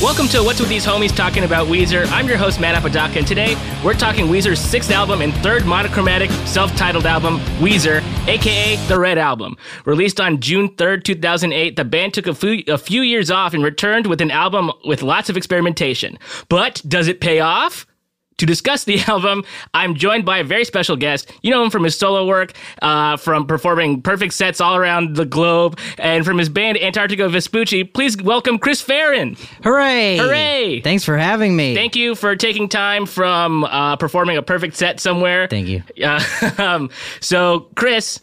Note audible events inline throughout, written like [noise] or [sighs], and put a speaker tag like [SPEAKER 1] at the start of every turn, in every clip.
[SPEAKER 1] Welcome to What's With These Homies Talking About Weezer. I'm your host, Matt Apodaca, and today we're talking Weezer's sixth album and third monochromatic self titled album, Weezer, aka The Red Album. Released on June 3rd, 2008, the band took a few, a few years off and returned with an album with lots of experimentation. But does it pay off? To discuss the [laughs] album, I'm joined by a very special guest. You know him from his solo work, uh, from performing perfect sets all around the globe, and from his band Antarctica Vespucci. Please welcome Chris Farron.
[SPEAKER 2] Hooray!
[SPEAKER 1] Hooray!
[SPEAKER 2] Thanks for having me.
[SPEAKER 1] Thank you for taking time from uh, performing a perfect set somewhere.
[SPEAKER 2] Thank you.
[SPEAKER 1] [laughs] Yeah. um, so, Chris,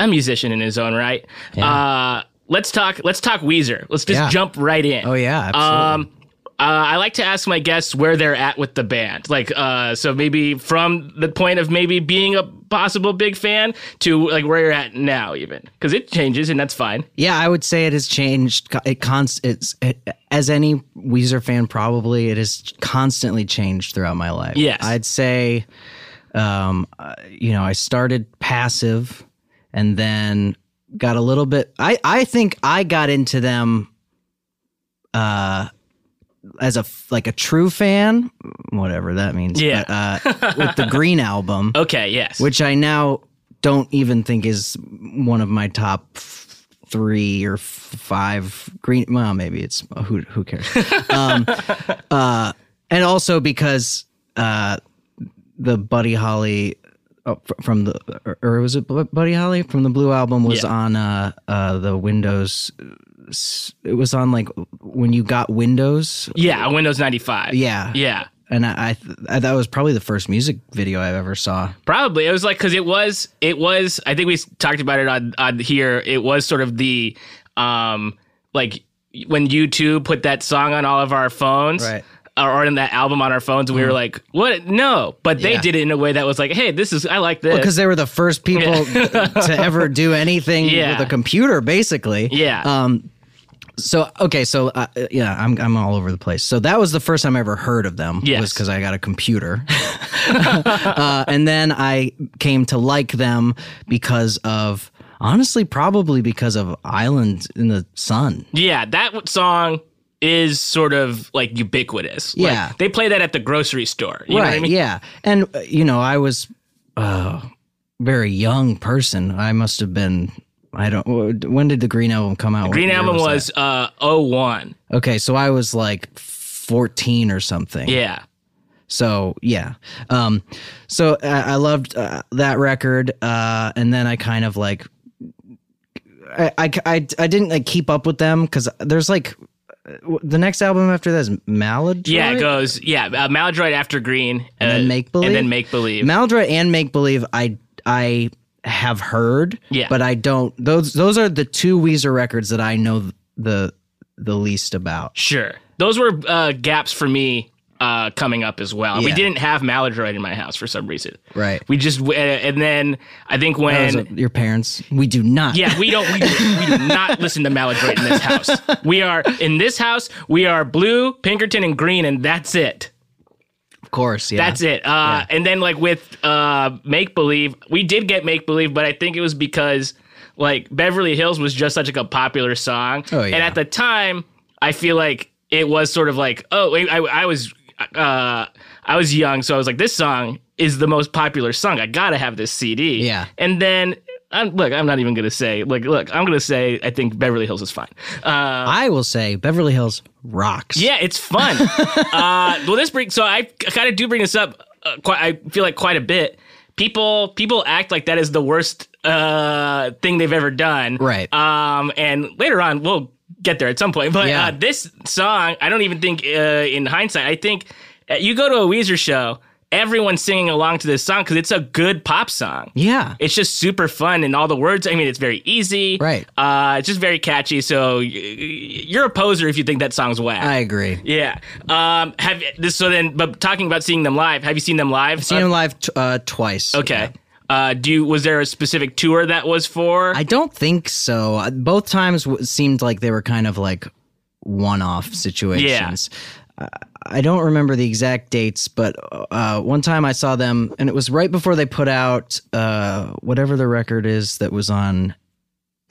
[SPEAKER 1] a musician in his own right. Uh, let's talk. Let's talk Weezer. Let's just
[SPEAKER 2] Yeah.
[SPEAKER 1] jump right in.
[SPEAKER 2] Oh yeah, absolutely.
[SPEAKER 1] Um, uh, I like to ask my guests where they're at with the band. Like, uh, so maybe from the point of maybe being a possible big fan to like where you're at now, even because it changes and that's fine.
[SPEAKER 2] yeah, I would say it has changed. co- It const it's it, as any Weezer fan probably it has constantly changed throughout my life.
[SPEAKER 1] Yes.
[SPEAKER 2] I'd say, um, uh, you know, I started passive, and then got a little bit. I I think I got into them, uh, as a f- like a true fan, whatever that means.
[SPEAKER 1] Yeah.
[SPEAKER 2] But, uh, with the Green album.
[SPEAKER 1] Okay. Yes.
[SPEAKER 2] which I now don't even think is one of my top f- three or f- five green. Well, maybe it's who who cares. um, uh, and also because uh, the Buddy Holly oh, fr- from the or, or was it Bu- Buddy Holly from the Blue album was
[SPEAKER 1] Yeah.
[SPEAKER 2] on uh, uh, the Windows. s- It was on like when you got Windows.
[SPEAKER 1] yeah. Windows ninety five.
[SPEAKER 2] Yeah.
[SPEAKER 1] Yeah.
[SPEAKER 2] And I, I, th- I that was probably the first music video I ever saw.
[SPEAKER 1] Probably it was like because it was it was I think we s- talked about it on on here. It was sort of the um like when you two put that song on all of our phones,
[SPEAKER 2] Right. Mm-hmm.
[SPEAKER 1] Or or in that album on our phones, and we were like, "What? No!" But they
[SPEAKER 2] Yeah.
[SPEAKER 1] did it in a way that was like, "Hey, this is I like this."
[SPEAKER 2] [laughs] because they were the first people to ever do anything
[SPEAKER 1] Yeah.
[SPEAKER 2] with a computer, basically.
[SPEAKER 1] yeah,
[SPEAKER 2] Um. So okay, so uh, yeah, I'm I'm all over the place. So that was the first time I ever heard of them.
[SPEAKER 1] Yes.
[SPEAKER 2] was because I got
[SPEAKER 1] [laughs]
[SPEAKER 2] a computer, [laughs] uh, and then I came to like them because of honestly probably because of Island in the Sun.
[SPEAKER 1] yeah, that w- song is sort of like ubiquitous. Like,
[SPEAKER 2] Yeah.
[SPEAKER 1] they play that at the grocery store. You know what I mean?
[SPEAKER 2] Yeah. And, uh, you know, I was uh, very young person. I must have been, I don't, wh- when did the Green Album come out?
[SPEAKER 1] Green
[SPEAKER 2] What year
[SPEAKER 1] Album was, uh 01.
[SPEAKER 2] that? Okay. So I was like 14 or something.
[SPEAKER 1] Yeah,
[SPEAKER 2] So, yeah. Um, so I, I loved uh, that record. Uh, and then I kind of like, I, I, I, I didn't like keep up with them because there's like, uh, w- the next album after that is Maladroit.
[SPEAKER 1] yeah, it goes yeah. Uh, Maladroit after Green, uh,
[SPEAKER 2] And then Make
[SPEAKER 1] and
[SPEAKER 2] Believe?
[SPEAKER 1] then Make Believe.
[SPEAKER 2] Maladroit and Make Believe, I I have heard,
[SPEAKER 1] Yeah.
[SPEAKER 2] but I don't. Those those are the two Weezer records that I know the the least about.
[SPEAKER 1] Sure. Those were uh, gaps for me uh, coming up as well. We
[SPEAKER 2] Yeah.
[SPEAKER 1] didn't have Maladroit in my house for some reason.
[SPEAKER 2] Right.
[SPEAKER 1] We just uh, and then I think
[SPEAKER 2] Those
[SPEAKER 1] when
[SPEAKER 2] are your parents, we do not.
[SPEAKER 1] yeah we don't we, we do not listen to Maladroit in this house. We are in this house. We are blue, Pinkerton, and green, and that's it.
[SPEAKER 2] of course. Yeah,
[SPEAKER 1] That's it. Uh, And then like with uh, make believe, we did get make believe, but I think it was because like Beverly Hills was just such like a popular song,
[SPEAKER 2] Oh,
[SPEAKER 1] and
[SPEAKER 2] yeah.
[SPEAKER 1] at the time, I feel like it was sort of like oh I, I, I was uh, I was young, so I was like this song is the most popular song. I gotta have this CD.
[SPEAKER 2] Yeah.
[SPEAKER 1] and then. I'm, look, I'm not even gonna say. Like, look, I'm gonna say. I think Beverly Hills is fine. Uh,
[SPEAKER 2] I will say Beverly Hills rocks.
[SPEAKER 1] yeah, it's
[SPEAKER 2] [laughs]
[SPEAKER 1] fun. uh, well, this brings so I kind of do bring this up. Uh, quite, I feel like quite a bit. People people act like that is the worst uh, thing they've ever done.
[SPEAKER 2] Right.
[SPEAKER 1] Um, and later on we'll get there at some point. But
[SPEAKER 2] Yeah.
[SPEAKER 1] uh, this song, I don't even think uh, in hindsight. I think uh, you go to a Weezer show, everyone's singing along to this song because it's a good pop song.
[SPEAKER 2] yeah.
[SPEAKER 1] It's just super fun, and all the words. I mean, it's very easy.
[SPEAKER 2] Right.
[SPEAKER 1] Uh, it's just very catchy. So y- y- you're a poser if you think that song's whack.
[SPEAKER 2] I agree.
[SPEAKER 1] Yeah. Um. Have this. So then, but talking about seeing them live, have you seen them live?
[SPEAKER 2] Seen him live t- uh, twice.
[SPEAKER 1] Uh, okay. Uh. Do you, was there a specific tour that was for?
[SPEAKER 2] I don't think so. Uh, Both times w- seemed like they were kind of like one-off situations. Uh, I don't remember the exact dates, but uh, one time I saw them, and it was right before they put out uh, whatever the record is that was on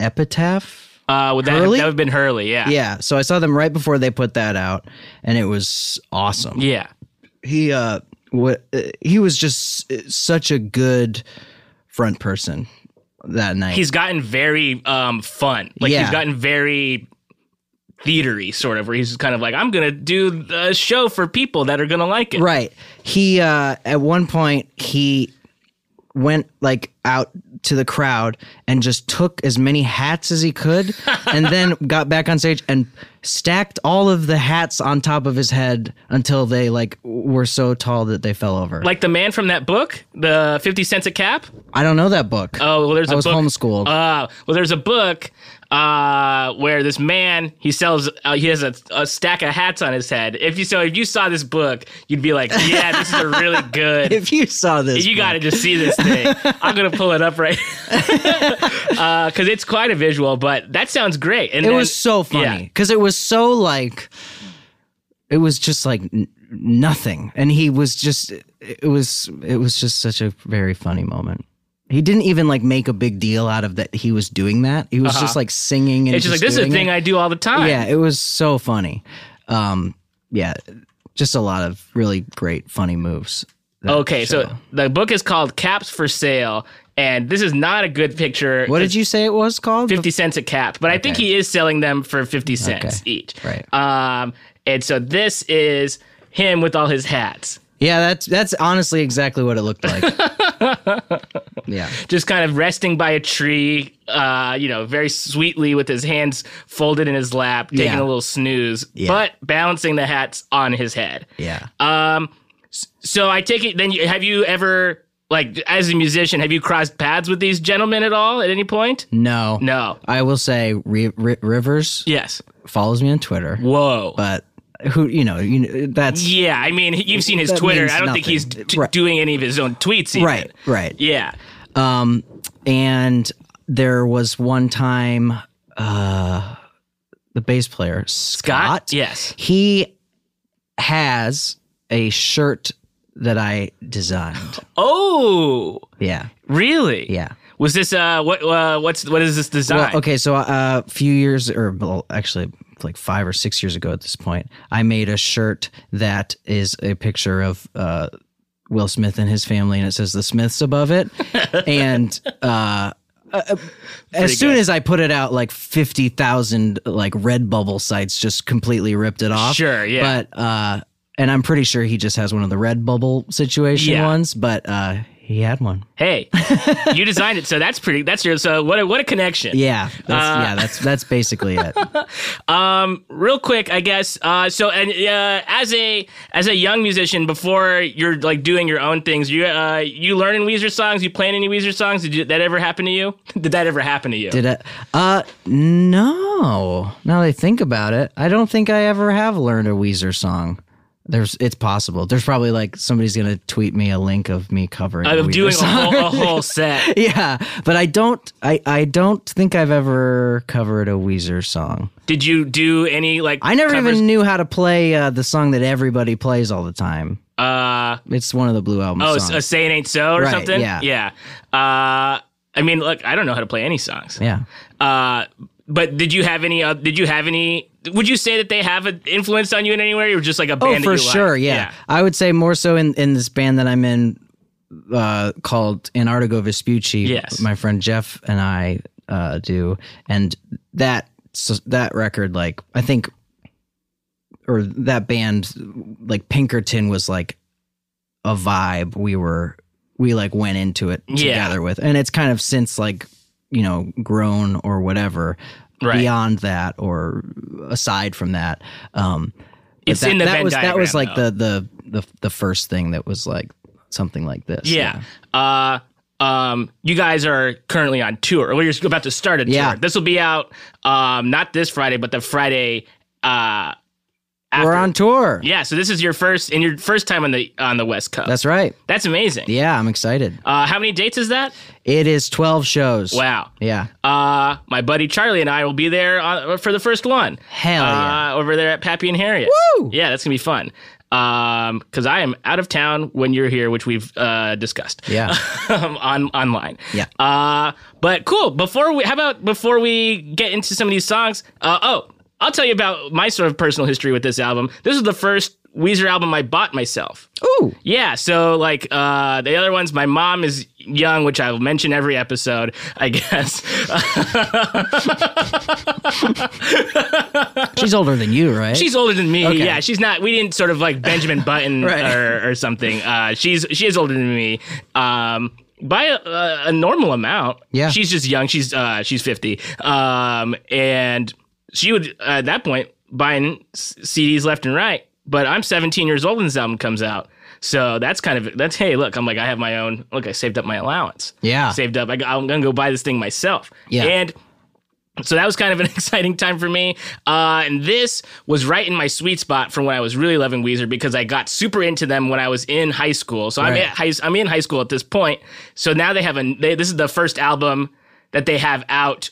[SPEAKER 2] Epitaph.
[SPEAKER 1] Uh, would that have, that
[SPEAKER 2] Hurley?
[SPEAKER 1] would have been Hurley? Yeah.
[SPEAKER 2] Yeah, so I saw them right before they put that out, and it was awesome.
[SPEAKER 1] Yeah.
[SPEAKER 2] He uh, what uh, he was just uh, such a good front person that night.
[SPEAKER 1] He's gotten very um fun. Like he's
[SPEAKER 2] Yeah.
[SPEAKER 1] gotten very theatery sort of where he's kind of like I'm going to do a show for people that are going to like it.
[SPEAKER 2] Right. He uh at one point he went like out to the crowd and just took as many hats as he
[SPEAKER 1] [laughs]
[SPEAKER 2] could and then got back on stage and stacked all of the hats on top of his head until they like were so tall that they fell over.
[SPEAKER 1] Like the man from that book, the 50 cents a cap?
[SPEAKER 2] I don't know that book.
[SPEAKER 1] Oh, well, there's a
[SPEAKER 2] I was
[SPEAKER 1] book.
[SPEAKER 2] homeschooled.
[SPEAKER 1] Uh, well, there's a book uh, where this man he sells. Uh, he has a, a stack of hats on his head. If you so, if you saw this book, you'd be like, "Yeah, this is a
[SPEAKER 2] [laughs]
[SPEAKER 1] really good."
[SPEAKER 2] [laughs] if you saw this
[SPEAKER 1] you got to just see this
[SPEAKER 2] [laughs]
[SPEAKER 1] thing. I'm gonna pull it up right [laughs] because it's quite a visual. But that sounds great. And
[SPEAKER 2] it
[SPEAKER 1] then-
[SPEAKER 2] was so funny
[SPEAKER 1] yeah.
[SPEAKER 2] because it was so like it was just like n- nothing and he was just it was it was just such a very funny moment he didn't even like make a big deal out of that he was doing that he was just like singing and
[SPEAKER 1] Uh-huh. It's just like this is a
[SPEAKER 2] doing
[SPEAKER 1] thing
[SPEAKER 2] it.
[SPEAKER 1] I do all the time.
[SPEAKER 2] yeah it was so funny um yeah just a lot of really great funny moves that
[SPEAKER 1] Okay,
[SPEAKER 2] show.
[SPEAKER 1] so the book is called Caps for Sale, and this is not a good picture.
[SPEAKER 2] what did you say it was called
[SPEAKER 1] 50 cents a cap, but I think he is selling them for 50 cents
[SPEAKER 2] Okay.
[SPEAKER 1] each.
[SPEAKER 2] Right.
[SPEAKER 1] Um, and so this is him with all his hats,
[SPEAKER 2] yeah that's that's honestly exactly what it
[SPEAKER 1] [laughs]
[SPEAKER 2] looked like yeah
[SPEAKER 1] just kind of resting by a tree, uh, you know, very sweetly with his hands folded in his lap, taking
[SPEAKER 2] Yeah.
[SPEAKER 1] a little snooze,
[SPEAKER 2] Yeah.
[SPEAKER 1] but balancing the hats on his head.
[SPEAKER 2] yeah
[SPEAKER 1] Um, So I take it then you, have you ever like as a musician have you crossed paths with these gentlemen at all at any point?
[SPEAKER 2] No.
[SPEAKER 1] No.
[SPEAKER 2] I will say Ri Ri Rivers
[SPEAKER 1] Yes.
[SPEAKER 2] follows me on Twitter,
[SPEAKER 1] Whoa.
[SPEAKER 2] but who you know, you kn- that's
[SPEAKER 1] yeah, I mean, you've seen his
[SPEAKER 2] That
[SPEAKER 1] Twitter.
[SPEAKER 2] means
[SPEAKER 1] I don't think
[SPEAKER 2] nothing.
[SPEAKER 1] he's d-
[SPEAKER 2] Right.
[SPEAKER 1] doing any of his own tweets. Even.
[SPEAKER 2] right, right.
[SPEAKER 1] Yeah.
[SPEAKER 2] Um and there was one time uh the bass player Scott,
[SPEAKER 1] Yes.
[SPEAKER 2] he has a shirt that I designed.
[SPEAKER 1] Oh,
[SPEAKER 2] yeah.
[SPEAKER 1] really?
[SPEAKER 2] Yeah.
[SPEAKER 1] Was this uh what uh what's what is this design?
[SPEAKER 2] Well, okay, so uh, a few years, or well, actually, like five or six years ago at this point, I made a shirt that is a picture of uh, Will Smith and his family, and it says "The Smiths"
[SPEAKER 1] [laughs]
[SPEAKER 2] above it. and uh, uh, as soon as I put it out, like fifty thousand like Redbubble sites just completely ripped it off.
[SPEAKER 1] Sure, yeah.
[SPEAKER 2] But uh, and I'm pretty sure he just has one of the Redbubble situation
[SPEAKER 1] Yeah.
[SPEAKER 2] ones, but uh, he had one.
[SPEAKER 1] Hey,
[SPEAKER 2] [laughs]
[SPEAKER 1] you designed it, so that's pretty. That's your so what a, what a connection.
[SPEAKER 2] Yeah, that's, yeah, that's that's
[SPEAKER 1] [laughs]
[SPEAKER 2] basically it.
[SPEAKER 1] Real quick, I guess. Uh, so and uh, as a as a young musician, before you're like doing your own things, you uh you learning Weezer songs, you playing any Weezer songs? Did you, that ever happen to you? [laughs] Did that ever happen to you?
[SPEAKER 2] Did I? Uh, no. Now that I think about it, I don't think I ever have learned a Weezer song. There's, it's possible. There's probably like somebody's gonna tweet me a link of me covering. a
[SPEAKER 1] of
[SPEAKER 2] Weezer
[SPEAKER 1] doing a
[SPEAKER 2] [laughs] song.
[SPEAKER 1] whole, a whole
[SPEAKER 2] [laughs]
[SPEAKER 1] set.
[SPEAKER 2] yeah, but I don't. I I don't think I've ever covered a Weezer song.
[SPEAKER 1] Did you do any like?
[SPEAKER 2] I never
[SPEAKER 1] covers?
[SPEAKER 2] even knew how to play uh, the song that everybody plays all the time.
[SPEAKER 1] uh
[SPEAKER 2] It's one of the Blue Album
[SPEAKER 1] Oh,
[SPEAKER 2] songs.
[SPEAKER 1] a saying ain't so or
[SPEAKER 2] Right,
[SPEAKER 1] something.
[SPEAKER 2] yeah.
[SPEAKER 1] yeah. Uh, I mean, look, I don't know how to play any songs.
[SPEAKER 2] yeah.
[SPEAKER 1] Uh, but did you have any? Uh, did you have any? Would you say that they have an influence on you in any way, or just like a
[SPEAKER 2] Oh,
[SPEAKER 1] band?
[SPEAKER 2] for
[SPEAKER 1] that you like?
[SPEAKER 2] sure. Yeah. I would say more so in, in this band that I'm in uh, called Antartico Vespucci.
[SPEAKER 1] Yes.
[SPEAKER 2] My friend Jeff and I uh, do. And that so that record, like, I think, or that band, like, Pinkerton was like a vibe we were, we like went into it together
[SPEAKER 1] Yeah.
[SPEAKER 2] with. And it's kind of since like, you know, grown or whatever.
[SPEAKER 1] Right.
[SPEAKER 2] Beyond that, or aside from that, um, but
[SPEAKER 1] It's in the Venn
[SPEAKER 2] was, That was
[SPEAKER 1] diagram,
[SPEAKER 2] like the, the the the first thing that was like something like this.
[SPEAKER 1] yeah. Uh, um, you guys are currently on tour. Well, you're about to start a tour.
[SPEAKER 2] Yeah.
[SPEAKER 1] This will be out um, not this Friday, but the Friday. Uh,
[SPEAKER 2] Yeah. we're on tour.
[SPEAKER 1] yeah. So this is your first and your first time on the on the West Coast.
[SPEAKER 2] That's right.
[SPEAKER 1] That's amazing.
[SPEAKER 2] Yeah, I'm excited.
[SPEAKER 1] Uh, how many dates is that?
[SPEAKER 2] It is 12 shows.
[SPEAKER 1] Wow.
[SPEAKER 2] Yeah.
[SPEAKER 1] Uh, my buddy Charlie and I will be there on, for the first one.
[SPEAKER 2] Hell yeah.
[SPEAKER 1] Uh, over there at Pappy and Harriet.
[SPEAKER 2] Woo!
[SPEAKER 1] Yeah, that's gonna be fun. Um, because I am out of town when you're here, which we've uh, discussed.
[SPEAKER 2] Yeah.
[SPEAKER 1] [laughs] um, on online.
[SPEAKER 2] Yeah.
[SPEAKER 1] Uh, but cool. Before we, how about before we get into some of these songs? Uh, oh, I'll tell you about my sort of personal history with this album. This is the first Weezer album I bought myself.
[SPEAKER 2] Ooh.
[SPEAKER 1] Yeah, so like uh, the other ones, my mom is young, which I will mention every episode, I [laughs] guess.
[SPEAKER 2] She's older than you, right?
[SPEAKER 1] She's older than me. Yeah, she's not. We didn't sort of like Benjamin Button
[SPEAKER 2] [laughs] Right.
[SPEAKER 1] or, or something. Uh, she's she is older than me um, by a, a- a normal amount.
[SPEAKER 2] Yeah.
[SPEAKER 1] she's just young. She's uh, she's fifty, um, and she would at that point buying s- CDs left and right. But I'm 17 years old when this album comes out. So that's kind of that's hey look I'm like I have my own look I saved up my allowance
[SPEAKER 2] Yeah.
[SPEAKER 1] saved up I, I'm gonna go buy this thing myself
[SPEAKER 2] Yeah.
[SPEAKER 1] and so that was kind of an [laughs] exciting time for me. Uh, and this was right in my sweet spot for when I was really loving Weezer because I got super into them when I was in high school. So I'm
[SPEAKER 2] Right.
[SPEAKER 1] at high, I'm in high school at this point. So now they have a they, this is the first album that they have out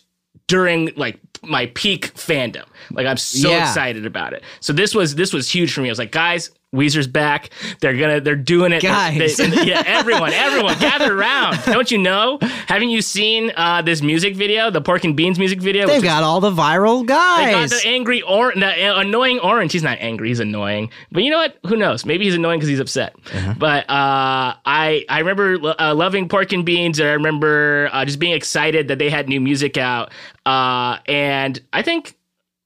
[SPEAKER 1] during like my peak fandom. Like I'm so
[SPEAKER 2] Yeah.
[SPEAKER 1] excited about it. So this was this was huge for me. I was like, guys, Weezer's back. They're gonna they're doing it.
[SPEAKER 2] Guys.
[SPEAKER 1] They- yeah, everyone, everyone, gather around. Don't you know? Haven't you seen uh, this music video, the Pork and Beans music video?
[SPEAKER 2] They've
[SPEAKER 1] which is-
[SPEAKER 2] got all the viral
[SPEAKER 1] they got
[SPEAKER 2] guys.
[SPEAKER 1] the angry or the uh, annoying orange. He's not angry. He's annoying. But you know what? Who knows? Maybe he's annoying because he's upset.
[SPEAKER 2] Uh-huh.
[SPEAKER 1] But uh, I I remember lo- uh, loving Pork and Beans. and I remember uh, just being excited that they had new music out. Uh, and I think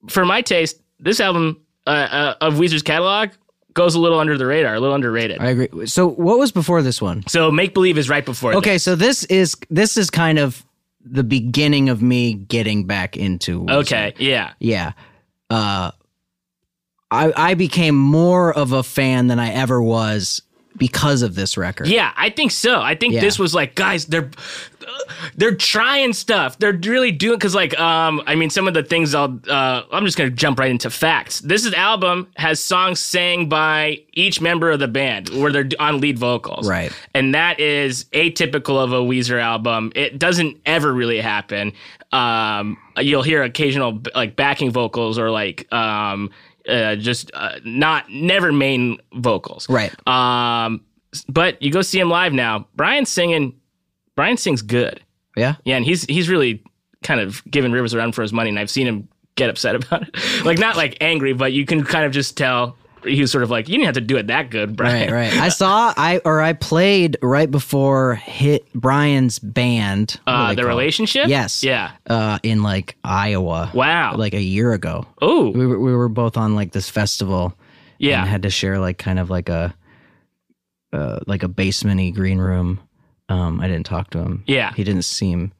[SPEAKER 1] for my taste, this album uh, uh, of Weezer's catalog goes a little under the radar, a little underrated.
[SPEAKER 2] I agree. So what was before this one?
[SPEAKER 1] So make believe is right before.
[SPEAKER 2] Okay, so this is this is kind of the beginning of me getting back into Weezer.
[SPEAKER 1] This. Okay. Yeah.
[SPEAKER 2] Yeah. Uh I I became more of a fan than I ever was because of this record.
[SPEAKER 1] Yeah, I think so. I think
[SPEAKER 2] Yeah.
[SPEAKER 1] this was like, guys, they're they're trying stuff. They're really doing because, like, um, I mean, some of the things I'll, uh, I'm just gonna jump right into facts. This is album has songs sang by each member of the band where they're on lead vocals,
[SPEAKER 2] Right.
[SPEAKER 1] And that is atypical of a Weezer album. It doesn't ever really happen. Um, you'll hear occasional like backing vocals or like um. Uh, just uh, not never main vocals,
[SPEAKER 2] Right.
[SPEAKER 1] um, but you go see him live now. Brian's singing. Brian sings good.
[SPEAKER 2] Yeah.
[SPEAKER 1] Yeah, and he's he's really kind of giving Rivers a run for his money, and I've seen him get upset [laughs] about it. like not like angry, but you can kind of just tell he was sort of like, you didn't have to do it that good, Brian.
[SPEAKER 2] Right, right. I saw I or I played right before hit Brian's band. what
[SPEAKER 1] Uh,
[SPEAKER 2] do they
[SPEAKER 1] the
[SPEAKER 2] call it?
[SPEAKER 1] relationship.
[SPEAKER 2] Yes.
[SPEAKER 1] Yeah.
[SPEAKER 2] uh, in like Iowa.
[SPEAKER 1] Wow.
[SPEAKER 2] Like a year ago.
[SPEAKER 1] oh.
[SPEAKER 2] We were, we were both on like this festival and
[SPEAKER 1] Yeah.
[SPEAKER 2] had to share like kind of like a uh, like a basementy green room. Um, I didn't talk to him.
[SPEAKER 1] Yeah.
[SPEAKER 2] He didn't seem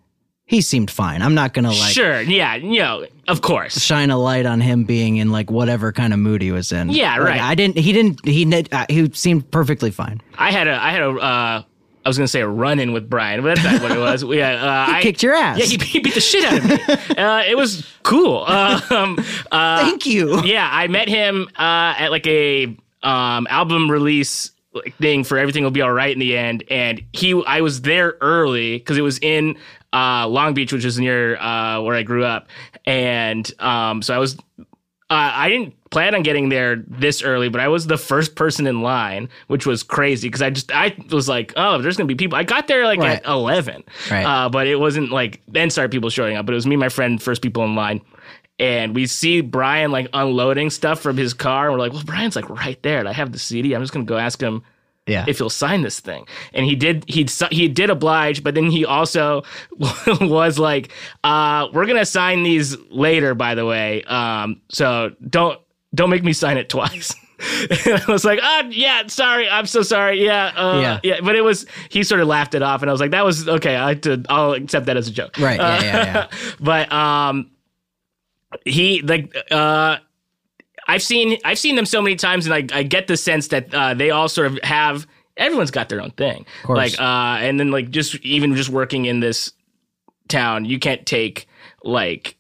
[SPEAKER 2] he seemed fine. I'm not gonna like
[SPEAKER 1] sure. Yeah. You know. Of course.
[SPEAKER 2] shine a light on him being in like whatever kind of mood he was in.
[SPEAKER 1] Yeah,
[SPEAKER 2] Like,
[SPEAKER 1] right.
[SPEAKER 2] I didn't he didn't he ne- uh, he seemed perfectly fine.
[SPEAKER 1] I had a I had a uh, I was gonna say a run in with Brian, but that's not what it was. [laughs] We had, uh, I
[SPEAKER 2] Kicked your ass.
[SPEAKER 1] Yeah,
[SPEAKER 2] [laughs]
[SPEAKER 1] he, he beat the shit out of me. uh, it was cool. [laughs] Um, uh,
[SPEAKER 2] Thank you.
[SPEAKER 1] yeah, I met him uh, at like a um, album release like, thing for everything will be all right in the end, and he I was there early because it was in uh, Long Beach, which is near uh, where I grew up, and um, so I was uh, I didn't plan on getting there this early, but I was the first person in line, which was crazy because I just I was like, oh, there's gonna be people. I got there like
[SPEAKER 2] Right.
[SPEAKER 1] at eleven,
[SPEAKER 2] Right.
[SPEAKER 1] uh, but it wasn't like then started people showing up, but it was me, and my friend, first people in line. And we see Brian like unloading stuff from his car, and we're like, "Well, Brian's like right there, and I have the CD. I'm just gonna go ask him
[SPEAKER 2] Yeah.
[SPEAKER 1] if he'll sign this thing. And he did. He he did oblige, but then he also [laughs] was like, uh, "We're gonna sign these later, by the way. Um, so don't don't make me sign it twice." [laughs] and I was like, "Ah, yeah, sorry, I'm so sorry, yeah, uh,
[SPEAKER 2] Yeah.
[SPEAKER 1] yeah, But it was he sort of laughed it off, and I was like, "That was okay. I have to, I'll accept that as a joke."
[SPEAKER 2] Right. Yeah,
[SPEAKER 1] Uh, [laughs]
[SPEAKER 2] yeah, yeah.
[SPEAKER 1] but um he like uh I've seen I've seen them so many times, and I, I get the sense that uh, they all sort of have everyone's got their own thing.
[SPEAKER 2] course.
[SPEAKER 1] Like uh, and then like just even just working in this town, you can't take like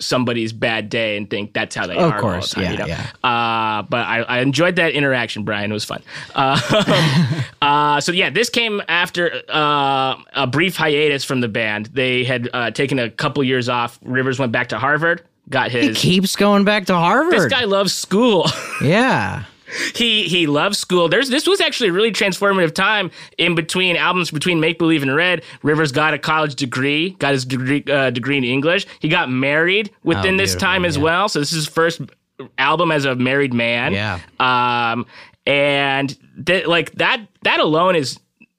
[SPEAKER 1] somebody's bad day and think that's how they
[SPEAKER 2] Of
[SPEAKER 1] are.
[SPEAKER 2] course,
[SPEAKER 1] all the time,
[SPEAKER 2] yeah,
[SPEAKER 1] you know? Uh, but I, I enjoyed that interaction, Brian. It was fun.
[SPEAKER 2] [laughs]
[SPEAKER 1] Uh, uh, so yeah, this came after uh, a brief hiatus from the band. They had uh, taken a couple years off. Rivers went back to Harvard, got
[SPEAKER 2] He
[SPEAKER 1] his.
[SPEAKER 2] keeps going back to Harvard.
[SPEAKER 1] This guy loves school. [laughs]
[SPEAKER 2] yeah.
[SPEAKER 1] he he loves school. There's this was actually a really transformative time in between albums between Make Believe and Red. Rivers got a college degree, got his degree uh, degree in English. He got married within this
[SPEAKER 2] Oh, beautiful,
[SPEAKER 1] time as
[SPEAKER 2] yeah.
[SPEAKER 1] well. So this is his first album as a married man.
[SPEAKER 2] Yeah.
[SPEAKER 1] Um, and that like that that alone is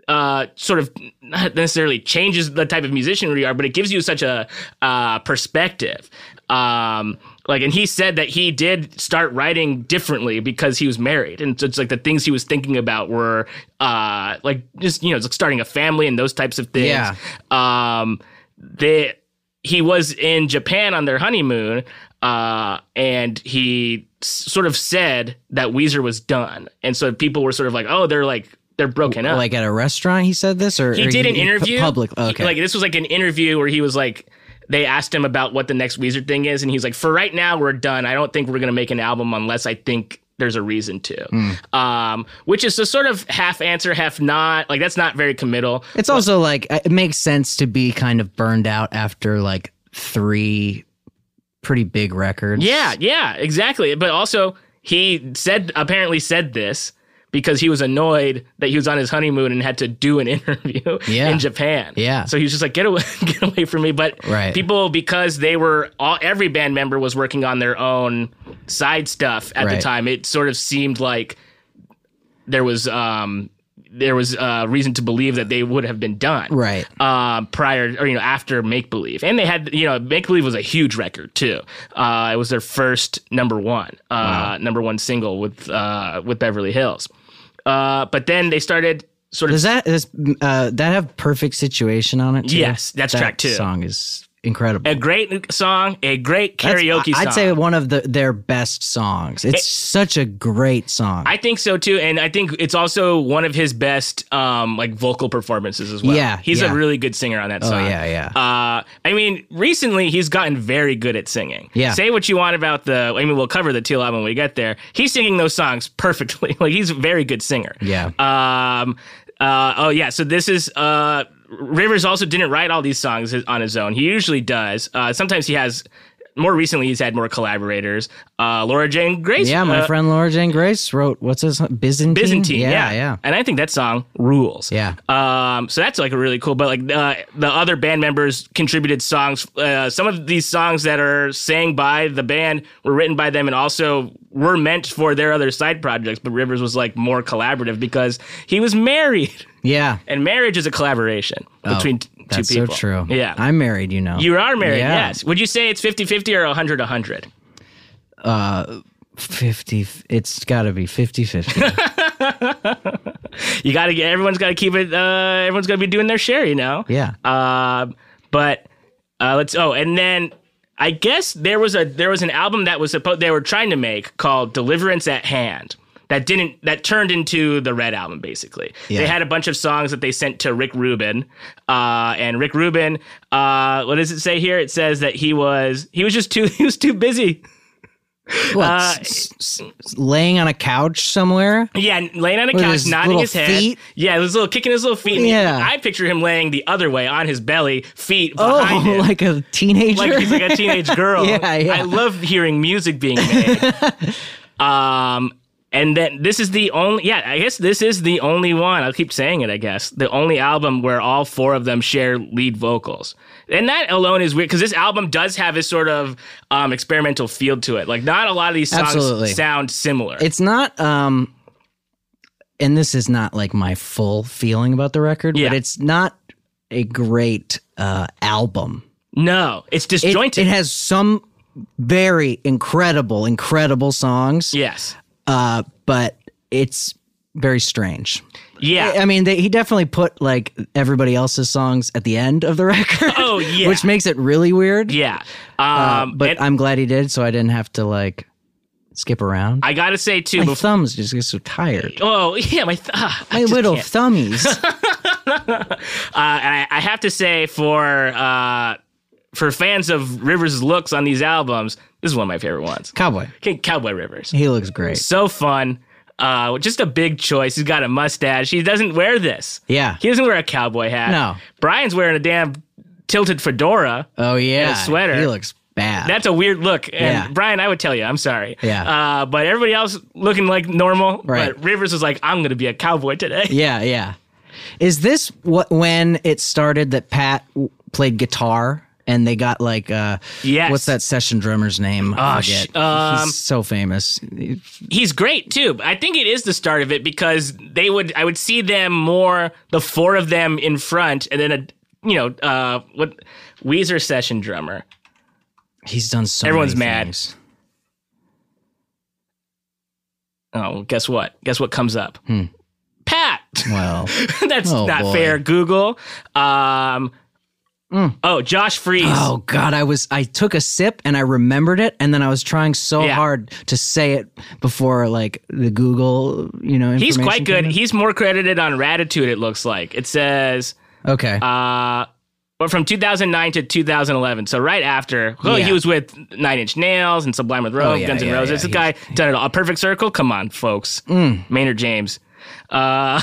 [SPEAKER 1] uh sort of not necessarily changes the type of musician we are, but it gives you such a uh perspective. Um like and he said that he did start writing differently because he was married and so it's like the things he was thinking about were uh like just you know it's like starting a family and those types of things
[SPEAKER 2] Yeah.
[SPEAKER 1] um they he was in Japan on their honeymoon uh and he s- sort of said that Weezer was done and so people were sort of like oh they're like they're broken up
[SPEAKER 2] Like at a restaurant, he said this, or
[SPEAKER 1] he
[SPEAKER 2] or
[SPEAKER 1] did an interview
[SPEAKER 2] public. Okay,
[SPEAKER 1] like this was like an interview where he was like they asked him about what the next Weezer thing is and he's like for right now we're done I don't think we're gonna make an album unless I think there's a reason to
[SPEAKER 2] Hmm.
[SPEAKER 1] um which is a sort of half answer half not like that's not very committal
[SPEAKER 2] It's also like uh, it makes sense to be kind of burned out after like three pretty big records.
[SPEAKER 1] Yeah, yeah, exactly. But also, he said apparently said this because he was annoyed that he was on his honeymoon and had to do an [laughs] interview
[SPEAKER 2] Yeah.
[SPEAKER 1] in Japan.
[SPEAKER 2] Yeah.
[SPEAKER 1] So he was just like, get away, [laughs] get away from me. But
[SPEAKER 2] Right.
[SPEAKER 1] people, because they were all, every band member was working on their own side stuff at the
[SPEAKER 2] Right.
[SPEAKER 1] time. It sort of seemed like there was, um, there was uh, reason to believe that they would have been done
[SPEAKER 2] Right.
[SPEAKER 1] um, prior or you know after Make Believe, and they had you know Make Believe was a huge record too. Uh, it was their first number one, uh, number one single with uh, with Beverly Hills. Uh, but then they started sort of
[SPEAKER 2] Does that does uh, that have perfect situation on it? Too?
[SPEAKER 1] Yes, that's
[SPEAKER 2] that
[SPEAKER 1] track two.
[SPEAKER 2] Song is incredible.
[SPEAKER 1] a great song, a great
[SPEAKER 2] That's-
[SPEAKER 1] karaoke
[SPEAKER 2] I'd
[SPEAKER 1] song.
[SPEAKER 2] say one of the, their best songs. It's such a great song.
[SPEAKER 1] I think so too, and I think it's also one of his best um, like vocal performances as well.
[SPEAKER 2] Yeah,
[SPEAKER 1] he's
[SPEAKER 2] yeah.
[SPEAKER 1] a really good singer on that
[SPEAKER 2] oh
[SPEAKER 1] song.
[SPEAKER 2] yeah, yeah.
[SPEAKER 1] Uh, I mean, recently he's gotten very good at singing.
[SPEAKER 2] Yeah.
[SPEAKER 1] Say what you want about the. I mean, we'll cover the Teal album when we get there. He's singing those songs perfectly. [laughs] Like he's a very good singer.
[SPEAKER 2] Yeah.
[SPEAKER 1] Um. Uh. Oh yeah. So this is. Uh. Rivers also didn't write all these songs his- on his own. He usually does. Uh. Sometimes he has. More recently, he's had more collaborators. Uh. Laura Jane Grace.
[SPEAKER 2] yeah, my
[SPEAKER 1] uh,
[SPEAKER 2] friend Laura Jane Grace wrote what's his Byzantine.
[SPEAKER 1] Byzantine, yeah,
[SPEAKER 2] yeah,
[SPEAKER 1] And I think that song rules.
[SPEAKER 2] Yeah.
[SPEAKER 1] Um, so that's like really cool. But like uh, the other band members contributed songs. Uh, some of these songs that are sang by the band were written by them and also were meant for their other side projects. But Rivers was like more collaborative because he was married, [laughs]
[SPEAKER 2] yeah.
[SPEAKER 1] and marriage is a collaboration between t- two
[SPEAKER 2] That's so
[SPEAKER 1] people.
[SPEAKER 2] true.
[SPEAKER 1] Yeah.
[SPEAKER 2] I'm married. You know,
[SPEAKER 1] you are married,
[SPEAKER 2] Yeah.
[SPEAKER 1] yes. Would you say it's 50 50 or 100 100?
[SPEAKER 2] fifty. It's got to
[SPEAKER 1] [laughs]
[SPEAKER 2] be 50-50.
[SPEAKER 1] You got to get, everyone's got to keep it, uh, everyone's going to be doing their share, you know?
[SPEAKER 2] yeah.
[SPEAKER 1] Uh, but uh, let's. Oh, and then I guess there was a there was an album that was supposed they were trying to make called Deliverance at Hand that didn't that turned into the Red album basically. They
[SPEAKER 2] Yeah.
[SPEAKER 1] had a bunch of songs that they sent to Rick Rubin, uh, and Rick Rubin. Uh, what does it say here? It says that he was he was just too [laughs] he was too busy.
[SPEAKER 2] What?
[SPEAKER 1] uh,
[SPEAKER 2] s- s- s- laying on a couch somewhere?
[SPEAKER 1] Yeah, and laying on a
[SPEAKER 2] With
[SPEAKER 1] couch,
[SPEAKER 2] his
[SPEAKER 1] nodding
[SPEAKER 2] little
[SPEAKER 1] his head.
[SPEAKER 2] feet?
[SPEAKER 1] Yeah, his little kicking his little feet. And he-
[SPEAKER 2] Yeah.
[SPEAKER 1] I picture him laying the other way on his belly, feet
[SPEAKER 2] Oh,
[SPEAKER 1] behind him.
[SPEAKER 2] [laughs] like a teenager.
[SPEAKER 1] like he's like a teenage girl.
[SPEAKER 2] [laughs] Yeah, yeah.
[SPEAKER 1] I love hearing music being
[SPEAKER 2] [laughs]
[SPEAKER 1] made. um, and then this is the only, yeah, I guess this is the only one. I'll keep saying it. I guess the only album where all four of them share lead vocals, and that alone is weird because this album does have a sort of um, experimental feel to it. Like not a lot of these songs
[SPEAKER 2] Absolutely.
[SPEAKER 1] sound similar.
[SPEAKER 2] it's not um and this is not like my full feeling about the record,
[SPEAKER 1] Yeah.
[SPEAKER 2] but it's not a great uh album.
[SPEAKER 1] no, it's
[SPEAKER 2] It,
[SPEAKER 1] disjointed.
[SPEAKER 2] it has some very incredible, incredible songs.
[SPEAKER 1] yes.
[SPEAKER 2] Uh, but it's very strange.
[SPEAKER 1] Yeah.
[SPEAKER 2] I mean, they, he definitely put like everybody else's songs at the end of the [laughs] record.
[SPEAKER 1] Oh, yeah.
[SPEAKER 2] which makes it really weird.
[SPEAKER 1] yeah.
[SPEAKER 2] Uh,
[SPEAKER 1] Um,
[SPEAKER 2] but
[SPEAKER 1] and
[SPEAKER 2] I'm glad he did, so I didn't have to like skip around.
[SPEAKER 1] I gotta say too.
[SPEAKER 2] My
[SPEAKER 1] Before,
[SPEAKER 2] thumbs just get so tired.
[SPEAKER 1] oh [laughs] yeah, my th- ah, I
[SPEAKER 2] My
[SPEAKER 1] just
[SPEAKER 2] little
[SPEAKER 1] can't. [laughs]
[SPEAKER 2] thummies.
[SPEAKER 1] Uh, and I, I have to say, for uh, for fans of Rivers' looks on these albums, this is one of my favorite ones.
[SPEAKER 2] Cowboy.
[SPEAKER 1] King Cowboy Rivers,
[SPEAKER 2] He looks great.
[SPEAKER 1] so fun. Uh, just a big choice. He's got a mustache. He doesn't wear this.
[SPEAKER 2] Yeah.
[SPEAKER 1] he doesn't wear a cowboy hat.
[SPEAKER 2] No.
[SPEAKER 1] Brian's wearing a damn tilted fedora.
[SPEAKER 2] Oh yeah.
[SPEAKER 1] a sweater.
[SPEAKER 2] He looks bad.
[SPEAKER 1] That's a weird look. And
[SPEAKER 2] Yeah.
[SPEAKER 1] Brian, I would tell you, I'm sorry.
[SPEAKER 2] Yeah.
[SPEAKER 1] Uh, but everybody else looking like normal.
[SPEAKER 2] Right.
[SPEAKER 1] But Rivers was like, I'm going to be a cowboy today.
[SPEAKER 2] yeah, yeah. Is this what when it started that Pat w- played guitar and they got like uh
[SPEAKER 1] [laughs] Yes.
[SPEAKER 2] what's that session drummer's name? I
[SPEAKER 1] Oh, sh-
[SPEAKER 2] forget.
[SPEAKER 1] um,
[SPEAKER 2] He's so famous.
[SPEAKER 1] He's great too. I think it is the start of it because they would, I would see them more, the four of them in front, and then a, you know, uh, what Weezer session drummer.
[SPEAKER 2] He's done so.
[SPEAKER 1] Everyone's
[SPEAKER 2] many
[SPEAKER 1] mad.
[SPEAKER 2] things.
[SPEAKER 1] Oh, guess what? Guess what comes up? Pat. [laughs]
[SPEAKER 2] Well,
[SPEAKER 1] That's
[SPEAKER 2] Hmm. Oh,
[SPEAKER 1] not
[SPEAKER 2] boy. Hmm.
[SPEAKER 1] fair. Google. Um, Oh, Josh Freeze.
[SPEAKER 2] oh god, I was I took a sip and I remembered it, and then I was trying so
[SPEAKER 1] Yeah.
[SPEAKER 2] hard to say it before like the Google, you know.
[SPEAKER 1] He's
[SPEAKER 2] information
[SPEAKER 1] quite
[SPEAKER 2] came
[SPEAKER 1] good.
[SPEAKER 2] in.
[SPEAKER 1] He's more credited on Ratitude, it looks like. It says,
[SPEAKER 2] Okay,
[SPEAKER 1] uh, but from 2009 to 2011. So right after, well,
[SPEAKER 2] Yeah. Oh,
[SPEAKER 1] he was with Nine Inch Nails and Sublime with Rogue,
[SPEAKER 2] yeah,
[SPEAKER 1] Guns N'
[SPEAKER 2] yeah,
[SPEAKER 1] Roses.
[SPEAKER 2] yeah,
[SPEAKER 1] this guy done it all. A Perfect Circle? Come on, folks.
[SPEAKER 2] Mm,
[SPEAKER 1] Maynard James. Uh,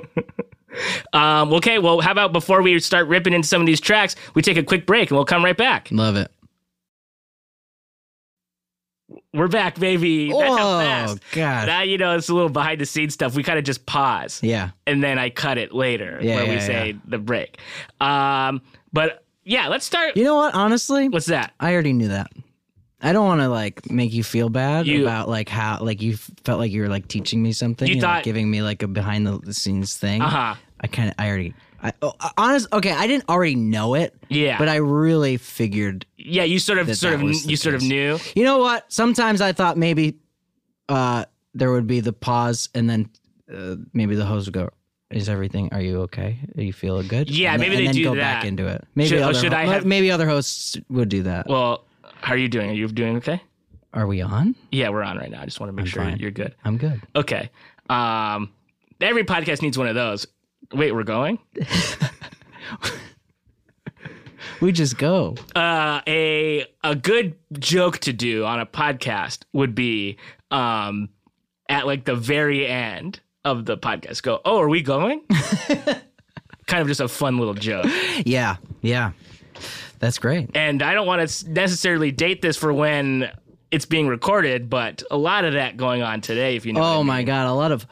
[SPEAKER 1] [laughs] um, okay, well, how about before we start ripping into some of these tracks, we take a quick break and we'll come right back.
[SPEAKER 2] love it.
[SPEAKER 1] We're back, baby. That's how
[SPEAKER 2] Whoa,
[SPEAKER 1] fast.
[SPEAKER 2] God.
[SPEAKER 1] Now, you know, it's a little behind the scenes stuff. We kind of just pause.
[SPEAKER 2] Yeah,
[SPEAKER 1] and then I cut it later
[SPEAKER 2] Yeah,
[SPEAKER 1] where we
[SPEAKER 2] yeah,
[SPEAKER 1] say the break. Um, but yeah, let's start.
[SPEAKER 2] you know what? Honestly,
[SPEAKER 1] What's that?
[SPEAKER 2] I already knew that. I don't want to like make you feel bad
[SPEAKER 1] You-
[SPEAKER 2] about like how like you felt like you were like teaching me something.
[SPEAKER 1] You
[SPEAKER 2] and,
[SPEAKER 1] thought-
[SPEAKER 2] like, giving me like a behind the scenes thing.
[SPEAKER 1] Uh huh.
[SPEAKER 2] I kind of I already. I, oh, honest, okay, I didn't already know it.
[SPEAKER 1] Yeah.
[SPEAKER 2] but I really figured.
[SPEAKER 1] Yeah, you sort of,
[SPEAKER 2] That
[SPEAKER 1] sort of,
[SPEAKER 2] that was the
[SPEAKER 1] you sort of
[SPEAKER 2] case.
[SPEAKER 1] knew.
[SPEAKER 2] You know what? Sometimes I thought maybe uh there would be the pause and then uh, maybe the host would go. Is everything? Are you okay? Are you feeling good?
[SPEAKER 1] Yeah,
[SPEAKER 2] and,
[SPEAKER 1] maybe
[SPEAKER 2] then- and
[SPEAKER 1] they
[SPEAKER 2] then
[SPEAKER 1] do
[SPEAKER 2] go back
[SPEAKER 1] that.
[SPEAKER 2] into it. Maybe
[SPEAKER 1] Should- oh,
[SPEAKER 2] other
[SPEAKER 1] should I have-
[SPEAKER 2] maybe other hosts would do that.
[SPEAKER 1] Well, how are you doing? Are you doing okay?
[SPEAKER 2] Are we on?
[SPEAKER 1] Yeah, we're on right now. I just want to make sure
[SPEAKER 2] fine.
[SPEAKER 1] you're good.
[SPEAKER 2] I'm good.
[SPEAKER 1] Okay. Um, every podcast needs one of those. Wait, we're going.
[SPEAKER 2] We just go.
[SPEAKER 1] Uh, a a good joke to do on a podcast would be um, at like the very end of the podcast. Go, oh, are we
[SPEAKER 2] [laughs]
[SPEAKER 1] going? kind of just a fun little joke.
[SPEAKER 2] Yeah, yeah. That's great.
[SPEAKER 1] and I don't want to necessarily date this for when it's being recorded, but a lot of that going on today. If you know, what I
[SPEAKER 2] Oh
[SPEAKER 1] mean.
[SPEAKER 2] my god, a lot of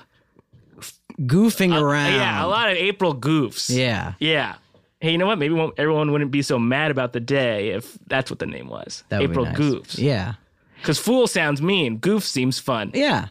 [SPEAKER 2] f- goofing around.
[SPEAKER 1] Uh, yeah, a lot of April goofs.
[SPEAKER 2] Yeah,
[SPEAKER 1] yeah. Hey, you know what? Maybe won't, everyone wouldn't be so mad about the day if that's what the name was.
[SPEAKER 2] that would be
[SPEAKER 1] April
[SPEAKER 2] nice.
[SPEAKER 1] goofs.
[SPEAKER 2] Yeah,
[SPEAKER 1] Because fool sounds mean. Goof seems fun.
[SPEAKER 2] yeah.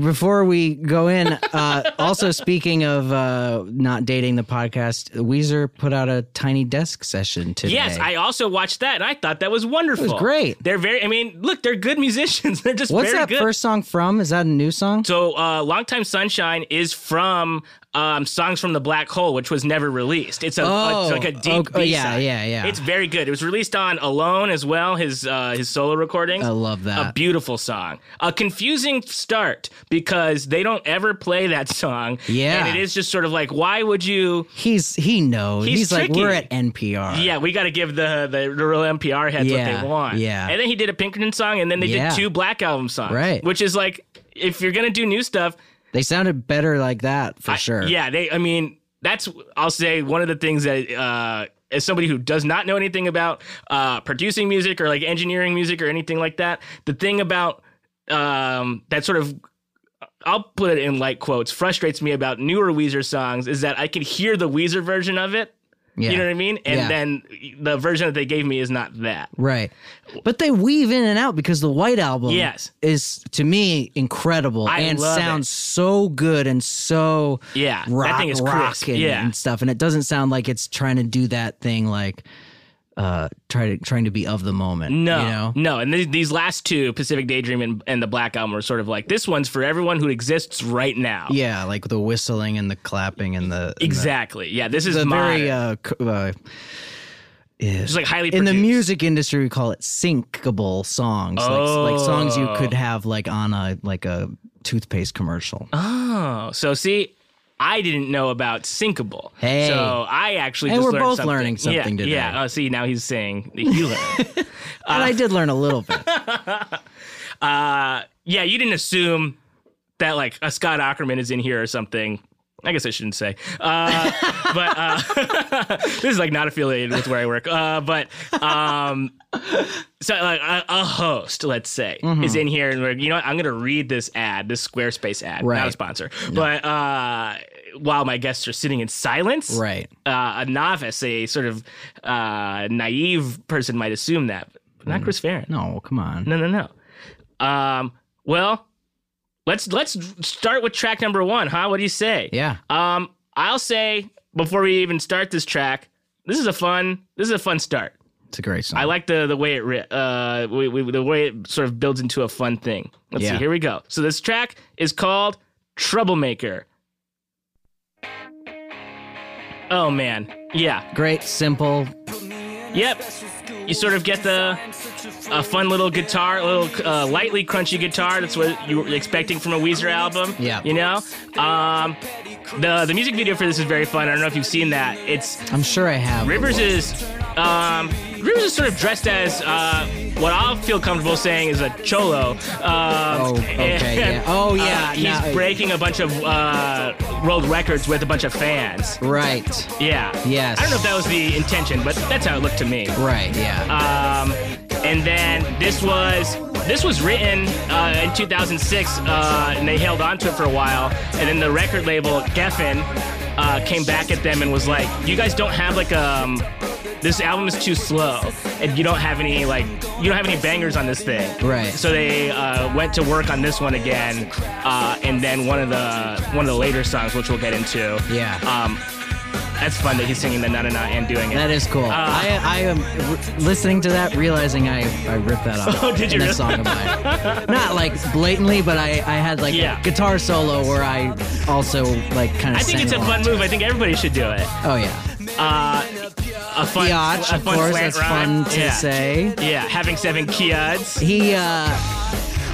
[SPEAKER 2] Before we go in, uh, [laughs] also speaking of uh, not dating the podcast, Weezer put out a tiny desk session today.
[SPEAKER 1] Yes, I also watched that and I thought that was wonderful. It
[SPEAKER 2] great.
[SPEAKER 1] They're very. I mean, look, they're good musicians. [laughs] They're just
[SPEAKER 2] What's
[SPEAKER 1] very
[SPEAKER 2] that
[SPEAKER 1] good.
[SPEAKER 2] first song from? Is that a new song?
[SPEAKER 1] So, uh, Longtime Sunshine is from um, Songs from the Black Hole, which was never released. It's a,
[SPEAKER 2] Oh,
[SPEAKER 1] it's like a deep
[SPEAKER 2] okay. Oh, yeah,
[SPEAKER 1] B-side.
[SPEAKER 2] yeah, yeah.
[SPEAKER 1] It's very good. It was released on Alone as well, his uh, his solo recordings.
[SPEAKER 2] I love
[SPEAKER 1] A
[SPEAKER 2] that.
[SPEAKER 1] beautiful song. A confusing start because they don't ever play that song.
[SPEAKER 2] Yeah.
[SPEAKER 1] And it is just sort of like, why would you?
[SPEAKER 2] He's he knows.
[SPEAKER 1] He's
[SPEAKER 2] He's, like
[SPEAKER 1] tricky.
[SPEAKER 2] we're at NPR.
[SPEAKER 1] Yeah, we got to give the, the the real NPR heads what
[SPEAKER 2] Yeah,
[SPEAKER 1] they want.
[SPEAKER 2] yeah.
[SPEAKER 1] And then he did a Pinkerton song, and then they
[SPEAKER 2] Yeah.
[SPEAKER 1] did two Black Album songs.
[SPEAKER 2] Right.
[SPEAKER 1] Which is like, if you're gonna do new stuff,
[SPEAKER 2] They sounded better like that for sure.
[SPEAKER 1] Yeah, they. I mean, that's. I'll say one of the things that, uh, as somebody who does not know anything about uh, producing music or like engineering music or anything like that, the thing about um, that sort of. I'll put it in light quotes. Frustrates me about newer Weezer songs is that I can hear the Weezer version of it.
[SPEAKER 2] Yeah.
[SPEAKER 1] You know what I mean? And
[SPEAKER 2] Yeah.
[SPEAKER 1] then the version that they gave me is not that.
[SPEAKER 2] Right. But they weave in and out because the White Album
[SPEAKER 1] Yes.
[SPEAKER 2] is to me incredible
[SPEAKER 1] I
[SPEAKER 2] and
[SPEAKER 1] love it.
[SPEAKER 2] sounds so good and so
[SPEAKER 1] Yeah, that
[SPEAKER 2] rock,
[SPEAKER 1] thing is
[SPEAKER 2] rock
[SPEAKER 1] crisp.
[SPEAKER 2] and,
[SPEAKER 1] Yeah.
[SPEAKER 2] and stuff. And it doesn't sound like it's trying to do that thing like uh try to trying to be of the moment.
[SPEAKER 1] No,
[SPEAKER 2] You know?
[SPEAKER 1] no, and these, these last two, Pacific Daydream and, and the Black Album, were sort of like this one's for everyone who exists right now.
[SPEAKER 2] Yeah, like the whistling and the clapping and the and the-
[SPEAKER 1] Exactly. Yeah, this is
[SPEAKER 2] the,
[SPEAKER 1] modern.
[SPEAKER 2] very uh, c- uh
[SPEAKER 1] It's like highly
[SPEAKER 2] in the
[SPEAKER 1] produced.
[SPEAKER 2] music industry we call it syncable songs like, like songs you
[SPEAKER 1] Oh.
[SPEAKER 2] could have like on a like a toothpaste commercial uh,
[SPEAKER 1] Oh, so see, I didn't know about syncable.
[SPEAKER 2] Hey.
[SPEAKER 1] so I actually
[SPEAKER 2] And
[SPEAKER 1] just
[SPEAKER 2] we're
[SPEAKER 1] learned
[SPEAKER 2] both
[SPEAKER 1] something.
[SPEAKER 2] learning something
[SPEAKER 1] yeah,
[SPEAKER 2] today.
[SPEAKER 1] Yeah. Oh, see, now he's saying that he [laughs] learned.
[SPEAKER 2] and i did learn a
[SPEAKER 1] [laughs]
[SPEAKER 2] little bit
[SPEAKER 1] uh, yeah, you didn't assume that like a Scott Ackerman is in here or something. I guess I shouldn't say. Uh, [laughs] but uh, [laughs] this is like not affiliated with where I work. Uh, but um, so like a, a host, let's say,
[SPEAKER 2] Mm-hmm.
[SPEAKER 1] is in here and we're you know what, I'm gonna read this ad, this Squarespace ad, not a
[SPEAKER 2] Right.
[SPEAKER 1] sponsor, but uh, while my guests are sitting in silence,
[SPEAKER 2] Right.
[SPEAKER 1] Uh, a novice, a sort of uh, naive person might assume that, but
[SPEAKER 2] Mm-hmm.
[SPEAKER 1] not Chris Farron.
[SPEAKER 2] No, come on.
[SPEAKER 1] No, no, no. Um, well, let's let's start with track number one, huh? What do you say?
[SPEAKER 2] Yeah.
[SPEAKER 1] Um, I'll say before we even start this track, this is a fun this is a fun start.
[SPEAKER 2] It's a great song.
[SPEAKER 1] I like the the way it ri- uh we, we, the way it sort of builds into a fun thing. Let's see.
[SPEAKER 2] Yeah.
[SPEAKER 1] Here we go. So this track is called Troublemaker. Oh man, yeah.
[SPEAKER 2] great, simple.
[SPEAKER 1] Yep. You sort of get the a fun little guitar, a little uh, lightly crunchy guitar. That's what you were expecting from a Weezer album.
[SPEAKER 2] Yeah.
[SPEAKER 1] You know, um, the the music video for this is very fun. I don't know if you've seen that. It's
[SPEAKER 2] I'm sure I have.
[SPEAKER 1] Rivers is um, Rivers is sort of dressed as uh, what I'll feel comfortable saying is a cholo. Um,
[SPEAKER 2] Oh, okay,
[SPEAKER 1] [laughs] and,
[SPEAKER 2] yeah. Oh, yeah,
[SPEAKER 1] uh, he's
[SPEAKER 2] now-
[SPEAKER 1] breaking a bunch of uh, world records with a bunch of fans.
[SPEAKER 2] Right.
[SPEAKER 1] Yeah.
[SPEAKER 2] Yes.
[SPEAKER 1] I don't know if that was the intention, but that's how it looked to me.
[SPEAKER 2] Right. Yeah.
[SPEAKER 1] Um, and then this was this was written uh, in 2006, uh, and they held on to it for a while. And then the record label Geffen uh, came back at them and was like, "You guys don't have like um, this album is too slow, and you don't have any like you don't have any bangers on this thing."
[SPEAKER 2] Right.
[SPEAKER 1] So they uh, went to work on this one again, uh, and then one of the one of the later songs, which we'll get into.
[SPEAKER 2] Yeah.
[SPEAKER 1] Um, that's fun that he's singing the na na na and doing it.
[SPEAKER 2] That is
[SPEAKER 1] Uh,
[SPEAKER 2] cool. I, I am r- listening to that, realizing I, I ripped that
[SPEAKER 1] [laughs]
[SPEAKER 2] off.
[SPEAKER 1] Oh, did you
[SPEAKER 2] in
[SPEAKER 1] really?
[SPEAKER 2] a song
[SPEAKER 1] [laughs]
[SPEAKER 2] of mine? Not like blatantly, but I, I had like
[SPEAKER 1] Yeah.
[SPEAKER 2] a guitar solo where I also like kind of.
[SPEAKER 1] I think it's a fun move. I think everybody should do it.
[SPEAKER 2] Oh yeah,
[SPEAKER 1] Uh, a fun,
[SPEAKER 2] Biatch,
[SPEAKER 1] a
[SPEAKER 2] of
[SPEAKER 1] fun
[SPEAKER 2] course.
[SPEAKER 1] slant
[SPEAKER 2] That's
[SPEAKER 1] rhyme.
[SPEAKER 2] fun to
[SPEAKER 1] yeah.
[SPEAKER 2] say.
[SPEAKER 1] Yeah, having seven kiads.
[SPEAKER 2] He uh,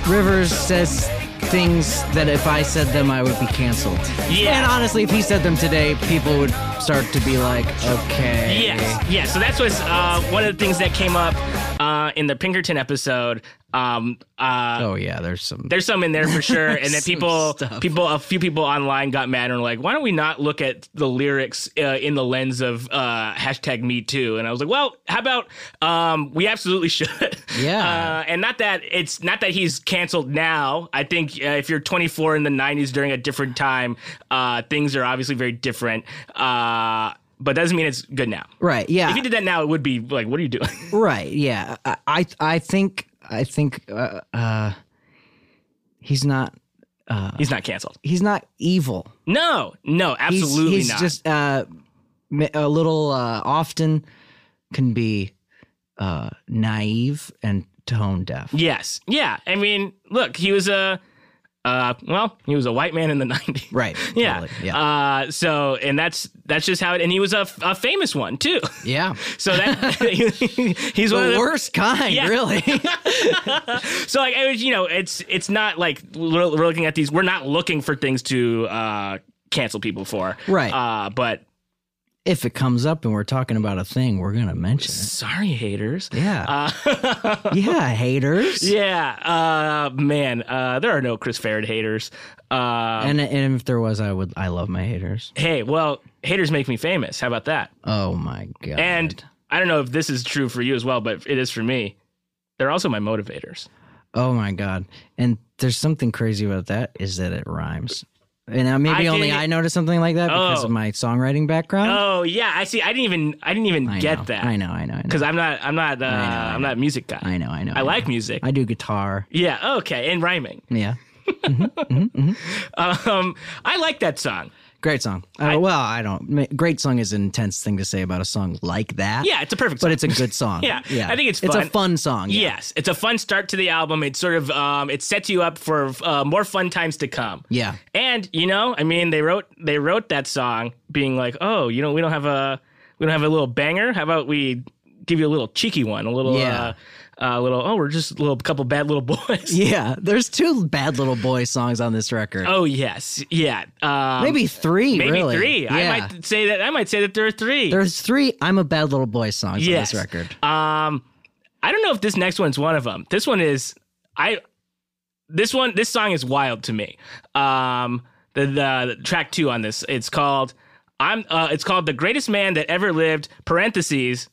[SPEAKER 2] Rivers says things that if I said them, I would be canceled.
[SPEAKER 1] Yeah.
[SPEAKER 2] And honestly, if he said them today, people would start to be like, okay.
[SPEAKER 1] Yes, yeah. So that was uh, one of the things that came up uh, in the Pinkerton episode. Um, uh,
[SPEAKER 2] Oh yeah, there's some.
[SPEAKER 1] There's some in there for
[SPEAKER 2] [laughs]
[SPEAKER 1] sure, and then
[SPEAKER 2] Some
[SPEAKER 1] people,
[SPEAKER 2] stuff.
[SPEAKER 1] people, a few people online got mad and were like, "Why don't we not look at the lyrics uh, in the lens of uh, hashtag Me Too?" And I was like, "Well, how about um, we absolutely [laughs] should."
[SPEAKER 2] Yeah.
[SPEAKER 1] Uh, and not that it's not that he's canceled now. I think uh, if you're 24 in the 90s during a different time, uh, things are obviously very different. Uh, but doesn't mean it's good now.
[SPEAKER 2] Right. Yeah.
[SPEAKER 1] If you did that now, it would be like, "What are you doing?" [laughs]
[SPEAKER 2] Right. Yeah. I I, I think I think uh, uh, he's not
[SPEAKER 1] he's not canceled.
[SPEAKER 2] he's not evil.
[SPEAKER 1] No, no,
[SPEAKER 2] He's,
[SPEAKER 1] absolutely
[SPEAKER 2] he's
[SPEAKER 1] not.
[SPEAKER 2] just uh, ma- a little uh, often can be uh, naive and tone deaf.
[SPEAKER 1] Yes. Yeah. I mean, look, he was a, uh, well, he was a white man in the [laughs] '90s.
[SPEAKER 2] Right.
[SPEAKER 1] Yeah.
[SPEAKER 2] Totally. Yeah.
[SPEAKER 1] Uh, so, and that's that's just how it. And he was a, f- a famous one too. [laughs]
[SPEAKER 2] yeah.
[SPEAKER 1] So
[SPEAKER 2] [laughs]
[SPEAKER 1] that [laughs] he's one of
[SPEAKER 2] The
[SPEAKER 1] the
[SPEAKER 2] worst kind,
[SPEAKER 1] Yeah. [laughs]
[SPEAKER 2] really.
[SPEAKER 1] So like, I was, you know, it's it's not like we're, we're looking at these. We're not looking for things to uh, cancel people for.
[SPEAKER 2] Right.
[SPEAKER 1] Uh, but
[SPEAKER 2] if it comes up and we're talking about a thing, we're gonna mention it.
[SPEAKER 1] sorry, haters.
[SPEAKER 2] Yeah.
[SPEAKER 1] Uh, [laughs]
[SPEAKER 2] yeah, haters.
[SPEAKER 1] yeah. Uh, man, uh, there are no Chris Farad haters. Uh,
[SPEAKER 2] And, and if there was, I would. I love my haters.
[SPEAKER 1] hey, well, haters make me famous. How about that?
[SPEAKER 2] Oh my god.
[SPEAKER 1] And I don't know if this is true for you as well, but it is for me. They're also my motivators.
[SPEAKER 2] Oh my god! And there's something crazy about that is that it rhymes, and uh,
[SPEAKER 1] I
[SPEAKER 2] maybe only
[SPEAKER 1] didn't-
[SPEAKER 2] I noticed something like that because
[SPEAKER 1] Oh.
[SPEAKER 2] of my songwriting background.
[SPEAKER 1] Oh yeah, I see. I didn't even I didn't even
[SPEAKER 2] I
[SPEAKER 1] Oh, get
[SPEAKER 2] know,
[SPEAKER 1] that.
[SPEAKER 2] I know. I know. I know.
[SPEAKER 1] Because I'm not I'm not uh,
[SPEAKER 2] know, I
[SPEAKER 1] I'm not a music guy.
[SPEAKER 2] I know. I know.
[SPEAKER 1] I
[SPEAKER 2] know.
[SPEAKER 1] like music.
[SPEAKER 2] I do guitar.
[SPEAKER 1] yeah. Okay. And rhyming. [laughs]
[SPEAKER 2] Yeah.
[SPEAKER 1] Um, I like that song.
[SPEAKER 2] Great song. Uh, well, I don't. ma- Great song is an intense thing to say about a song like that.
[SPEAKER 1] Yeah, it's a perfect.
[SPEAKER 2] But
[SPEAKER 1] song.
[SPEAKER 2] it's a good
[SPEAKER 1] [laughs]
[SPEAKER 2] song.
[SPEAKER 1] Yeah,
[SPEAKER 2] Yeah.
[SPEAKER 1] I think it's
[SPEAKER 2] It's
[SPEAKER 1] fun.
[SPEAKER 2] a fun song. Yeah.
[SPEAKER 1] Yes, it's a fun start to the album. It sort of um, it sets you up for uh, more fun times to come.
[SPEAKER 2] Yeah.
[SPEAKER 1] And you know, I mean, they wrote they wrote that song being like, oh, you know, we don't have a we don't have a little banger. How about we give you a little cheeky one, a little
[SPEAKER 2] Yeah.
[SPEAKER 1] uh, a little oh, we're just a little couple bad little [laughs] boys.
[SPEAKER 2] Yeah. There's two bad little boy songs on this record.
[SPEAKER 1] Oh yes, yeah. Um,
[SPEAKER 2] maybe three.
[SPEAKER 1] maybe
[SPEAKER 2] really.
[SPEAKER 1] three.
[SPEAKER 2] Yeah.
[SPEAKER 1] I might say that I might say that there are three.
[SPEAKER 2] There's three. I'm a bad little boy songs
[SPEAKER 1] yes.
[SPEAKER 2] on this record.
[SPEAKER 1] Um, I don't know if this next one's one of them. This one is I. This one, this song is wild to me. Um, the, the track two on this. It's called I'm. Uh, it's called the greatest man that ever lived. Parentheses,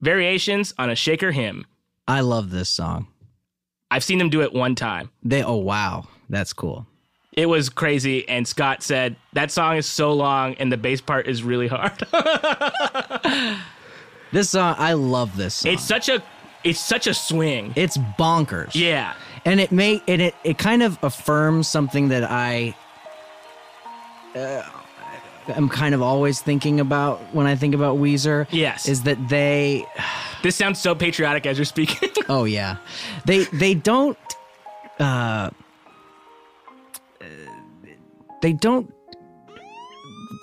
[SPEAKER 1] variations on a shaker hymn.
[SPEAKER 2] I love this song.
[SPEAKER 1] I've seen them do it one time.
[SPEAKER 2] They oh wow, that's cool.
[SPEAKER 1] It was crazy, and Scott said that song is so long, and the bass part is really hard. [laughs]
[SPEAKER 2] This song I love this song.
[SPEAKER 1] it's such a, it's such a swing.
[SPEAKER 2] it's bonkers.
[SPEAKER 1] Yeah,
[SPEAKER 2] and it may and it it kind of affirms something that I uh, am kind of always thinking about when I think about Weezer.
[SPEAKER 1] Yes.
[SPEAKER 2] is that they?
[SPEAKER 1] this sounds so patriotic as you're speaking. [laughs]
[SPEAKER 2] Oh yeah, they they don't. Uh, they don't.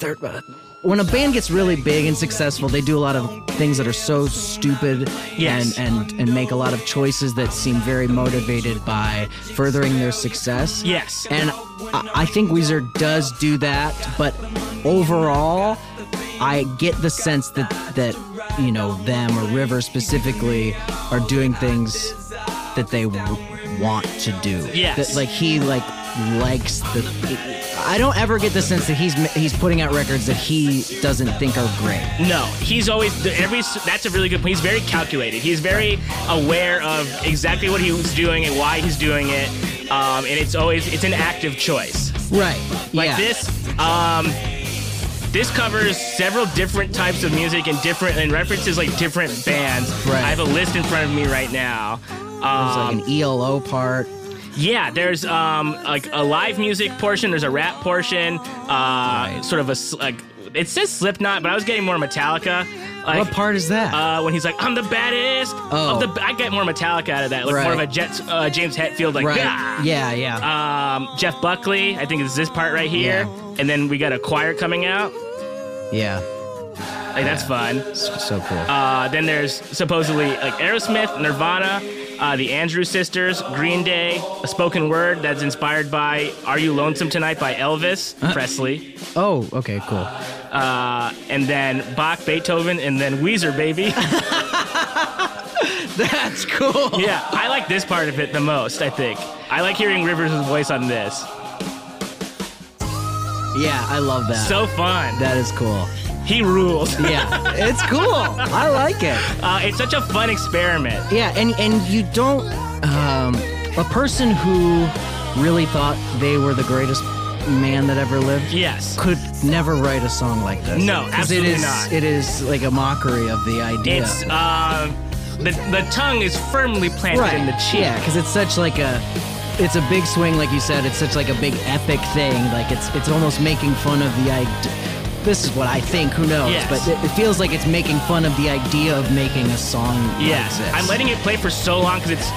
[SPEAKER 2] They're, uh, when a band gets really big and successful, they do a lot of things that are so stupid
[SPEAKER 1] Yes.
[SPEAKER 2] and, and, and make a lot of choices that seem very motivated by furthering their success.
[SPEAKER 1] yes,
[SPEAKER 2] And I, I think Weezer does do that, but overall, I get the sense that that you know them or River specifically are doing things that they w- want to do.
[SPEAKER 1] Yes.
[SPEAKER 2] That, like he like likes the. I don't ever get the sense that he's ma- he's putting out records that he doesn't think are great.
[SPEAKER 1] No, he's always every. That's a really good point. He's very calculated. He's very aware of exactly what he was doing and why he's doing it. Um, and it's always it's an active choice.
[SPEAKER 2] Right.
[SPEAKER 1] Like
[SPEAKER 2] yeah.
[SPEAKER 1] this. Um, this covers several different types of music and different and references like different bands.
[SPEAKER 2] Right.
[SPEAKER 1] I have a list in front of me right now.
[SPEAKER 2] There's
[SPEAKER 1] Um,
[SPEAKER 2] like an ELO part.
[SPEAKER 1] yeah, there's um like a live music portion. There's a rap portion. Uh, sort of a s- like it says Slipknot, but I was getting more Metallica. Like,
[SPEAKER 2] what part is that?
[SPEAKER 1] uh, when he's like, "I'm the baddest."
[SPEAKER 2] Oh.
[SPEAKER 1] Of the, I get more Metallica out of that, like more of
[SPEAKER 2] Right.
[SPEAKER 1] a Jets, uh, James Hetfield, like,
[SPEAKER 2] right.
[SPEAKER 1] "Gah!"
[SPEAKER 2] Yeah. Yeah.
[SPEAKER 1] Um, Jeff Buckley, I think it's this part right here,
[SPEAKER 2] Yeah.
[SPEAKER 1] and then we got a choir coming out.
[SPEAKER 2] yeah.
[SPEAKER 1] Like that's fun.
[SPEAKER 2] S- So cool.
[SPEAKER 1] Uh, then there's supposedly like Aerosmith, Nirvana, uh, the Andrews Sisters, Green Day, a spoken word that's inspired by "Are You Lonesome Tonight" by Elvis Presley,
[SPEAKER 2] oh. Okay. Cool.
[SPEAKER 1] uh, and then Bach, Beethoven, and then Weezer,
[SPEAKER 2] [laughs]
[SPEAKER 1] baby. [laughs]
[SPEAKER 2] That's cool.
[SPEAKER 1] Yeah, I like this part of it the most, I think. I like hearing Rivers' voice on this.
[SPEAKER 2] Yeah, I love that.
[SPEAKER 1] So fun.
[SPEAKER 2] that is cool.
[SPEAKER 1] He rules. [laughs]
[SPEAKER 2] Yeah, it's cool. I like it.
[SPEAKER 1] Uh, it's such a fun experiment.
[SPEAKER 2] Yeah, and and you don't um, a person who really thought they were the greatest man that ever lived
[SPEAKER 1] Yes.
[SPEAKER 2] could never write a song like this.
[SPEAKER 1] No,
[SPEAKER 2] 'Cause
[SPEAKER 1] absolutely
[SPEAKER 2] it is,
[SPEAKER 1] not.
[SPEAKER 2] It is like a mockery of the idea.
[SPEAKER 1] It's, uh, the, the tongue is firmly planted
[SPEAKER 2] right
[SPEAKER 1] in the cheek.
[SPEAKER 2] Yeah, because it's such like a. It's a big swing, like you said. It's such like a big epic thing. Like it's it's almost making fun of the idea. This is what I think. Who knows?
[SPEAKER 1] Yes.
[SPEAKER 2] But it, it feels like it's making fun of the idea of making a song.
[SPEAKER 1] Yes.
[SPEAKER 2] like this.
[SPEAKER 1] I'm letting it play for so long because it's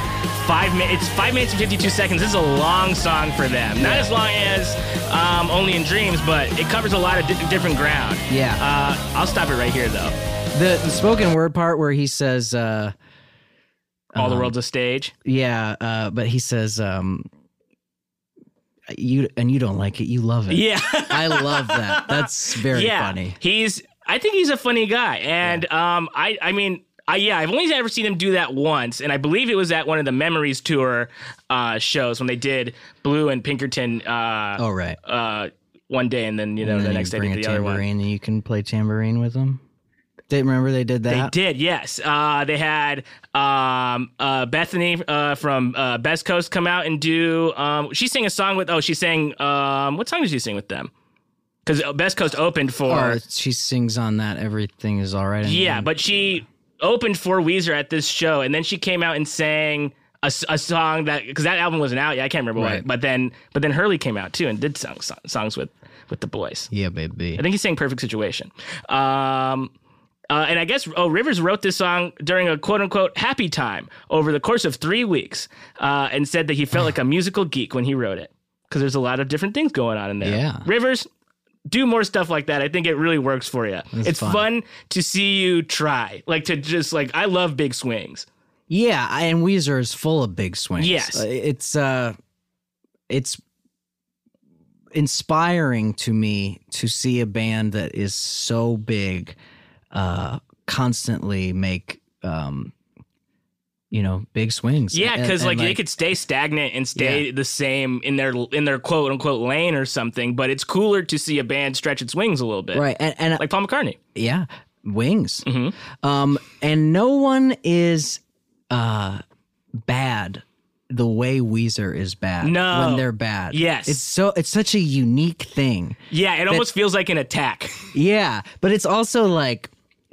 [SPEAKER 1] five minutes. It's five minutes and 52 seconds. This is a long song for them. Not as long as um, Only in Dreams, but it covers a lot of di- different ground.
[SPEAKER 2] Yeah.
[SPEAKER 1] Uh, I'll stop it right here, though.
[SPEAKER 2] the, the spoken word part where he says, uh,
[SPEAKER 1] All
[SPEAKER 2] Uh-huh.
[SPEAKER 1] the world's a stage.
[SPEAKER 2] "Yeah," uh, but he says, um, "You and you don't like it. You love it." [laughs]
[SPEAKER 1] Yeah.
[SPEAKER 2] I love that.
[SPEAKER 1] [laughs]
[SPEAKER 2] That's very funny.
[SPEAKER 1] He's I think he's a funny guy. And um I I mean I, yeah, I've only ever seen him do that once, and I believe it was at one of the Memories tour uh, shows when they did Blue and Pinkerton uh,
[SPEAKER 2] All right.
[SPEAKER 1] uh, one day, and then you know
[SPEAKER 2] Oh. and
[SPEAKER 1] the
[SPEAKER 2] then
[SPEAKER 1] next day
[SPEAKER 2] you bring
[SPEAKER 1] did
[SPEAKER 2] a
[SPEAKER 1] the other one.
[SPEAKER 2] tambourine and you can play tambourine with them. They remember they did
[SPEAKER 1] They
[SPEAKER 2] that.
[SPEAKER 1] did, yes. Uh, they had um, uh, Bethany uh, from uh, Best Coast come out and do. Um, she sang a song with. Oh, she sang. Um, what song did she sing with them? Because Best Coast opened for.
[SPEAKER 2] Or she sings on that. Everything is all right. And-
[SPEAKER 1] Yeah, but she opened for Weezer at this show, and then she came out and sang a, s- a song that because that album wasn't out yet. I can't remember what.
[SPEAKER 2] Right.
[SPEAKER 1] But then, but then Hurley came out too and did song, song, songs with with the boys.
[SPEAKER 2] yeah, baby.
[SPEAKER 1] I think he sang "Perfect Situation." Um, uh, and I guess oh, Rivers wrote this song during a quote unquote happy time over the course of three weeks, uh, and said that he felt
[SPEAKER 2] [sighs]
[SPEAKER 1] like a musical geek when he wrote it because there's a lot of different things going on in there.
[SPEAKER 2] Yeah.
[SPEAKER 1] Rivers. Do more stuff like that. I think it really works for you. it's
[SPEAKER 2] fun.
[SPEAKER 1] fun to see you try, like to just like I love big swings.
[SPEAKER 2] Yeah, I, and Weezer is full of big swings.
[SPEAKER 1] Yes.
[SPEAKER 2] Uh, it's uh, it's inspiring to me to see a band that is so big, uh, constantly make um, you know big swings.
[SPEAKER 1] Yeah,
[SPEAKER 2] And-
[SPEAKER 1] because
[SPEAKER 2] and,
[SPEAKER 1] like, they could stay stagnant and stay the same in their in their quote unquote lane or something, but it's cooler to see a band stretch its wings a little bit,
[SPEAKER 2] right and, and
[SPEAKER 1] Like Paul McCartney.
[SPEAKER 2] yeah wings
[SPEAKER 1] Mm-hmm.
[SPEAKER 2] um and no one is uh bad the way weezer is bad
[SPEAKER 1] No.
[SPEAKER 2] when they're bad
[SPEAKER 1] Yes.
[SPEAKER 2] it's so it's such a unique thing
[SPEAKER 1] Yeah, it almost feels like an attack.
[SPEAKER 2] yeah but it's also like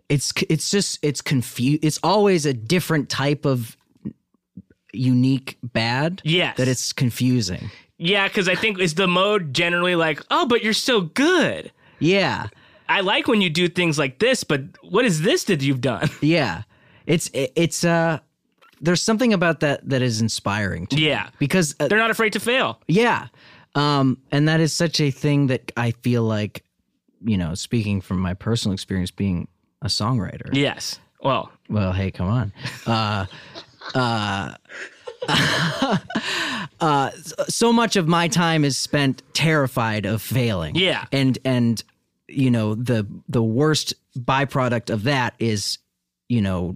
[SPEAKER 2] it's it's just it's confused it's always a different type of unique bad
[SPEAKER 1] Yes.
[SPEAKER 2] that it's confusing
[SPEAKER 1] yeah, because I think is the mode generally like, oh, but you're so good.
[SPEAKER 2] yeah
[SPEAKER 1] I like when you do things like this, but what is this that you've done? [laughs]
[SPEAKER 2] Yeah. It's it- it's uh there's something about that that is inspiring to me.
[SPEAKER 1] Yeah.
[SPEAKER 2] Because uh,
[SPEAKER 1] They're not afraid to fail.
[SPEAKER 2] yeah. Um and that is such a thing that I feel like you know, speaking from my personal experience being a songwriter.
[SPEAKER 1] Yes. Well,
[SPEAKER 2] Well, hey, come on. Uh [laughs] uh, uh, so much of my time is spent terrified of failing.
[SPEAKER 1] Yeah.
[SPEAKER 2] and and you know the the worst byproduct of that is you know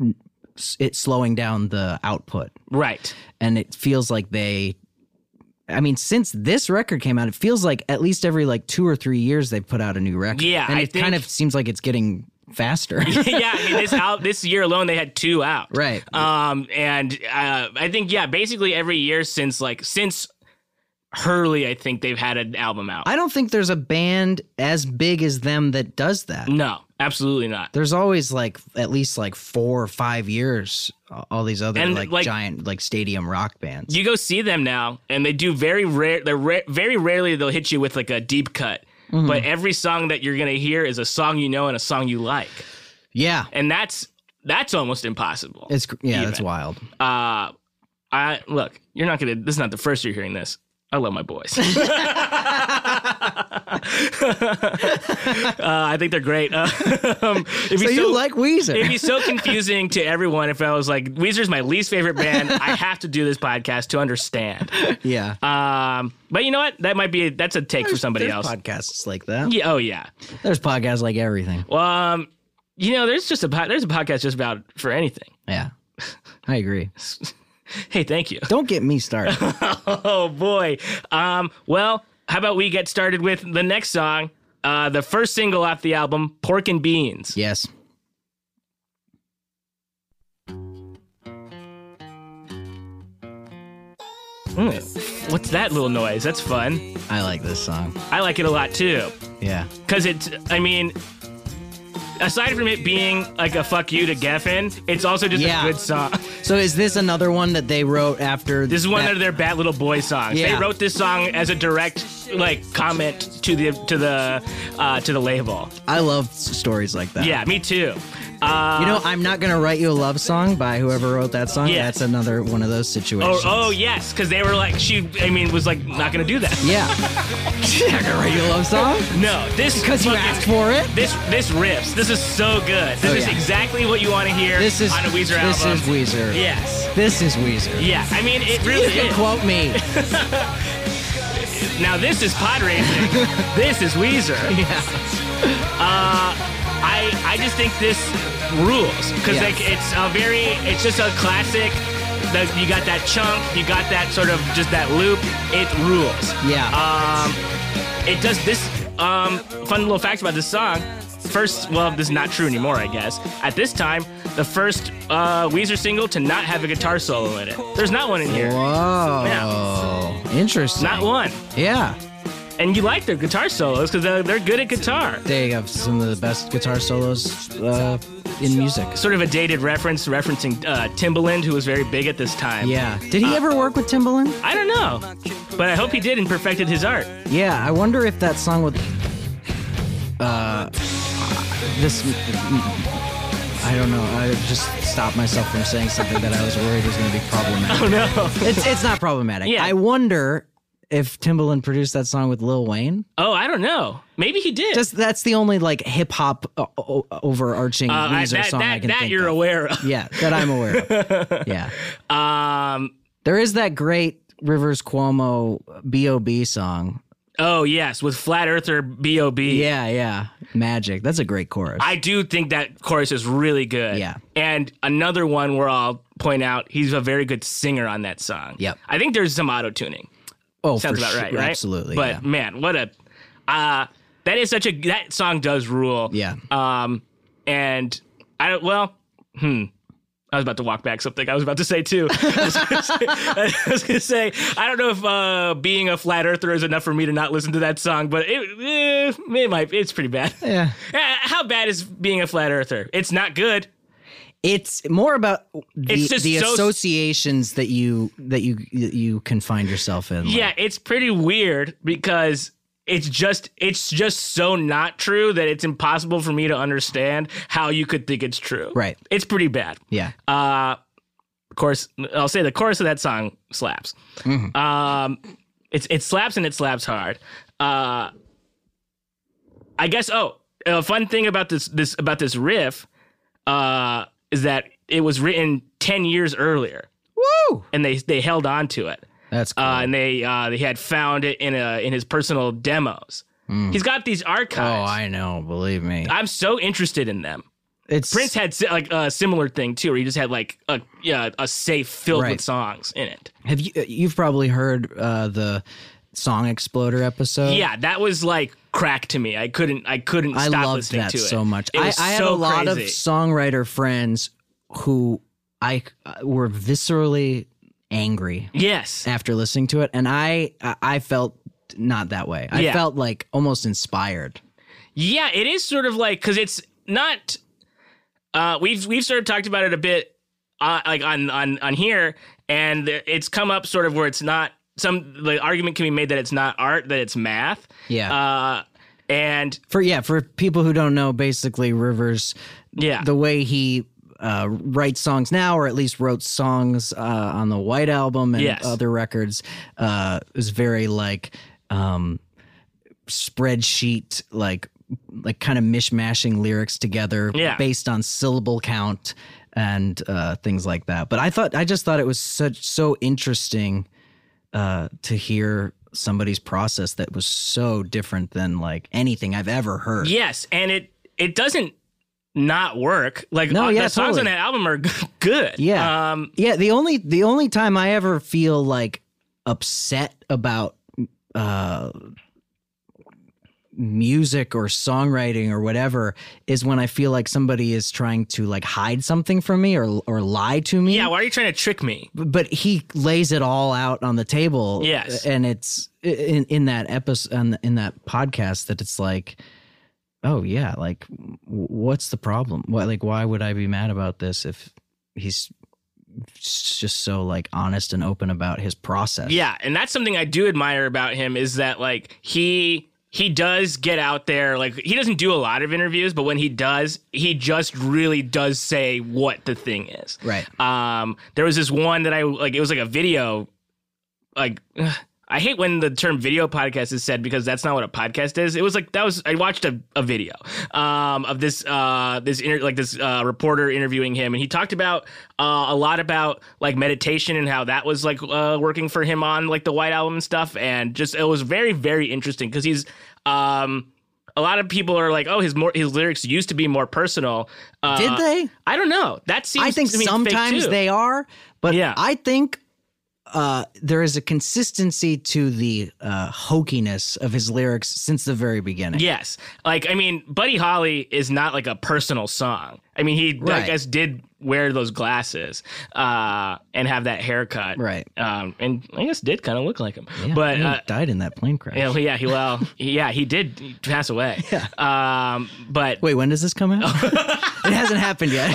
[SPEAKER 2] n- s- it slowing down the output,
[SPEAKER 1] right. [laughs]
[SPEAKER 2] and it feels like they. I mean, since this record came out, it feels like at least every like two or three years they put out a new record.
[SPEAKER 1] Yeah,
[SPEAKER 2] and
[SPEAKER 1] I
[SPEAKER 2] it kind
[SPEAKER 1] think-
[SPEAKER 2] of seems like it's getting faster.
[SPEAKER 1] [laughs] yeah, I mean, this out this year alone they had two out.
[SPEAKER 2] [laughs] Right.
[SPEAKER 1] Um, and uh, I think yeah, basically every year since like since Hurley, I think they've had an album out.
[SPEAKER 2] I don't think there's a band as big as them that does that.
[SPEAKER 1] no, absolutely not.
[SPEAKER 2] There's always like at least like four or five years, uh, all these other
[SPEAKER 1] And,
[SPEAKER 2] like,
[SPEAKER 1] like-
[SPEAKER 2] giant like stadium rock bands.
[SPEAKER 1] You go see them now, and they do very rare. They're ra- very rarely they'll hit you with like a deep cut.
[SPEAKER 2] Mm-hmm.
[SPEAKER 1] But every song that you're gonna hear is a song you know and a song you like,
[SPEAKER 2] yeah,
[SPEAKER 1] and that's that's almost impossible.
[SPEAKER 2] it's cr- yeah, that's
[SPEAKER 1] Even.
[SPEAKER 2] wild.
[SPEAKER 1] uh, I look, you're not gonna. This is not the first you're hearing this. I love my
[SPEAKER 2] [laughs]
[SPEAKER 1] boys. [laughs] uh, I think they're great. [laughs] Uh, um, it'd be
[SPEAKER 2] So you like Weezer?
[SPEAKER 1] It'd be so confusing to everyone if I was like, Weezer's my least favorite band. I have to do this podcast to understand.
[SPEAKER 2] [laughs] yeah,
[SPEAKER 1] Um, but you know what? That might be that's a take for somebody
[SPEAKER 2] there's
[SPEAKER 1] else.
[SPEAKER 2] podcasts like that.
[SPEAKER 1] yeah, oh yeah.
[SPEAKER 2] There's podcasts like everything.
[SPEAKER 1] Well, um, you know, there's just a po- there's a podcast just about for anything. [laughs]
[SPEAKER 2] yeah, I agree.
[SPEAKER 1] Hey, thank
[SPEAKER 2] [laughs]
[SPEAKER 1] you.
[SPEAKER 2] Don't get
[SPEAKER 1] [laughs]
[SPEAKER 2] me started.
[SPEAKER 1] Oh boy. Um, well, how about we get started with the next song, uh, the first single off the album, Pork and Beans.
[SPEAKER 2] yes.
[SPEAKER 1] Hmm. What's that little noise? That's fun.
[SPEAKER 2] I like this song.
[SPEAKER 1] I like it a lot too.
[SPEAKER 2] Yeah.
[SPEAKER 1] Cause it's, I mean, aside from it being like a fuck you to Geffen, it's also just
[SPEAKER 2] Yeah.
[SPEAKER 1] a good song. [laughs]
[SPEAKER 2] So is this another one that they wrote after?
[SPEAKER 1] This is one of their bad little boy songs.
[SPEAKER 2] Yeah.
[SPEAKER 1] They wrote this song as a direct like comment to the to the uh, to the label.
[SPEAKER 2] I love s- stories like that.
[SPEAKER 1] Yeah, me too. Uh,
[SPEAKER 2] You know, I'm not gonna write you a love song by whoever wrote that song.
[SPEAKER 1] Yeah.
[SPEAKER 2] That's another one of those
[SPEAKER 1] Oh,
[SPEAKER 2] situations.
[SPEAKER 1] oh yes, because they were like, she, I mean, was like, not gonna do that.
[SPEAKER 2] yeah. She's not gonna write you a love song
[SPEAKER 1] No, this
[SPEAKER 2] because you
[SPEAKER 1] fucking-
[SPEAKER 2] asked for it.
[SPEAKER 1] This this rips. This is so good. This
[SPEAKER 2] Oh,
[SPEAKER 1] is
[SPEAKER 2] yeah.
[SPEAKER 1] exactly what you want to hear
[SPEAKER 2] This is
[SPEAKER 1] on a Weezer
[SPEAKER 2] This
[SPEAKER 1] album.
[SPEAKER 2] is Weezer.
[SPEAKER 1] yes.
[SPEAKER 2] This is Weezer.
[SPEAKER 1] Yeah, I mean it really
[SPEAKER 2] You can
[SPEAKER 1] is.
[SPEAKER 2] quote
[SPEAKER 1] [laughs]
[SPEAKER 2] me.
[SPEAKER 1] Now this is pod racing.
[SPEAKER 2] [laughs]
[SPEAKER 1] this is Weezer.
[SPEAKER 2] yeah.
[SPEAKER 1] I I just think this rules because
[SPEAKER 2] Yeah.
[SPEAKER 1] like it's a very it's just a classic. The, you got that chunk. You got that sort of just that loop. It rules.
[SPEAKER 2] Yeah.
[SPEAKER 1] Um, it does this. Um, fun little fact about this song. First, well, this is not true anymore, I guess. At this time, the first uh, Weezer single to not have a guitar solo in it. There's not one in here.
[SPEAKER 2] Whoa. Interesting.
[SPEAKER 1] Not one.
[SPEAKER 2] Yeah.
[SPEAKER 1] And you like their guitar solos because they're, they're good at guitar.
[SPEAKER 2] They have some of the best guitar solos uh, in music.
[SPEAKER 1] Sort of a dated reference, referencing uh, Timbaland, who was very big at this time.
[SPEAKER 2] Yeah. Did he ever work with Timbaland?
[SPEAKER 1] I don't know, but I hope he did and perfected his art.
[SPEAKER 2] Yeah, I wonder if that song with uh this I don't know. I just stopped myself from saying something that I was worried was going to be problematic.
[SPEAKER 1] Oh no.
[SPEAKER 2] It's it's not problematic.
[SPEAKER 1] Yeah.
[SPEAKER 2] I wonder if Timbaland produced that song with Lil Wayne.
[SPEAKER 1] Oh, I don't know. Maybe he did.
[SPEAKER 2] Just that's the only like hip hop o- o- overarching
[SPEAKER 1] Uh, I-
[SPEAKER 2] Weezer
[SPEAKER 1] that
[SPEAKER 2] song I
[SPEAKER 1] that,
[SPEAKER 2] can
[SPEAKER 1] that
[SPEAKER 2] think
[SPEAKER 1] you're
[SPEAKER 2] of.
[SPEAKER 1] aware of.
[SPEAKER 2] Yeah, that I'm aware of. Yeah.
[SPEAKER 1] [laughs] Um,
[SPEAKER 2] There is that great Rivers Cuomo B.O.B. song.
[SPEAKER 1] Oh yes, with flat earther B.O.B.
[SPEAKER 2] Yeah, yeah. Magic. That's a great chorus.
[SPEAKER 1] I do think that chorus is really good.
[SPEAKER 2] Yeah.
[SPEAKER 1] And another one where I'll point out, he's a very good singer on that song.
[SPEAKER 2] Yep.
[SPEAKER 1] I think there's some auto tuning.
[SPEAKER 2] Oh,
[SPEAKER 1] Sounds
[SPEAKER 2] for
[SPEAKER 1] about
[SPEAKER 2] sure.
[SPEAKER 1] right, right?
[SPEAKER 2] Absolutely.
[SPEAKER 1] But
[SPEAKER 2] yeah.
[SPEAKER 1] man, what a uh that is such a that song does rule.
[SPEAKER 2] Yeah.
[SPEAKER 1] Um and I don't well, hmm. I was about to walk back something I was about to say too. [laughs] I was gonna say, I was gonna say, I don't know if uh, being a flat earther is enough for me to not listen to that song, but it eh, it might it's pretty bad.
[SPEAKER 2] yeah.
[SPEAKER 1] Eh, How bad is being a flat earther? It's not good.
[SPEAKER 2] It's more about the,
[SPEAKER 1] It's just
[SPEAKER 2] the
[SPEAKER 1] so-
[SPEAKER 2] associations that you that you you can find yourself in. like-
[SPEAKER 1] Yeah, it's pretty weird because it's just it's just so not true that it's impossible for me to understand how you could think it's true.
[SPEAKER 2] Right.
[SPEAKER 1] It's pretty bad.
[SPEAKER 2] Yeah.
[SPEAKER 1] Uh of course I'll say the chorus of that song slaps.
[SPEAKER 2] Mm-hmm.
[SPEAKER 1] Um it's it slaps and it slaps hard. Uh I guess oh, a fun thing about this this about this riff uh is that it was written 10 years earlier
[SPEAKER 2] Woo.
[SPEAKER 1] and they they held on to it
[SPEAKER 2] That's cool.
[SPEAKER 1] uh, and they uh, they had found it in a in his personal demos. He's got these
[SPEAKER 2] oh,
[SPEAKER 1] archives.
[SPEAKER 2] I know. Believe me.
[SPEAKER 1] I, am so interested in them.
[SPEAKER 2] it's
[SPEAKER 1] Uh, Prince had si- like a similar thing too, where he just had like a yeah, a safe filled
[SPEAKER 2] Right.
[SPEAKER 1] with songs in it.
[SPEAKER 2] Have you? uh, You've probably heard uh, the song exploder episode.
[SPEAKER 1] Yeah, that was like crack to me. I couldn't I couldn't
[SPEAKER 2] I
[SPEAKER 1] stop
[SPEAKER 2] loved
[SPEAKER 1] listening
[SPEAKER 2] that
[SPEAKER 1] to it
[SPEAKER 2] so much.
[SPEAKER 1] It
[SPEAKER 2] I,
[SPEAKER 1] was
[SPEAKER 2] I had
[SPEAKER 1] so
[SPEAKER 2] a lot of
[SPEAKER 1] crazy.
[SPEAKER 2] songwriter friends who I uh, were viscerally angry
[SPEAKER 1] yes.
[SPEAKER 2] after listening to it, and I I- I felt not that way. I
[SPEAKER 1] Yeah.
[SPEAKER 2] felt like almost inspired.
[SPEAKER 1] Yeah, it is sort of like because it's not. Uh, we've we've sort of talked about it a bit, uh, like on on on here, and there- it's come up sort of where it's not. Some the argument can be made that it's not art, that it's math.
[SPEAKER 2] Yeah.
[SPEAKER 1] Uh, and
[SPEAKER 2] for yeah, for people who don't know, basically Rivers,
[SPEAKER 1] yeah,
[SPEAKER 2] the way he uh, writes songs now, or at least wrote songs uh, on the White Album and
[SPEAKER 1] Yes.
[SPEAKER 2] other records, uh, is very like um, spreadsheet, like like kind of mishmashing lyrics together
[SPEAKER 1] Yeah.
[SPEAKER 2] based on syllable count and uh, things like that. But I thought I just thought it was such so interesting uh, to hear somebody's process that was so different than like anything I've ever heard.
[SPEAKER 1] yes, and it it doesn't not work. Like
[SPEAKER 2] No,
[SPEAKER 1] uh,
[SPEAKER 2] yeah,
[SPEAKER 1] the songs
[SPEAKER 2] totally.
[SPEAKER 1] on that album are [laughs] g- good.
[SPEAKER 2] Yeah.
[SPEAKER 1] Um.
[SPEAKER 2] Yeah, the only the only time I ever feel like upset about uh music or songwriting or whatever is when I feel like somebody is trying to like hide something from me or or lie to me.
[SPEAKER 1] Yeah. Why are you trying to trick me?
[SPEAKER 2] But he lays it all out on the table.
[SPEAKER 1] Yes.
[SPEAKER 2] And it's in in that episode in that podcast that it's like oh yeah, like w- what's the problem? Why like why would I be mad about this if he's s- just so like honest and open about his process?
[SPEAKER 1] Yeah, and that's something I do admire about him is that like he he does get out there like he doesn't do a lot of interviews, but when he does, he just really does say what the thing is.
[SPEAKER 2] Right.
[SPEAKER 1] Um there was this one that I like it was like a video like ugh, I hate when the term video podcast is said because that's not what a podcast is. It was like that was I watched a, a video um, of this uh, this inter- like this uh, reporter interviewing him, and he talked about uh, a lot about like meditation and how that was like uh, working for him on like the White Album and stuff, and just it was very very interesting because he's. Um, a lot of people are like, "Oh, his more his lyrics used to be more personal." Uh,
[SPEAKER 2] Did they?
[SPEAKER 1] I don't know. That seems.
[SPEAKER 2] I think
[SPEAKER 1] to me fake,
[SPEAKER 2] sometimes
[SPEAKER 1] too.
[SPEAKER 2] they are, but
[SPEAKER 1] Yeah.
[SPEAKER 2] I think uh, there is a consistency to the uh, hokiness of his lyrics since the very beginning.
[SPEAKER 1] Yes. Like, I mean, Buddy Holly is not like a personal song. I mean, he,
[SPEAKER 2] Right.
[SPEAKER 1] I guess, did wear those glasses uh, and have that haircut.
[SPEAKER 2] Right.
[SPEAKER 1] Um, and I guess did kind of look like him.
[SPEAKER 2] Yeah,
[SPEAKER 1] but,
[SPEAKER 2] he
[SPEAKER 1] uh,
[SPEAKER 2] died in that plane crash.
[SPEAKER 1] you know, yeah, he, well, [laughs] yeah, he did pass
[SPEAKER 2] [laughs]
[SPEAKER 1] away. Yeah. Um, but,
[SPEAKER 2] Wait, when does this
[SPEAKER 1] [laughs]
[SPEAKER 2] come out? it hasn't happened yet.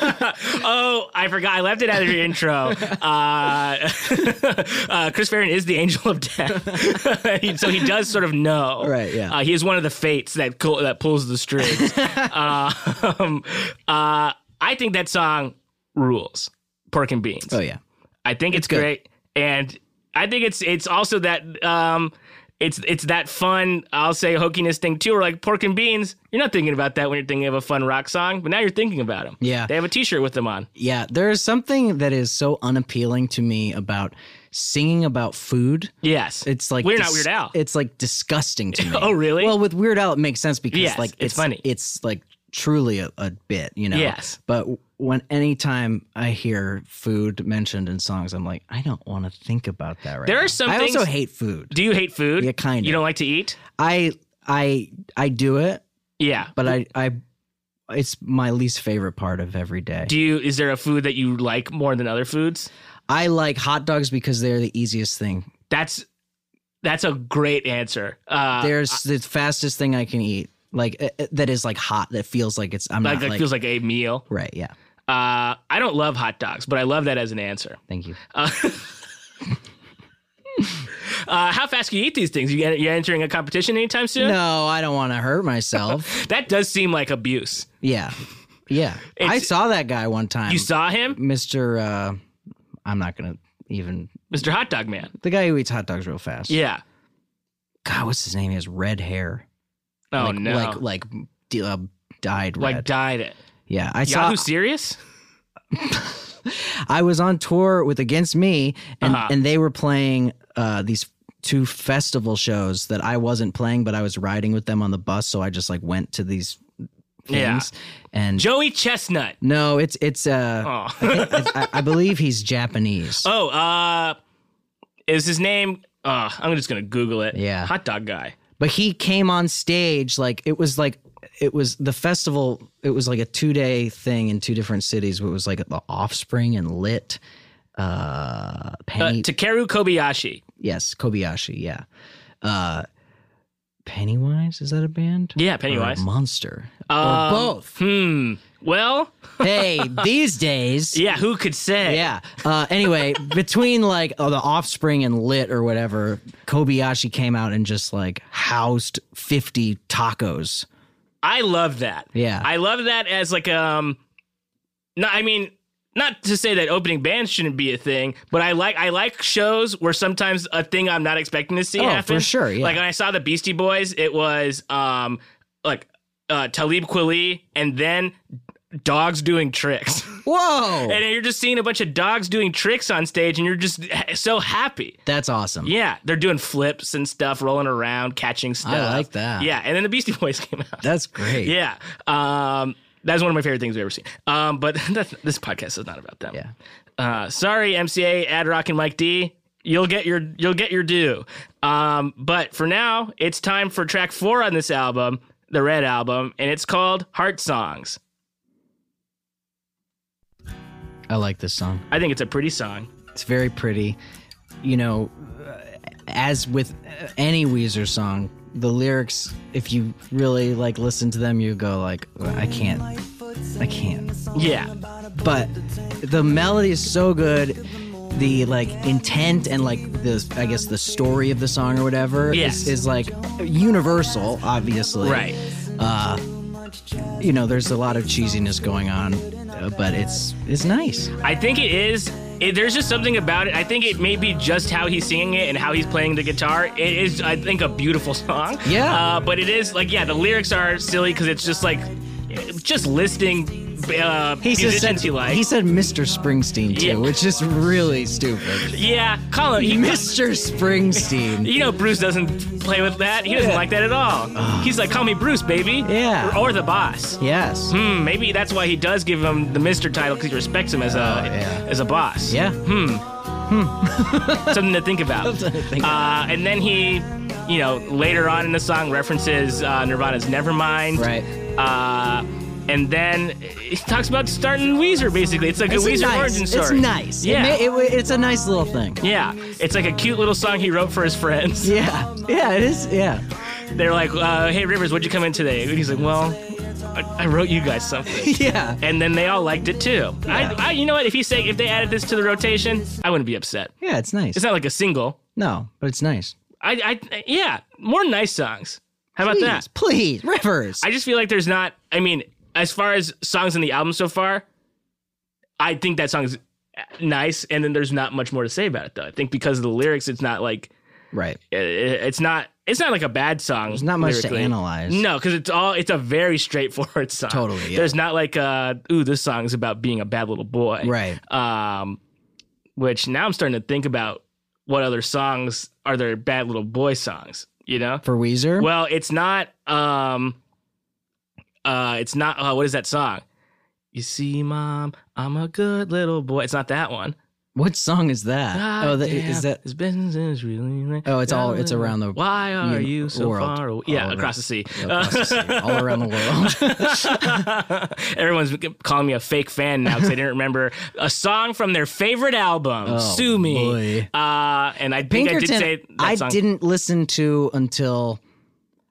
[SPEAKER 1] oh, I forgot. I left it out of your intro. Uh, [laughs] uh, Chris Farron is the angel of death. [laughs] He- so he does sort of know.
[SPEAKER 2] Right, yeah.
[SPEAKER 1] Uh, he is one of the fates that, co- that pulls the
[SPEAKER 2] [laughs]
[SPEAKER 1] strings. um, uh, I think that song rules. Pork and beans.
[SPEAKER 2] [laughs] oh yeah.
[SPEAKER 1] I think it's,
[SPEAKER 2] good.
[SPEAKER 1] great, and I think it's it's also that um, it's it's that fun. I'll say hokiness thing too, or like pork and beans. You're not thinking about that when you're thinking of a fun rock song, but now you're thinking about them.
[SPEAKER 2] Yeah.
[SPEAKER 1] they have a T-shirt with them on.
[SPEAKER 2] Yeah, there is something that is so unappealing to me about singing about food.
[SPEAKER 1] Yes,
[SPEAKER 2] It's like
[SPEAKER 1] we're not
[SPEAKER 2] dis-
[SPEAKER 1] Weird Al.
[SPEAKER 2] It's like disgusting to me.
[SPEAKER 1] [laughs] Oh, really?
[SPEAKER 2] Well, with Weird Al, it makes sense because
[SPEAKER 1] Yes,
[SPEAKER 2] like
[SPEAKER 1] it's funny.
[SPEAKER 2] It's like truly a, a bit, you know.
[SPEAKER 1] Yes.
[SPEAKER 2] But when anytime I hear food mentioned in songs, I'm like, I don't want to think about that right.
[SPEAKER 1] There are
[SPEAKER 2] now.
[SPEAKER 1] some
[SPEAKER 2] I
[SPEAKER 1] things-
[SPEAKER 2] also hate food.
[SPEAKER 1] Do you hate food?
[SPEAKER 2] Yeah, kinda.
[SPEAKER 1] You don't like to eat?
[SPEAKER 2] I I I do it,
[SPEAKER 1] Yeah.
[SPEAKER 2] but I I it's my least favorite part of every day.
[SPEAKER 1] Do you? Is there a food that you like more than other foods?
[SPEAKER 2] I like hot dogs because they're the easiest thing.
[SPEAKER 1] That's that's a great answer. Uh,
[SPEAKER 2] They're s- the fastest thing I can eat. Like uh, uh, that is like hot. That feels like it's. I'm
[SPEAKER 1] like
[SPEAKER 2] not
[SPEAKER 1] that
[SPEAKER 2] like
[SPEAKER 1] feels like a meal.
[SPEAKER 2] right. Yeah.
[SPEAKER 1] Uh, I don't love hot dogs, but I love that as an answer.
[SPEAKER 2] Thank you.
[SPEAKER 1] [laughs] Uh, how fast can you eat these things? You you entering a competition anytime soon?
[SPEAKER 2] No, I don't want to
[SPEAKER 1] [laughs]
[SPEAKER 2] hurt myself.
[SPEAKER 1] That does seem like abuse.
[SPEAKER 2] yeah. Yeah. I
[SPEAKER 1] It's-
[SPEAKER 2] saw that guy one time.
[SPEAKER 1] You saw him,
[SPEAKER 2] Mr. Uh, I'm not gonna even
[SPEAKER 1] Mr. Hot Dog Man.
[SPEAKER 2] the guy who eats hot dogs real fast.
[SPEAKER 1] Yeah.
[SPEAKER 2] God, what's his name? He has red hair.
[SPEAKER 1] Oh
[SPEAKER 2] like,
[SPEAKER 1] no.
[SPEAKER 2] Like
[SPEAKER 1] Like,
[SPEAKER 2] like d- uh, dyed red.
[SPEAKER 1] died it.
[SPEAKER 2] yeah. I saw. Mm.
[SPEAKER 1] Yahoo serious?
[SPEAKER 2] I was on tour with Against Me, and,
[SPEAKER 1] Uh-huh.
[SPEAKER 2] and they were playing uh, these two festival shows that I wasn't playing, but I was riding with them on the bus, so I just like went to these
[SPEAKER 1] Yeah.
[SPEAKER 2] things. And
[SPEAKER 1] Joey
[SPEAKER 2] [laughs]
[SPEAKER 1] Chestnut.
[SPEAKER 2] no, it's it's uh,
[SPEAKER 1] Oh. [laughs]
[SPEAKER 2] [laughs] I, I believe he's Japanese.
[SPEAKER 1] oh. Uh, is his name? Uh, I'm just gonna Google it.
[SPEAKER 2] Yeah.
[SPEAKER 1] Hot dog guy.
[SPEAKER 2] but he came on stage like it was like it was the festival it was like a two day thing in two different cities where it was like the offspring and lit uh
[SPEAKER 1] Uh,
[SPEAKER 2] penny
[SPEAKER 1] Takeru Kobayashi.
[SPEAKER 2] yes kobayashi yeah uh pennywise is that a band
[SPEAKER 1] Yeah,
[SPEAKER 2] Or
[SPEAKER 1] Pennywise.
[SPEAKER 2] monster
[SPEAKER 1] Um, [laughs]
[SPEAKER 2] or both
[SPEAKER 1] Hmm.
[SPEAKER 2] [laughs]
[SPEAKER 1] Well,
[SPEAKER 2] hey these
[SPEAKER 1] [laughs]
[SPEAKER 2] days
[SPEAKER 1] yeah. Who could say?
[SPEAKER 2] Yeah. Uh, anyway, between like oh, the offspring and lit or whatever, Kobayashi came out and just like housed 50 tacos.
[SPEAKER 1] I love that.
[SPEAKER 2] Yeah.
[SPEAKER 1] I love that as like um no I mean not to say that opening bands shouldn't be a thing, but I like I like shows where sometimes a thing I'm not expecting to see
[SPEAKER 2] Oh, for
[SPEAKER 1] happen.
[SPEAKER 2] sure, yeah.
[SPEAKER 1] Like when I saw the Beastie Boys, it was um like uh Talib Kweli and then dogs doing
[SPEAKER 2] [laughs]
[SPEAKER 1] tricks.
[SPEAKER 2] Whoa.
[SPEAKER 1] and you're just seeing a bunch of dogs doing tricks on stage and you're just h- so happy.
[SPEAKER 2] That's awesome.
[SPEAKER 1] Yeah, they're doing flips and stuff, rolling around, catching stuff.
[SPEAKER 2] like that.
[SPEAKER 1] Yeah, and then the Beastie Boys [laughs] came out.
[SPEAKER 2] That's great.
[SPEAKER 1] Yeah. Um, that's one of my favorite things we've ever seen. Um, but [laughs] that's, this podcast is not about them.
[SPEAKER 2] Yeah.
[SPEAKER 1] Uh, sorry, MCA, Ad Rock, and Mike D. You'll get your you'll get your due. Um, but for now, it's time for track four on this album, the Red Album, and it's called Heart Songs.
[SPEAKER 2] I like this song.
[SPEAKER 1] I think it's a pretty song.
[SPEAKER 2] It's very pretty. You know, uh, as with uh, any Weezer song, the lyrics, if you really like listen to them, you go like, I can't. I can't.
[SPEAKER 1] Yeah.
[SPEAKER 2] But the melody is so good. The like intent and like the I guess the story of the song or whatever
[SPEAKER 1] Yes.
[SPEAKER 2] is, is like universal, obviously.
[SPEAKER 1] Right.
[SPEAKER 2] You know, there's a lot of cheesiness going on, uh, but it's it's nice.
[SPEAKER 1] I think it is. It, there's just something about it. I think it may be just how he's singing it and how he's playing the guitar. It is, I think, a beautiful [laughs] song.
[SPEAKER 2] Yeah.
[SPEAKER 1] Uh, but it is like, yeah, the lyrics are silly because it's just like, just listing uh,
[SPEAKER 2] He just
[SPEAKER 1] musicians
[SPEAKER 2] said
[SPEAKER 1] he likes.
[SPEAKER 2] he said Mr. Springsteen too,
[SPEAKER 1] Yeah.
[SPEAKER 2] which is really stupid.
[SPEAKER 1] [laughs] yeah, call
[SPEAKER 2] [laughs]
[SPEAKER 1] him. He
[SPEAKER 2] Mr.
[SPEAKER 1] [laughs]
[SPEAKER 2] Springsteen.
[SPEAKER 1] You know, Bruce doesn't play with that. He doesn't
[SPEAKER 2] Yeah.
[SPEAKER 1] like that at all. He's like, call me Bruce, baby.
[SPEAKER 2] Yeah.
[SPEAKER 1] Or, or the boss.
[SPEAKER 2] Yes.
[SPEAKER 1] Hmm, maybe that's why he does give him the Mister title because he respects him as a
[SPEAKER 2] Oh, yeah.
[SPEAKER 1] as a boss.
[SPEAKER 2] Yeah.
[SPEAKER 1] something to think about.
[SPEAKER 2] [laughs] Something to think
[SPEAKER 1] uh, and then he, you know, later on in the song references uh, Nirvana's Nevermind.
[SPEAKER 2] Right.
[SPEAKER 1] Uh, and then he talks about starting Weezer, basically. It's like
[SPEAKER 2] It's
[SPEAKER 1] a Weezer
[SPEAKER 2] nice.
[SPEAKER 1] origin story.
[SPEAKER 2] It's nice. It
[SPEAKER 1] Yeah.
[SPEAKER 2] ma- it wa- it's a nice little thing.
[SPEAKER 1] yeah. It's like a cute little song he wrote for his friends.
[SPEAKER 2] Yeah. Yeah, it is. Yeah. [laughs]
[SPEAKER 1] They're like, uh, hey, Rivers, what'd you come in today? And he's like, well, I, I wrote you guys something.
[SPEAKER 2] Yeah.
[SPEAKER 1] And then they all liked it too. I, I, you know what? If he say if they added this to the rotation, I wouldn't be upset.
[SPEAKER 2] Yeah, it's nice.
[SPEAKER 1] It's not like a single.
[SPEAKER 2] no, but it's nice.
[SPEAKER 1] I, I yeah, more nice songs. How about
[SPEAKER 2] Please,
[SPEAKER 1] that?
[SPEAKER 2] please, Rivers.
[SPEAKER 1] I just feel like there's not. I mean, as far as songs in the album so far, I think that song's nice, and then there's not much more to say about it though. I think because of the lyrics, it's not like
[SPEAKER 2] right.
[SPEAKER 1] i- i- it's not it's not like a bad song. There's
[SPEAKER 2] not much to analyze.
[SPEAKER 1] No, because it's all it's a very straightforward song.
[SPEAKER 2] Totally, yeah.
[SPEAKER 1] There's not like uh ooh this song's about being a bad little boy.
[SPEAKER 2] Right.
[SPEAKER 1] Um, which now I'm starting to think about what other songs are there bad little boy songs. You know,
[SPEAKER 2] For Weezer?
[SPEAKER 1] well, it's not um Uh, it's not. Uh, what is that song? You see, mom, I'm a good little boy. It's not that one.
[SPEAKER 2] What song is that? oh, that, is that
[SPEAKER 1] This business is really.
[SPEAKER 2] Oh, it's all- it's around the
[SPEAKER 1] Why are
[SPEAKER 2] uni-
[SPEAKER 1] you so
[SPEAKER 2] world.
[SPEAKER 1] far away? Yeah,
[SPEAKER 2] All
[SPEAKER 1] across the sea.
[SPEAKER 2] across the sea,
[SPEAKER 1] [laughs]
[SPEAKER 2] all around the world?
[SPEAKER 1] Everyone's calling me a fake fan now because I didn't remember a song from their favorite album. Sue me.
[SPEAKER 2] Oh, boy.
[SPEAKER 1] Uh, and I think I did say
[SPEAKER 2] Pinkerton.
[SPEAKER 1] that
[SPEAKER 2] I,
[SPEAKER 1] song.
[SPEAKER 2] didn't listen to until.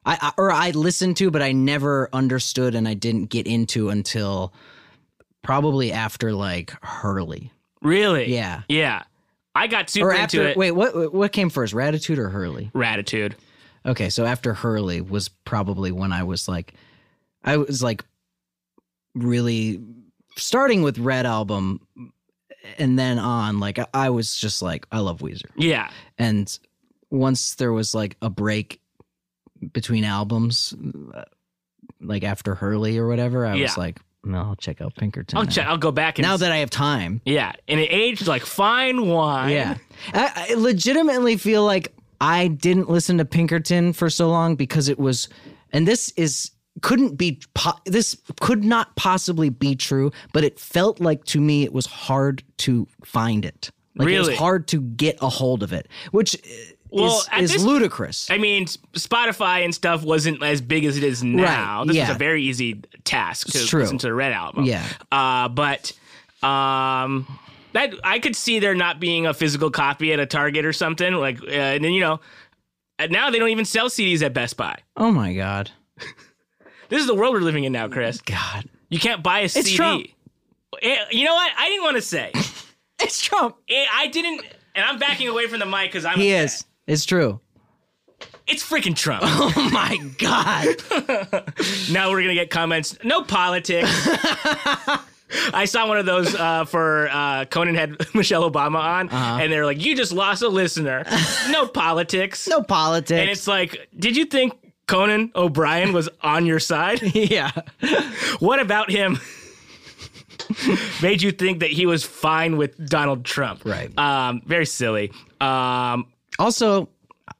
[SPEAKER 2] I, I or I listened to, but I never understood, and I didn't get into until probably after like Hurley
[SPEAKER 1] really.
[SPEAKER 2] Yeah.
[SPEAKER 1] Yeah. I got super
[SPEAKER 2] or
[SPEAKER 1] into
[SPEAKER 2] after.
[SPEAKER 1] it.
[SPEAKER 2] Wait, what what came first, Ratitude or Hurley?
[SPEAKER 1] Ratitude.
[SPEAKER 2] Okay, so after Hurley was probably when I was like, I was like really starting with Red Album and then on, like, I- I was just like, I love Weezer.
[SPEAKER 1] Yeah.
[SPEAKER 2] And once there was like a break between albums, uh, like after Hurley or whatever, I
[SPEAKER 1] Yeah.
[SPEAKER 2] was like, no, I'll check out Pinkerton.
[SPEAKER 1] I'll
[SPEAKER 2] now.
[SPEAKER 1] check. I'll go back and
[SPEAKER 2] now that I have time.
[SPEAKER 1] Yeah, and it aged like fine wine.
[SPEAKER 2] Yeah. I, I legitimately feel like I didn't listen to Pinkerton for so long because it was, and this is, couldn't be, po- this could not possibly be true, but it felt like to me it was hard to find it. Like it
[SPEAKER 1] Really?
[SPEAKER 2] was hard to get a hold of it, which is,
[SPEAKER 1] Well, at
[SPEAKER 2] is
[SPEAKER 1] this-
[SPEAKER 2] ludicrous.
[SPEAKER 1] I mean, S- Spotify and stuff wasn't as big as it is now.
[SPEAKER 2] Right,
[SPEAKER 1] This
[SPEAKER 2] yeah.
[SPEAKER 1] was a very easy task to
[SPEAKER 2] true.
[SPEAKER 1] listen to the Red album.
[SPEAKER 2] Yeah.
[SPEAKER 1] uh, but um, that I could see there not being a physical copy at a Target or something. Like, uh, and then you know, and now they don't even sell CDs at Best Buy.
[SPEAKER 2] oh my God.
[SPEAKER 1] This is the world we're living in now, Chris.
[SPEAKER 2] God.
[SPEAKER 1] You can't buy a CD.
[SPEAKER 2] Trump.
[SPEAKER 1] Eh, You know what? I didn't want to say.
[SPEAKER 2] It's Trump.
[SPEAKER 1] Eh, I didn't, and I'm backing away from the mic because I'm.
[SPEAKER 2] He
[SPEAKER 1] upset.
[SPEAKER 2] is. It's
[SPEAKER 1] [laughs]
[SPEAKER 2] true.
[SPEAKER 1] It's freaking Trump.
[SPEAKER 2] [laughs] Oh my God.
[SPEAKER 1] Now we're gonna get comments. No
[SPEAKER 2] [laughs]
[SPEAKER 1] politics. I saw one of those uh, for uh, Conan had [laughs] Michelle Obama on,
[SPEAKER 2] Uh-huh.
[SPEAKER 1] and they're like, "You just lost a
[SPEAKER 2] [laughs]
[SPEAKER 1] listener. No politics."
[SPEAKER 2] No politics.
[SPEAKER 1] And it's like, did you think Conan O'Brien was on your
[SPEAKER 2] [laughs]
[SPEAKER 1] side?
[SPEAKER 2] yeah.
[SPEAKER 1] [laughs] what about him [laughs] made you think that he was fine with Donald Trump?
[SPEAKER 2] Right.
[SPEAKER 1] Um, very silly. Um,
[SPEAKER 2] Also,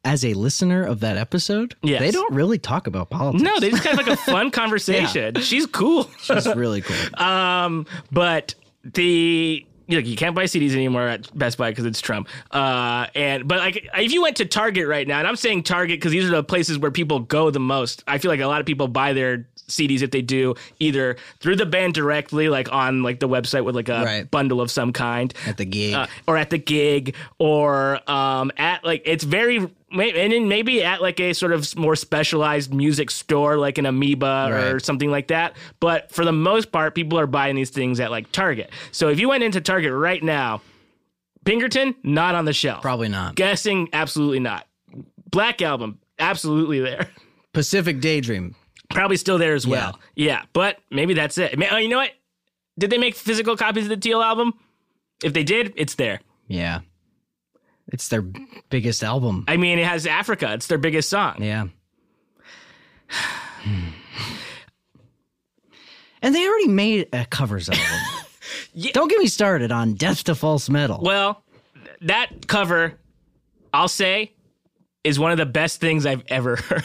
[SPEAKER 2] as a listener of that episode,
[SPEAKER 1] Yes.
[SPEAKER 2] they don't really talk about politics.
[SPEAKER 1] no, they just had like a fun conversation. She's cool.
[SPEAKER 2] [laughs] It's really cool.
[SPEAKER 1] but the you, know, you can't buy CDs anymore at Best Buy because it's Trump. Uh, and but like if you went to Target right now, and I'm saying Target because these are the places where people go the most. I feel like a lot of people buy their CDs if they do either through the band directly, like on like the website with like a
[SPEAKER 2] Right.
[SPEAKER 1] bundle of some kind,
[SPEAKER 2] At the gig.
[SPEAKER 1] uh, [laughs] or at the gig, or um, at like it's very may- and then maybe at like a sort of more specialized music store, like an Amoeba or
[SPEAKER 2] Right.
[SPEAKER 1] something like that. But for the most part, people are buying these things at like Target. So if you went into Target right now, Pinkerton not on the shelf.
[SPEAKER 2] Probably not.
[SPEAKER 1] Guessing absolutely not. Black Album absolutely there. [laughs]
[SPEAKER 2] Pacific Daydream.
[SPEAKER 1] Probably still there as well. Yeah, but maybe that's it. Ma- Oh, you know what? Did they make physical copies of the Teal album? If they did, it's there.
[SPEAKER 2] Yeah. It's their biggest album.
[SPEAKER 1] I mean, it has Africa. It's their biggest song.
[SPEAKER 2] yeah. [sighs] and they already made a covers album.
[SPEAKER 1] [laughs] Yeah.
[SPEAKER 2] Don't get me started on Death to False Metal.
[SPEAKER 1] Well, th- that cover, I'll say, is one of the best things I've ever [laughs] heard.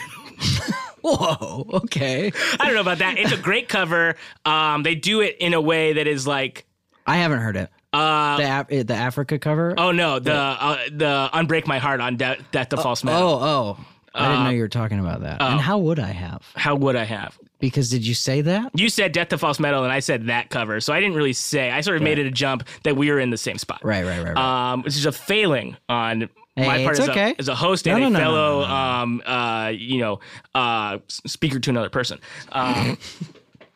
[SPEAKER 2] Whoa. Okay.
[SPEAKER 1] I don't know about that. It's a great cover. Um, they do it in a way that is like,
[SPEAKER 2] I haven't heard it. Uh, the, Af- the Africa cover?
[SPEAKER 1] oh no, the uh, the Unbreak My Heart on De- Death to False Metal.
[SPEAKER 2] Oh, oh. I didn't know
[SPEAKER 1] Uh,
[SPEAKER 2] you were talking about that.
[SPEAKER 1] oh.
[SPEAKER 2] and how would I have?
[SPEAKER 1] How would I have?
[SPEAKER 2] Because did you say that?
[SPEAKER 1] You said Death to False Metal, and I said that cover. So I didn't really say. I sort of made it a jump that we were in the same spot.
[SPEAKER 2] Right, right, right. right.
[SPEAKER 1] um, which is a failing on my
[SPEAKER 2] Hey,
[SPEAKER 1] part
[SPEAKER 2] it's
[SPEAKER 1] as,
[SPEAKER 2] okay.
[SPEAKER 1] a, as a host
[SPEAKER 2] No,
[SPEAKER 1] and
[SPEAKER 2] no,
[SPEAKER 1] a
[SPEAKER 2] no, no,
[SPEAKER 1] fellow,
[SPEAKER 2] no, no, no.
[SPEAKER 1] um, uh, you know, uh, s- speaker to another person. Um,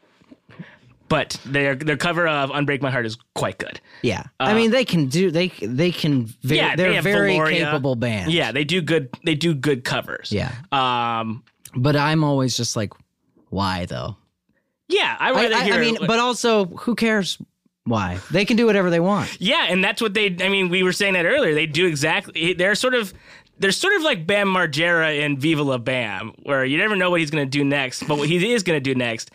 [SPEAKER 1] [laughs] but their their cover of "Unbreak My Heart" is quite good.
[SPEAKER 2] yeah, I mean they can do they they can ve-
[SPEAKER 1] uh, Yeah, they
[SPEAKER 2] they're
[SPEAKER 1] have
[SPEAKER 2] very
[SPEAKER 1] Valoria.
[SPEAKER 2] capable band.
[SPEAKER 1] Yeah, they do good. They do good covers.
[SPEAKER 2] yeah.
[SPEAKER 1] Um.
[SPEAKER 2] But I'm always just like, why though?
[SPEAKER 1] Yeah, I
[SPEAKER 2] I,
[SPEAKER 1] rather
[SPEAKER 2] I- I
[SPEAKER 1] hear.
[SPEAKER 2] mean, but also who cares? Why they can do whatever they want.
[SPEAKER 1] yeah, and that's what they. I mean, we were saying that earlier. They do exactly. They're sort of. They're sort of like Bam Margera in Viva La Bam, where you never know what he's going to do next, but what he is going to do next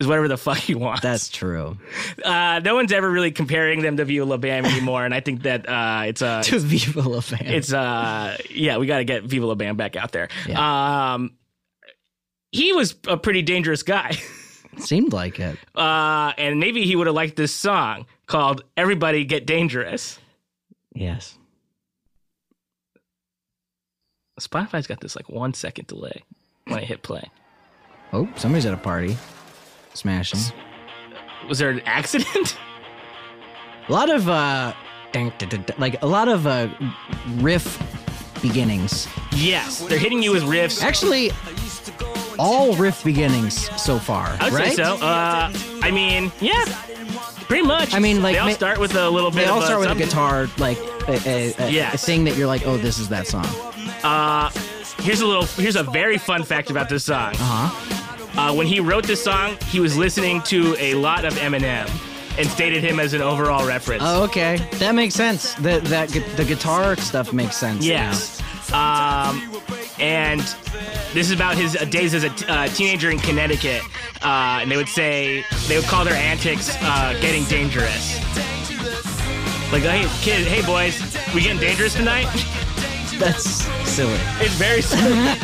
[SPEAKER 1] is whatever the fuck he wants.
[SPEAKER 2] That's true.
[SPEAKER 1] [laughs] uh, no one's ever really comparing them to Viva La Bam anymore, and I think that uh, it's
[SPEAKER 2] [laughs]
[SPEAKER 1] uh,
[SPEAKER 2] To Viva La Fan.
[SPEAKER 1] it's uh, yeah, we got to get Viva La Bam back out there. Um, he was a pretty dangerous guy. [laughs]
[SPEAKER 2] Seemed like it.
[SPEAKER 1] Uh, and maybe he would have liked this song called Everybody Get Dangerous.
[SPEAKER 2] Yes.
[SPEAKER 1] Spotify's got this like one second delay when I hit play.
[SPEAKER 2] Oh, somebody's at a party. Smashing.
[SPEAKER 1] Was there an accident? [laughs]
[SPEAKER 2] A lot of uh, dun- dun- dun- dun- like a lot of uh, riff beginnings.
[SPEAKER 1] yes. They're hitting you with riffs.
[SPEAKER 2] Actually, all riff beginnings so far,
[SPEAKER 1] I would
[SPEAKER 2] right?
[SPEAKER 1] say so. Uh, I mean, yeah, pretty much.
[SPEAKER 2] I mean, like,
[SPEAKER 1] they all
[SPEAKER 2] ma-
[SPEAKER 1] start with a little bit.
[SPEAKER 2] They all
[SPEAKER 1] of
[SPEAKER 2] start with a
[SPEAKER 1] something.
[SPEAKER 2] guitar, like a, a, a, a
[SPEAKER 1] Yes.
[SPEAKER 2] thing that you're like, oh, this is that song.
[SPEAKER 1] Here's a little. Here's a very fun fact about this song.
[SPEAKER 2] Uh huh.
[SPEAKER 1] Uh, when he wrote this song, he was listening to a lot of Eminem and stated him as an overall reference.
[SPEAKER 2] Oh, okay, that makes sense. The that gu- the guitar stuff makes sense.
[SPEAKER 1] Yes. Um, and this is about his uh, days as a t- uh, teenager in Connecticut. Uh, and they would say, they would call their antics uh, getting dangerous. Like, hey, kid, hey, boys, we getting dangerous tonight? [laughs]
[SPEAKER 2] now. that's silly.
[SPEAKER 1] it's very similar.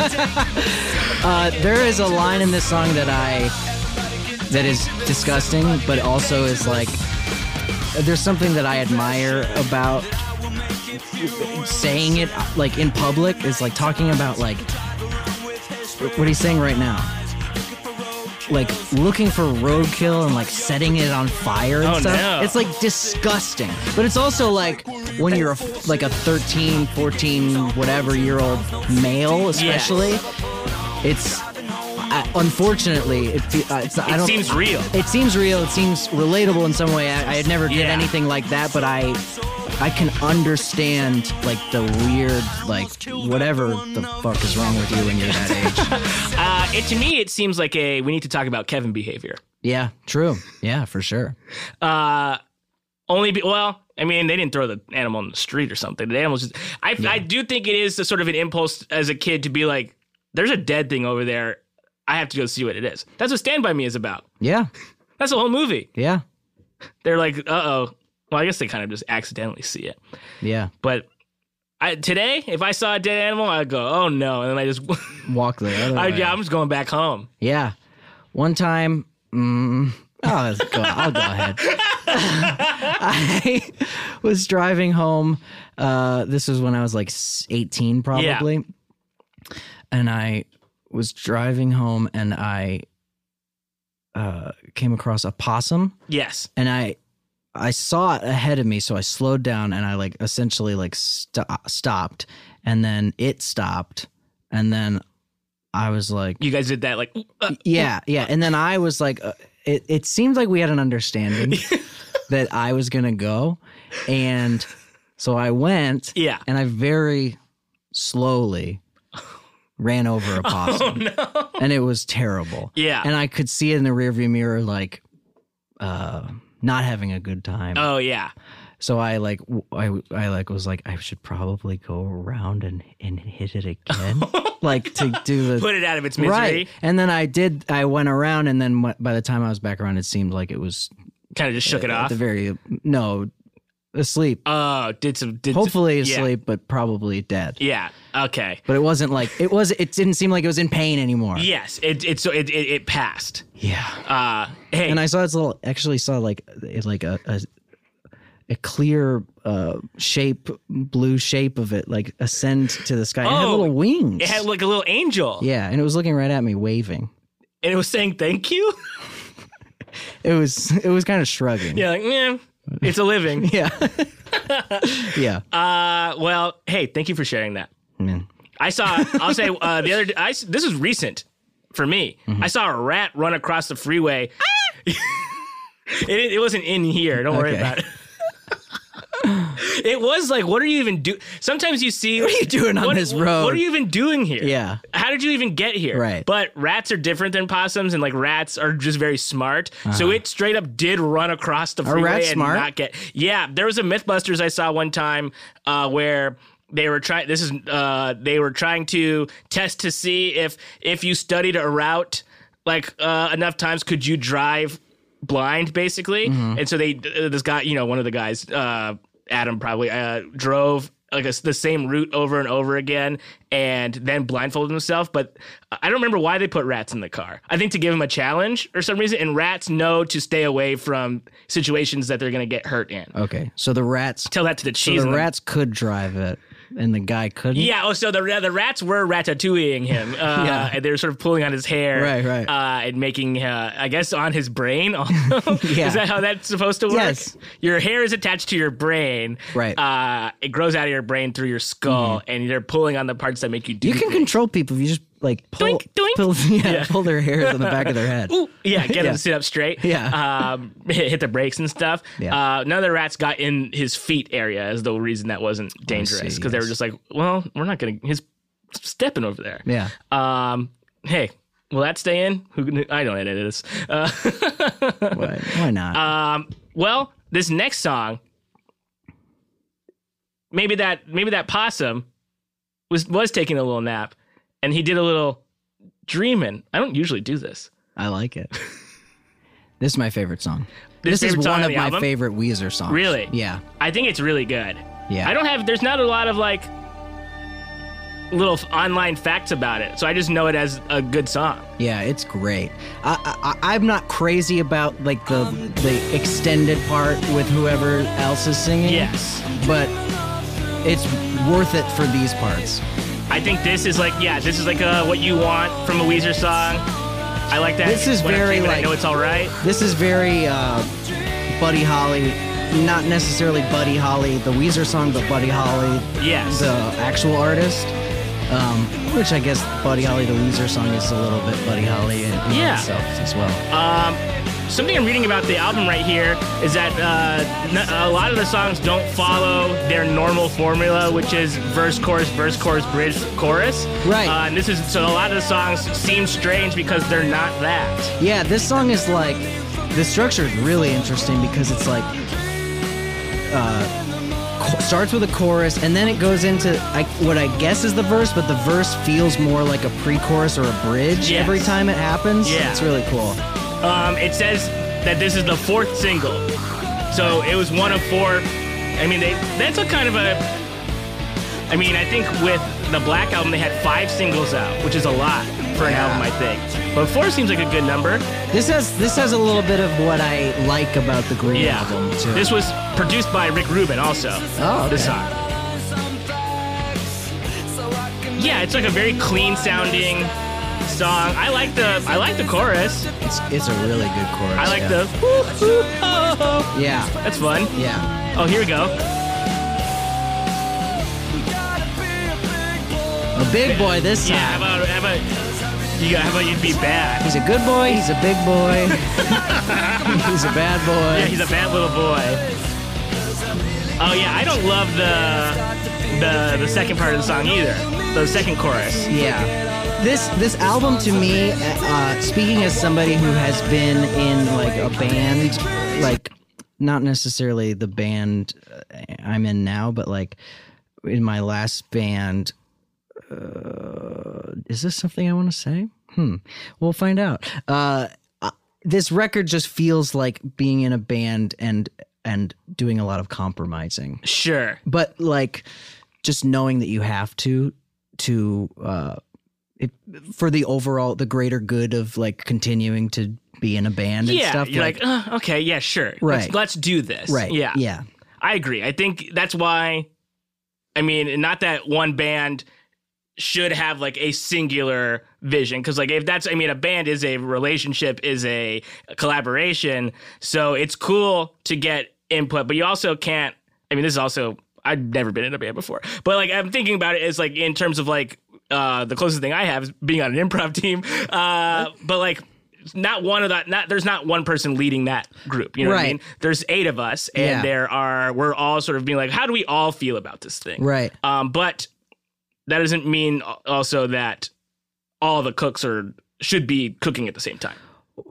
[SPEAKER 2] Uh, there is a line in this song that I that is disgusting, but also is like there's something that I admire about saying it like in public is like talking about like what he's saying right now. Like looking for roadkill and like setting it on fire and
[SPEAKER 1] Oh,
[SPEAKER 2] stuff.
[SPEAKER 1] no.
[SPEAKER 2] It's like disgusting. But it's also like when you're a, f- like a 13, 14, whatever year old male, especially, it's I, unfortunately it, fe- uh, it's, I
[SPEAKER 1] It
[SPEAKER 2] don't,
[SPEAKER 1] seems real.
[SPEAKER 2] It seems real. It seems relatable in some way. I, I had never did
[SPEAKER 1] Yeah.
[SPEAKER 2] anything like that, but I I can understand like the weird like whatever the fuck is wrong with you when you're
[SPEAKER 1] [laughs]
[SPEAKER 2] that age.
[SPEAKER 1] Uh, it, to me, it seems like a we need to talk about Kevin behavior.
[SPEAKER 2] yeah, true. Yeah, for sure.
[SPEAKER 1] Uh, only be well. I mean, they didn't throw the animal in the street or something. The animal's just. I, I do think it is a sort of an impulse as a kid to be like, "There's a dead thing over there. I have to go see what it is." That's what Stand by Me is about.
[SPEAKER 2] Yeah,
[SPEAKER 1] That's the whole movie.
[SPEAKER 2] yeah,
[SPEAKER 1] They're like, "Uh oh." Well, I guess they kind of just accidentally see it.
[SPEAKER 2] yeah.
[SPEAKER 1] But I, today, if I saw a dead animal, I'd go, "Oh no!" And then I just, [laughs]
[SPEAKER 2] Walk the other
[SPEAKER 1] I,
[SPEAKER 2] way.
[SPEAKER 1] yeah, I'm just going back home.
[SPEAKER 2] Yeah. One time, mm, I'll, go, I'll go ahead. I was driving home. Uh, this was when I was like s- 18, probably. And I was driving home and I uh, came across a possum
[SPEAKER 1] Yes.
[SPEAKER 2] and I. I saw it ahead of me, so I slowed down and I like essentially like sto- stopped, and then it stopped, and then I was like,
[SPEAKER 1] You guys did that like uh,
[SPEAKER 2] yeah, yeah. And then I was like, uh, it, it seemed like we had
[SPEAKER 1] [laughs]
[SPEAKER 2] an understanding that I was going to go. And so I went
[SPEAKER 1] yeah.
[SPEAKER 2] and I very slowly ran over a
[SPEAKER 1] [laughs]
[SPEAKER 2] possum. And it was terrible.
[SPEAKER 1] Oh, Yeah.
[SPEAKER 2] And I could see it in the rearview mirror, like, uh, not having a good time.
[SPEAKER 1] Oh
[SPEAKER 2] [laughs]
[SPEAKER 1] yeah.
[SPEAKER 2] So I like w- I I like was like I should probably go around and and hit it
[SPEAKER 1] [laughs] Oh
[SPEAKER 2] again, like to do the
[SPEAKER 1] Put it out of its misery.
[SPEAKER 2] Right. And then I did, I went around, and then wh- by the time I was back around, it seemed like it was uh,
[SPEAKER 1] Kind of just shook it
[SPEAKER 2] at
[SPEAKER 1] off.
[SPEAKER 2] the very, no, asleep.
[SPEAKER 1] Oh, did some. Did
[SPEAKER 2] Hopefully
[SPEAKER 1] yeah.
[SPEAKER 2] asleep, but probably dead.
[SPEAKER 1] Yeah. Okay.
[SPEAKER 2] But it wasn't like, it was, it didn't seem like it was in pain anymore.
[SPEAKER 1] Yes. It it so it it, it passed.
[SPEAKER 2] Yeah.
[SPEAKER 1] Uh. Hey.
[SPEAKER 2] And I saw its little, actually saw like, it, like a, a, a clear uh, shape, blue shape of it, like ascend to the sky. it had
[SPEAKER 1] Oh,
[SPEAKER 2] little wings.
[SPEAKER 1] it had like a little angel.
[SPEAKER 2] yeah, and it was looking right at me, waving.
[SPEAKER 1] And it was saying thank you. [laughs]
[SPEAKER 2] It was, it was kind of shrugging.
[SPEAKER 1] Yeah. Like yeah. It's a
[SPEAKER 2] [laughs]
[SPEAKER 1] living.
[SPEAKER 2] yeah, yeah.
[SPEAKER 1] Uh. Well. Hey. Thank you for sharing that.
[SPEAKER 2] Man.
[SPEAKER 1] I saw. I'll
[SPEAKER 2] [laughs]
[SPEAKER 1] say uh, the other. d- I s- this is recent for me.
[SPEAKER 2] Mm-hmm.
[SPEAKER 1] I saw a rat run across the freeway. [laughs] it it wasn't in here. Don't worry
[SPEAKER 2] Ah! Okay.
[SPEAKER 1] about it. [laughs] it was like, what are you even do? Sometimes you see.
[SPEAKER 2] [laughs] What are you doing on
[SPEAKER 1] what,
[SPEAKER 2] this
[SPEAKER 1] what-
[SPEAKER 2] road?
[SPEAKER 1] What are you even doing here?
[SPEAKER 2] Yeah.
[SPEAKER 1] How did you even get here?
[SPEAKER 2] Right.
[SPEAKER 1] But rats are different than possums, and like rats are just very smart. So it straight up did run across the freeway
[SPEAKER 2] Uh-huh. rats
[SPEAKER 1] and
[SPEAKER 2] smart?
[SPEAKER 1] not get. Yeah, there was a MythBusters I saw one time uh, where they were trying. This is uh, they were trying to test to see if if you studied a route like uh, enough times, could you drive blind
[SPEAKER 2] Mm-hmm.
[SPEAKER 1] basically? And so they uh, this guy, you know, one of the guys, uh, Adam probably uh, drove like a, the same route over and over again, and then blindfolded himself. But I don't remember why they put rats in the car. I think to give him a challenge or some reason. And rats know to stay away from situations that they're going to get hurt in.
[SPEAKER 2] Okay, so the rats,
[SPEAKER 1] Tell that to the cheese.
[SPEAKER 2] the
[SPEAKER 1] and the-
[SPEAKER 2] rats could drive it, and the guy couldn't.
[SPEAKER 1] Yeah. Oh, so the yeah, the rats were ratatouilleing
[SPEAKER 2] [laughs]
[SPEAKER 1] him. Uh,
[SPEAKER 2] Yeah.
[SPEAKER 1] and they were sort of pulling on his hair.
[SPEAKER 2] Right, right.
[SPEAKER 1] Uh, and making, uh, I guess, on his
[SPEAKER 2] [laughs]
[SPEAKER 1] brain. also.
[SPEAKER 2] Yeah.
[SPEAKER 1] Is that how that's supposed to work?
[SPEAKER 2] Yes.
[SPEAKER 1] Your hair is attached to your brain.
[SPEAKER 2] Right. Mm-hmm.
[SPEAKER 1] Uh, it grows out of your brain through your skull, and they're pulling on the parts that make you do.
[SPEAKER 2] You can
[SPEAKER 1] things.
[SPEAKER 2] control people if you just like pull,
[SPEAKER 1] Doink, doink.
[SPEAKER 2] pull, [laughs] yeah, pull their hairs on the back of their head.
[SPEAKER 1] [laughs] [laughs] Ooh, yeah, get him
[SPEAKER 2] Yeah.
[SPEAKER 1] to sit up straight.
[SPEAKER 2] Yeah.
[SPEAKER 1] um, [laughs] hit, hit the brakes and stuff.
[SPEAKER 2] Yeah.
[SPEAKER 1] Uh, none of the rats got in his feet area as the reason that wasn't dangerous because they were
[SPEAKER 2] yes.
[SPEAKER 1] just like, well, we're not gonna. He's stepping over there.
[SPEAKER 2] Yeah.
[SPEAKER 1] Um, hey, will that stay in? Who can, I don't edit this. Uh,
[SPEAKER 2] Why, why
[SPEAKER 1] [laughs]
[SPEAKER 2] not?
[SPEAKER 1] um, well, this next song, maybe that maybe that possum was was taking a little nap, and he did a little dreaming. I don't usually do this.
[SPEAKER 2] I like it. This is my favorite song.
[SPEAKER 1] This
[SPEAKER 2] This, is
[SPEAKER 1] favorite
[SPEAKER 2] one
[SPEAKER 1] song on
[SPEAKER 2] of
[SPEAKER 1] the
[SPEAKER 2] my
[SPEAKER 1] album?
[SPEAKER 2] favorite Weezer songs.
[SPEAKER 1] Really?
[SPEAKER 2] Yeah.
[SPEAKER 1] I think it's really good.
[SPEAKER 2] Yeah.
[SPEAKER 1] I don't have. There's not a lot of like little f- online facts about it, so I just know it as a good song.
[SPEAKER 2] Yeah, it's great. I, I, I- I'm not crazy about like the the extended part with whoever else is singing.
[SPEAKER 1] Yes.
[SPEAKER 2] but it's worth it for these parts.
[SPEAKER 1] I think this is like yeah, this is like uh what you want from a Weezer song. I like that.
[SPEAKER 2] This is
[SPEAKER 1] When I'm
[SPEAKER 2] very,
[SPEAKER 1] dreaming, I
[SPEAKER 2] like-
[SPEAKER 1] know it's all right.
[SPEAKER 2] This is very uh, Buddy Holly, not necessarily Buddy Holly the Weezer song, but Buddy Holly
[SPEAKER 1] Yes.
[SPEAKER 2] the actual artist. Um, which I guess Buddy Holly the Weezer song is a little bit Buddy Holly in, in
[SPEAKER 1] Yeah.
[SPEAKER 2] itself as well.
[SPEAKER 1] Um, something I'm reading about the album right here is that uh, n- a lot of the songs don't follow their normal formula, which is verse, chorus, verse, chorus, bridge, chorus.
[SPEAKER 2] Right.
[SPEAKER 1] Uh, and this is so a lot of the songs seem strange because they're not that.
[SPEAKER 2] Yeah, this song is like the structure is really interesting because it's like uh, co- starts with a chorus and then it goes into I, what I guess is the verse, but the verse feels more like a pre-chorus or a bridge
[SPEAKER 1] Yes.
[SPEAKER 2] every time it happens.
[SPEAKER 1] Yeah.
[SPEAKER 2] it's really cool.
[SPEAKER 1] Um, it says that this is the fourth single, so it was one of four. I mean, they that's a kind of a. I mean, I think with the Black album, they had five singles out, which is a lot for an
[SPEAKER 2] Yeah.
[SPEAKER 1] album, I think. But four seems like a good number.
[SPEAKER 2] This has this has a little bit of what I like about the Green
[SPEAKER 1] Yeah.
[SPEAKER 2] album too.
[SPEAKER 1] This was produced by Rick Rubin also.
[SPEAKER 2] Oh, okay.
[SPEAKER 1] This song. Yeah, it's like a very clean
[SPEAKER 3] [laughs]
[SPEAKER 1] sounding song. I like the I like the chorus.
[SPEAKER 2] it's, it's a really good chorus.
[SPEAKER 1] I like
[SPEAKER 2] yeah.
[SPEAKER 1] the "Ooh, ooh, oh, oh."
[SPEAKER 2] yeah
[SPEAKER 1] That's fun.
[SPEAKER 2] yeah.
[SPEAKER 1] Oh, here we go.
[SPEAKER 2] A big boy this
[SPEAKER 1] Yeah,
[SPEAKER 2] time.
[SPEAKER 1] how about how about you got how about you be bad?
[SPEAKER 2] He's a good boy. He's a big
[SPEAKER 1] [laughs]
[SPEAKER 2] boy. [laughs] he's a bad boy.
[SPEAKER 1] Yeah, he's a bad little boy. Oh yeah, I don't love the the the second part of the song either. The second chorus.
[SPEAKER 2] Yeah. This this album to me, uh, speaking as somebody who has been in like a band, like not necessarily the band uh, I'm in now, but like in my last band. Uh, is this something I want to say? Hmm. We'll find out. Uh, uh, this record just feels like being in a band and and doing a lot of compromising
[SPEAKER 1] Sure.
[SPEAKER 2] but like just knowing that you have to to uh it, for the overall the greater good of like continuing to be in a band and
[SPEAKER 1] yeah,
[SPEAKER 2] stuff
[SPEAKER 1] You're like, "Uh, okay, yeah, sure. Let's,
[SPEAKER 2] Right.
[SPEAKER 1] let's do this.
[SPEAKER 2] right
[SPEAKER 1] Yeah,
[SPEAKER 2] yeah
[SPEAKER 1] I agree. I think that's why. I mean, not that one band should have like a singular vision because like if that's i mean a band is a relationship is a collaboration so it's cool to get input but you also can't i mean this is also i've never been in a band before but like i'm thinking about it as like in terms of like uh the closest thing i have is being on an improv [laughs] team uh but like not one of that not there's not one person leading that group you know what i
[SPEAKER 2] Right.
[SPEAKER 1] mean there's eight of us and
[SPEAKER 2] Yeah.
[SPEAKER 1] there are we're all sort of being like how do we all feel about this thing
[SPEAKER 2] right
[SPEAKER 1] um, but that doesn't mean al- also that all the cooks are should be cooking at the same time.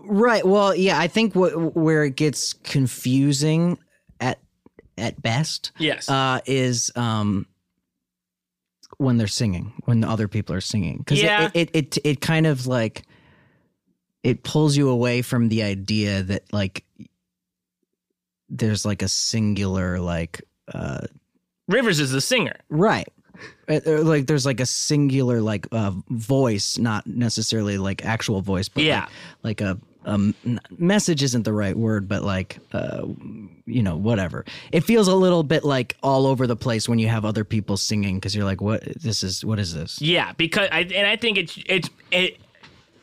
[SPEAKER 2] right well yeah i think what where it gets confusing at at best
[SPEAKER 1] Yes.
[SPEAKER 2] uh is um when they're singing when the other people are singing because
[SPEAKER 1] Yeah.
[SPEAKER 2] it, it, it it kind of like it pulls you away from the idea that like there's like a singular like uh
[SPEAKER 1] Rivers is the singer.
[SPEAKER 2] Right. Uh, uh, Like there's like a singular like uh, voice, not necessarily like actual voice, but
[SPEAKER 1] Yeah.
[SPEAKER 2] like, like a um, n- message isn't the right word, but like uh, you know whatever. It feels a little bit like all over the place when you have other people singing because you're like, what this is, what is this?
[SPEAKER 1] Yeah, because I and I think it's it's it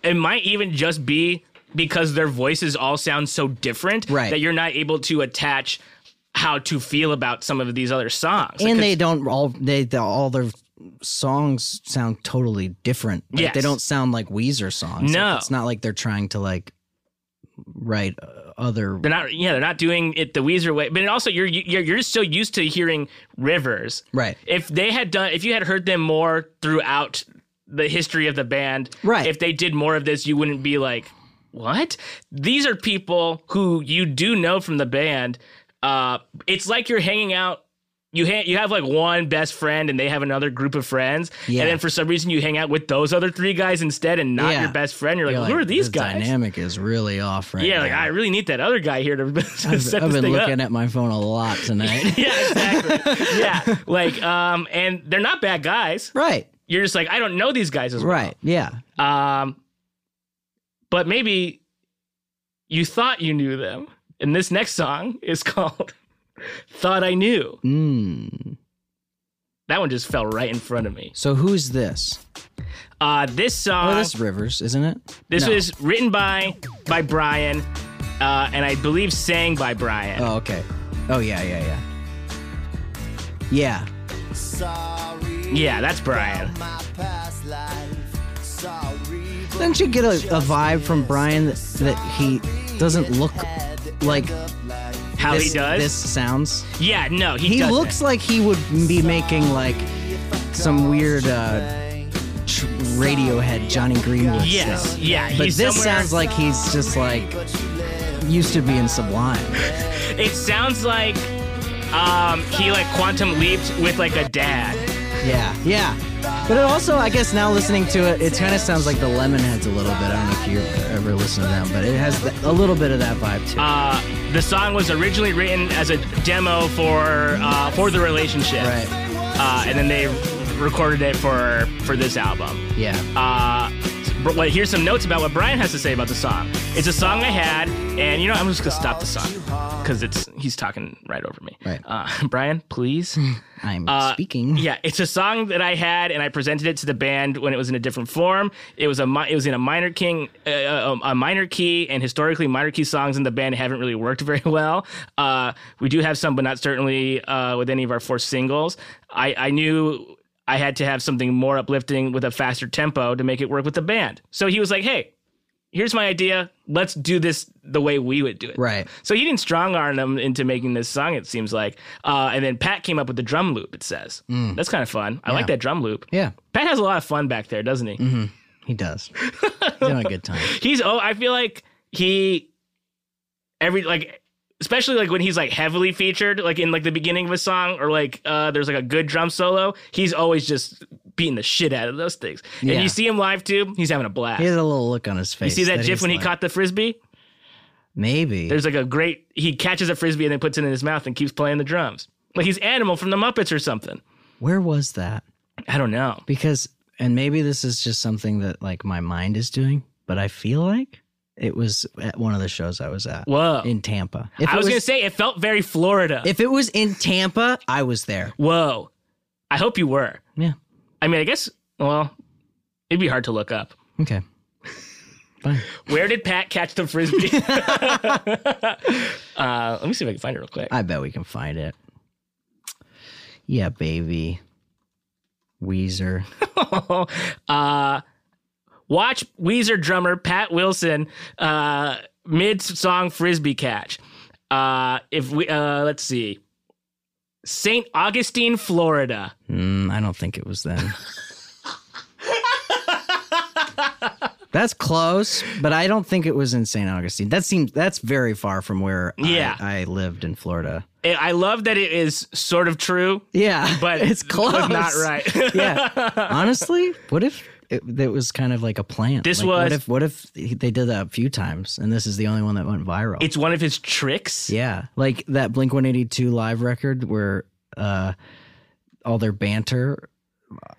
[SPEAKER 1] it might even just be because their voices all sound so different
[SPEAKER 2] Right.
[SPEAKER 1] that you're not able to attach how to feel about some of these other songs.
[SPEAKER 2] and they
[SPEAKER 1] Because-
[SPEAKER 2] don't all they, they all their songs sound totally different. Like,
[SPEAKER 1] Yes.
[SPEAKER 2] they don't sound like Weezer songs. Like,
[SPEAKER 1] No.
[SPEAKER 2] it's not like they're trying to like write uh, other.
[SPEAKER 1] they're not yeah, they're not doing it the Weezer way. But it also you're you're you're just so used to hearing Rivers.
[SPEAKER 2] Right.
[SPEAKER 1] If they had done if you had heard them more throughout the history of the band,
[SPEAKER 2] Right.
[SPEAKER 1] if they did more of this, you wouldn't be like, what? These are people who you do know from the band. Uh, it's like you're hanging out. You ha- you have like one best friend, and they have another group of friends.
[SPEAKER 2] Yeah.
[SPEAKER 1] And then for some reason, you hang out with those other three guys instead, and not
[SPEAKER 2] Yeah.
[SPEAKER 1] your best friend. You're like,
[SPEAKER 2] You're
[SPEAKER 1] who
[SPEAKER 2] like,
[SPEAKER 1] are these
[SPEAKER 2] the
[SPEAKER 1] guys?
[SPEAKER 2] Dynamic is really off right
[SPEAKER 1] Yeah, like
[SPEAKER 2] now.
[SPEAKER 1] I really need that other guy here to, [laughs] to set
[SPEAKER 2] [laughs] I've
[SPEAKER 1] this
[SPEAKER 2] been
[SPEAKER 1] thing up.
[SPEAKER 2] looking at my phone a lot
[SPEAKER 1] [laughs]
[SPEAKER 2] tonight.
[SPEAKER 1] yeah, exactly. yeah, like um, and they're not bad guys.
[SPEAKER 2] right.
[SPEAKER 1] You're just like I don't know these guys as well.
[SPEAKER 2] Right. Yeah.
[SPEAKER 1] Um, but maybe you thought you knew them. And this next song is [laughs] called Thought I Knew.
[SPEAKER 2] Mm.
[SPEAKER 1] That one just fell right in front of me.
[SPEAKER 2] So who's this?
[SPEAKER 1] Uh, this song,
[SPEAKER 2] Oh,
[SPEAKER 1] this,
[SPEAKER 2] this is Rivers, isn't it? No.
[SPEAKER 1] was written by by Brian, uh, and I believe sang by Brian.
[SPEAKER 2] Oh, okay. Oh, yeah, yeah, yeah. Yeah.
[SPEAKER 4] Sorry.
[SPEAKER 1] Yeah, that's Brian.
[SPEAKER 4] about my past life. Sorry, but
[SPEAKER 2] Don't you get a, a vibe from Brian that, that he doesn't look
[SPEAKER 4] had to
[SPEAKER 2] like
[SPEAKER 4] end up like
[SPEAKER 1] How
[SPEAKER 2] this,
[SPEAKER 1] he does?
[SPEAKER 2] this sounds?
[SPEAKER 1] yeah, no, he,
[SPEAKER 2] He
[SPEAKER 1] doesn't.
[SPEAKER 2] looks like he would be making like some weird uh, tr- Radiohead Johnny Greenwood stuff.
[SPEAKER 1] Yes, yeah.
[SPEAKER 2] But
[SPEAKER 1] he's
[SPEAKER 2] this
[SPEAKER 1] somewhere-
[SPEAKER 2] sounds like he's just like used to
[SPEAKER 1] [laughs]
[SPEAKER 2] being sublime.
[SPEAKER 1] it sounds like um, he like quantum leaped with like a dad.
[SPEAKER 2] Yeah, yeah. But it also, I guess, now listening to it, it kind of sounds like the Lemonheads a little bit. I don't know if you ever listen to them, but it has th- a little bit of that vibe too.
[SPEAKER 1] Uh, the song was originally written as a demo for uh, for the relationship,
[SPEAKER 2] right?
[SPEAKER 1] uh, and then they recorded it for for this album.
[SPEAKER 2] Yeah.
[SPEAKER 1] Uh, but what- here's some notes about what Brian has to say about the song. It's a song I had, and you know I'm just gonna stop the song because it's he's talking right over me.
[SPEAKER 2] Right.
[SPEAKER 1] uh, [laughs] Brian,
[SPEAKER 2] [laughs]
[SPEAKER 1] please.
[SPEAKER 2] I'm
[SPEAKER 1] Uh,
[SPEAKER 2] speaking.
[SPEAKER 1] Yeah, it's a song that I had, and I presented it to the band when it was in a different form. It was a mi- it was in a minor king, uh, a, a minor key, and historically, minor key songs in the band haven't really worked [laughs] very well. Uh, we do have some, but not certainly uh, with any of our four singles. I, I knew I had to have something more uplifting with a faster tempo to make it work with the band. So he was like, "Hey, here's my idea. Let's do this the way we would do it."
[SPEAKER 2] Right.
[SPEAKER 1] So he didn't strong arm them into making this song. It seems like, uh, and then Pat came up with the drum loop. It says that's kind of fun. I like that drum loop.
[SPEAKER 2] Mm. Yeah, Mm.
[SPEAKER 1] Pat has a lot of fun back there, doesn't he?
[SPEAKER 2] he does. He's having a
[SPEAKER 1] [laughs]
[SPEAKER 2] good time.
[SPEAKER 1] He's oh, I feel like he every like especially like when he's like heavily featured, like in like the beginning of a song or like uh, there's like a good drum solo. He's always just beating the shit out of those things.
[SPEAKER 2] Yeah.
[SPEAKER 1] And you see him live too. He's having a blast.
[SPEAKER 2] He has a little look on his
[SPEAKER 1] you
[SPEAKER 2] face.
[SPEAKER 1] see that, gif
[SPEAKER 2] he's
[SPEAKER 1] when he
[SPEAKER 2] like,
[SPEAKER 1] caught the frisbee?
[SPEAKER 2] Maybe.
[SPEAKER 1] There's like a great he catches a frisbee and then puts it in his mouth and keeps playing the drums. Like he's animal from the Muppets or something.
[SPEAKER 2] Where was that?
[SPEAKER 1] I don't know.
[SPEAKER 2] because and maybe this is just something that like my mind is doing but i feel like it was at one of the shows i was at
[SPEAKER 1] Whoa.
[SPEAKER 2] in tampa if
[SPEAKER 1] Oh. I
[SPEAKER 2] it
[SPEAKER 1] was, gonna say it felt very Florida.
[SPEAKER 2] if it was in tampa i was there
[SPEAKER 1] Whoa. I hope you were.
[SPEAKER 2] yeah
[SPEAKER 1] I mean I guess well, it'd be hard to look up.
[SPEAKER 2] okay fine
[SPEAKER 1] Where did Pat catch the
[SPEAKER 2] [laughs]
[SPEAKER 1] frisbee? [laughs] uh, let me see if I can find it real quick.
[SPEAKER 2] i bet we can find it yeah baby weezer
[SPEAKER 1] [laughs] uh, watch Weezer drummer Pat Wilson uh, mid song frisbee catch. Uh, if we uh, let's see, Saint Augustine, Florida.
[SPEAKER 2] mm, i don't think it
[SPEAKER 1] [laughs]
[SPEAKER 2] was then That's close, but I don't think it was in St. Augustine. That seems that's very far from where I-
[SPEAKER 1] Yeah.
[SPEAKER 2] I lived in Florida.
[SPEAKER 1] I I love that it is sort of true,
[SPEAKER 2] Yeah,
[SPEAKER 1] but
[SPEAKER 2] [laughs] it's close.
[SPEAKER 1] but not right.
[SPEAKER 2] yeah, honestly, what if it, it was kind of like a plan?
[SPEAKER 1] This
[SPEAKER 2] Like,
[SPEAKER 1] was-
[SPEAKER 2] What if what if they did that a few times, and this is the only one that went viral?
[SPEAKER 1] [laughs] it's one of his tricks.
[SPEAKER 2] yeah, like that Blink One Eighty Two live record where uh, all their banter.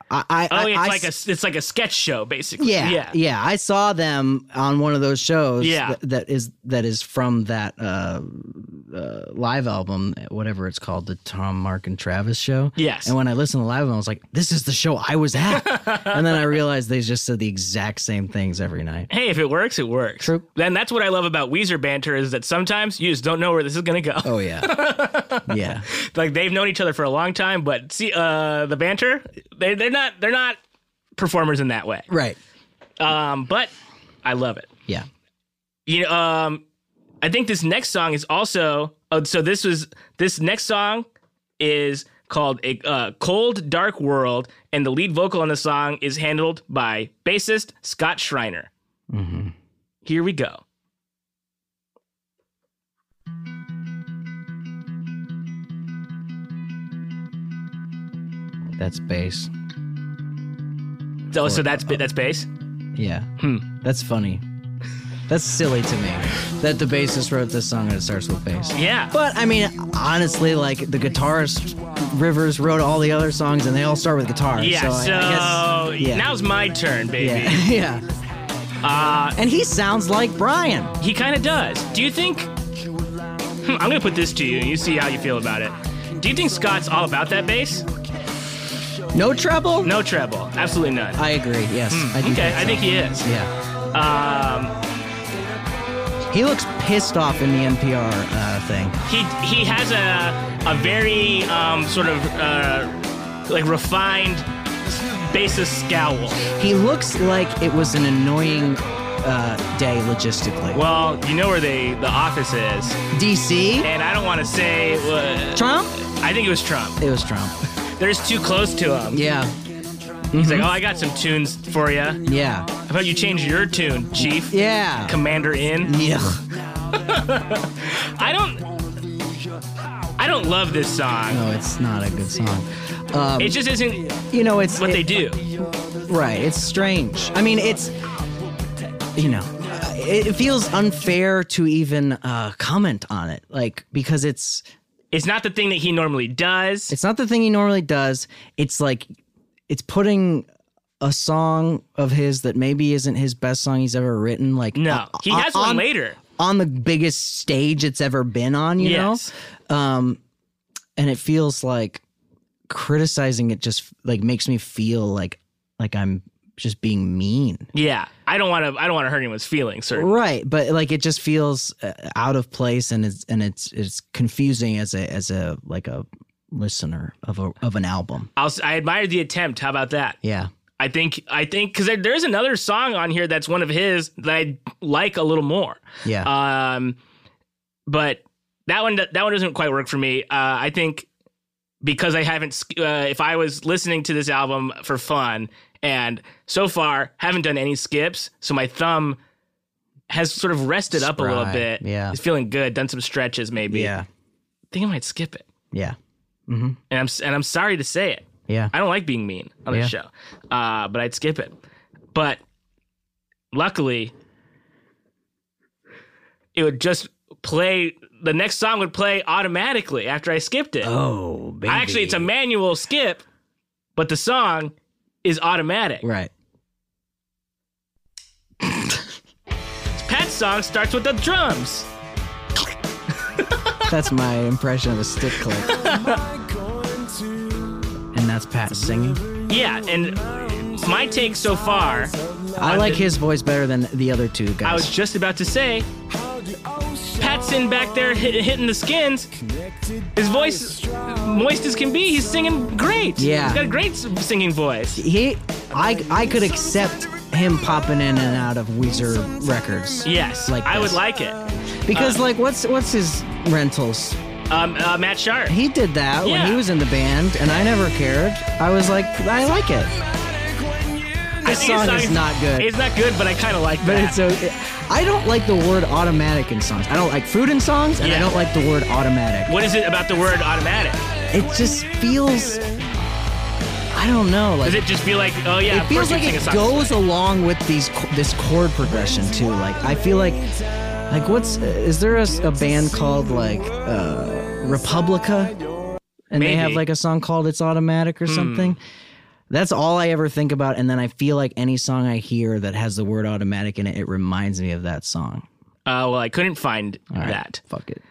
[SPEAKER 2] I, I
[SPEAKER 1] Oh,
[SPEAKER 2] I,
[SPEAKER 1] it's
[SPEAKER 2] I
[SPEAKER 1] like
[SPEAKER 2] s-
[SPEAKER 1] a it's like a sketch show basically.
[SPEAKER 2] yeah,
[SPEAKER 1] yeah.
[SPEAKER 2] yeah, I saw them on one of those shows.
[SPEAKER 1] Yeah.
[SPEAKER 2] th- that is that is from that uh, uh, live album, whatever it's called, the Tom Mark and Travis show.
[SPEAKER 1] Yes.
[SPEAKER 2] And when I listened to the live album, I was like, "This is the show I
[SPEAKER 1] [laughs]
[SPEAKER 2] was at," and then I realized they just said the exact same things every night.
[SPEAKER 1] Hey, if it works, it works.
[SPEAKER 2] True.
[SPEAKER 1] Then that's what I love about Weezer banter is that sometimes you just don't know where this is gonna go. [laughs]
[SPEAKER 2] Oh yeah, yeah.
[SPEAKER 1] like they've known each other for a long time, but see, uh, the banter they they're not they're not performers in that way.
[SPEAKER 2] Right.
[SPEAKER 1] Um, but I love it.
[SPEAKER 2] Yeah.
[SPEAKER 1] You know, um, I think this next song is also. Oh, so this was this next song is called a uh, cold dark world, and the lead vocal on the song is handled by bassist Scott Schreiner.
[SPEAKER 2] Mm-hmm.
[SPEAKER 1] Here we go.
[SPEAKER 2] That's bass.
[SPEAKER 1] Oh, So, so that's that's bass.
[SPEAKER 2] Yeah.
[SPEAKER 1] Hmm.
[SPEAKER 2] That's funny. That's silly to me that the bassist wrote this song and it starts with bass.
[SPEAKER 1] Yeah.
[SPEAKER 2] But I mean, honestly, like the guitarist Rivers wrote all the other songs and they all start with guitar.
[SPEAKER 1] Yeah.
[SPEAKER 2] So,
[SPEAKER 1] So,
[SPEAKER 2] I- I, guess. Yeah.
[SPEAKER 1] now's my turn, baby.
[SPEAKER 2] [laughs] yeah. yeah.
[SPEAKER 1] Uh,
[SPEAKER 2] and he sounds like Brian.
[SPEAKER 1] He kind of does. Do you think? Hmm, I'm gonna put this to you. and You see how you feel about it. Do you think Scott's all about that bass?
[SPEAKER 2] No trouble?
[SPEAKER 1] No treble, absolutely none.
[SPEAKER 2] I agree. Yes. I do
[SPEAKER 1] okay, I think he is.
[SPEAKER 2] so. Yeah.
[SPEAKER 1] Um,
[SPEAKER 2] He looks pissed off in the NPR uh, thing.
[SPEAKER 1] he he has a a very um, sort of uh, like refined bassist scowl.
[SPEAKER 2] He looks like it was an annoying uh, day logistically.
[SPEAKER 1] Well, you know where they the office is,
[SPEAKER 2] DC?
[SPEAKER 1] and I don't want to say. Uh,
[SPEAKER 2] Trump?
[SPEAKER 1] I think it was Trump.
[SPEAKER 2] It was Trump.
[SPEAKER 1] There's too close to him.
[SPEAKER 2] Yeah.
[SPEAKER 1] He's like, oh, I got some tunes for you. How
[SPEAKER 2] Yeah.
[SPEAKER 1] about you change your tune, Chief?
[SPEAKER 2] Yeah.
[SPEAKER 1] Commander in.
[SPEAKER 2] yeah.
[SPEAKER 1] I don't. I don't love this song.
[SPEAKER 2] No, it's not a good song. Um,
[SPEAKER 1] It just isn't
[SPEAKER 2] you know, it's
[SPEAKER 1] what
[SPEAKER 2] it-
[SPEAKER 1] they do.
[SPEAKER 2] Right. It's strange. I mean, it's you know, uh, it it feels unfair to even uh, comment on it, like because it's
[SPEAKER 1] It's not the thing that he normally does.
[SPEAKER 2] it's not the thing he normally does. It's like it's putting a song of his that maybe isn't his best song he's ever written. Like
[SPEAKER 1] No,
[SPEAKER 2] o-
[SPEAKER 1] he has
[SPEAKER 2] uh, on,
[SPEAKER 1] one later.
[SPEAKER 2] on the biggest stage it's ever been on. You
[SPEAKER 1] Yes.
[SPEAKER 2] know, um, and it feels like criticizing it just like makes me feel like like I'm just being mean.
[SPEAKER 1] Yeah, I don't want to. I don't want to hurt anyone's feelings, sir.
[SPEAKER 2] Right, but like it just feels uh, out of place, and it's and it's it's confusing as a as a like a listener of a of an album.
[SPEAKER 1] I'll, si admire the attempt. How about that?
[SPEAKER 2] Yeah,
[SPEAKER 1] I think. I think because there, there's another song on here that's one of his that I like a little more.
[SPEAKER 2] yeah,
[SPEAKER 1] Um, but that one that one doesn't quite work for me. Uh, I think because I haven't. sk- Uh, if I was listening to this album for fun, and so far haven't done any skips, so my thumb has sort of rested up a little
[SPEAKER 2] Spry,
[SPEAKER 1] bit.
[SPEAKER 2] yeah.
[SPEAKER 1] it's feeling good. Done some stretches, maybe.
[SPEAKER 2] yeah,
[SPEAKER 1] I think I might skip it.
[SPEAKER 2] yeah, Mm-hmm.
[SPEAKER 1] and I'm and I'm sorry to say it.
[SPEAKER 2] yeah.
[SPEAKER 1] I don't like being mean on this show, uh, but I'd skip it. But luckily, it would just play. The next song would play automatically after I skipped it.
[SPEAKER 2] Oh, baby.
[SPEAKER 1] Actually, it's a manual skip, but the song is automatic.
[SPEAKER 2] right.
[SPEAKER 1] Pat's song starts with the drums.
[SPEAKER 2] That's my impression of a stick click, and that's Pat singing.
[SPEAKER 1] Yeah, and my take so far.
[SPEAKER 2] I
[SPEAKER 1] I'm
[SPEAKER 2] like
[SPEAKER 1] just-
[SPEAKER 2] his voice better than the other two
[SPEAKER 1] I was
[SPEAKER 2] guys.
[SPEAKER 1] just about to say, Pat's in back there hit, hitting the skins. His voice, moist as can be, he's singing great.
[SPEAKER 2] Yeah.
[SPEAKER 1] He's got a great s- singing voice.
[SPEAKER 2] he, I, I could accept him popping in and out of Weezer records.
[SPEAKER 1] Yes,
[SPEAKER 2] Like
[SPEAKER 1] I would
[SPEAKER 2] this.
[SPEAKER 1] like it.
[SPEAKER 2] Because like what's what's his rentals?
[SPEAKER 1] Um, uh, Matt Sharp.
[SPEAKER 2] He did that
[SPEAKER 1] Yeah.
[SPEAKER 2] when he was in the band and I never cared. I was like, I like it.
[SPEAKER 1] I
[SPEAKER 2] This song is not good.
[SPEAKER 1] It's not good, but I kind of like
[SPEAKER 2] But
[SPEAKER 1] that.
[SPEAKER 2] it's so I don't like the word automatic in songs. I don't like food in songs and
[SPEAKER 1] Yeah.
[SPEAKER 2] I don't like the word automatic.
[SPEAKER 1] what is it about the word automatic?
[SPEAKER 2] It just feels I don't know like
[SPEAKER 1] Does it just feel like, oh yeah,
[SPEAKER 2] it
[SPEAKER 1] of
[SPEAKER 2] feels
[SPEAKER 1] course
[SPEAKER 2] like
[SPEAKER 1] you
[SPEAKER 2] it
[SPEAKER 1] sing a song.
[SPEAKER 2] goes along with these ch- this chord progression too. Like I feel like like what's is there a, s- a band called like uh, Republica? and they have
[SPEAKER 1] Maybe. Hmm.
[SPEAKER 2] like a song called "It's Automatic" or something. That's all I ever think about, and then I feel like any song I hear that has the word "automatic" in it, it reminds me of that song.
[SPEAKER 1] Uh, well, I couldn't find that.
[SPEAKER 2] Fuck it.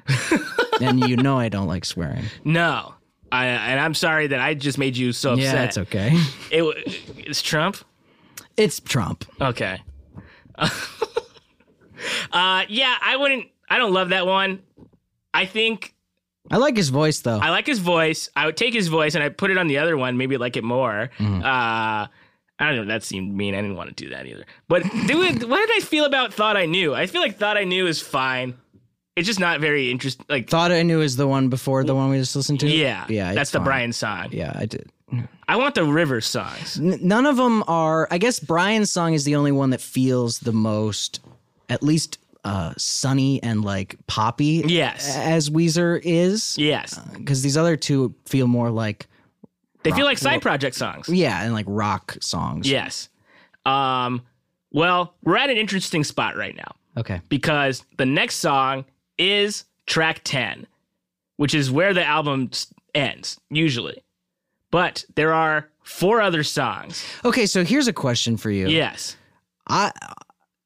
[SPEAKER 2] and you know I don't like swearing.
[SPEAKER 1] No, I, and I'm sorry that I just made you so [laughs] upset.
[SPEAKER 2] Yeah, that's okay.
[SPEAKER 1] It w- it's Trump.
[SPEAKER 2] It's Trump.
[SPEAKER 1] Okay. [laughs] uh, yeah, I wouldn't. I don't love that one. I think
[SPEAKER 2] I like his voice though.
[SPEAKER 1] I like his voice. I would take his voice and I put it on the other one. Maybe like it more.
[SPEAKER 2] Mm-hmm.
[SPEAKER 1] Uh, I don't know. That seemed mean. I didn't want to do that either. But do it, [laughs] what did I feel about Thought I Knew? I feel like Thought I Knew is fine. It's just not very interesting. Like,
[SPEAKER 2] Thought I knew is the one before the one we just listened to.
[SPEAKER 1] yeah,
[SPEAKER 2] yeah, it's
[SPEAKER 1] that's the
[SPEAKER 2] fine.
[SPEAKER 1] Brian song.
[SPEAKER 2] Yeah, I did.
[SPEAKER 1] I want the River songs.
[SPEAKER 2] N- none of them are. I guess Brian's song is the only one that feels the most, at least, uh, sunny and like poppy.
[SPEAKER 1] Yes.
[SPEAKER 2] as Weezer is,
[SPEAKER 1] Yes,
[SPEAKER 2] because these other two feel more like
[SPEAKER 1] they feel like side project songs.
[SPEAKER 2] yeah, and like rock songs.
[SPEAKER 1] Yes. Um, well, we're at an interesting spot right now
[SPEAKER 2] Okay.
[SPEAKER 1] because the next song is track 10, which is where the album s- ends, usually. But there are four other songs.
[SPEAKER 2] Okay. So here's a question for you.
[SPEAKER 1] Yes.
[SPEAKER 2] I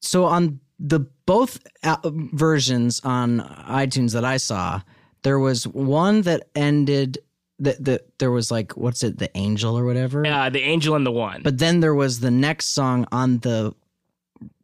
[SPEAKER 2] so on the both al- versions on iTunes that I saw, there was one that ended that that there was like what's it, the angel or whatever.
[SPEAKER 1] Uh, the Angel and the One.
[SPEAKER 2] But then there was the next song on the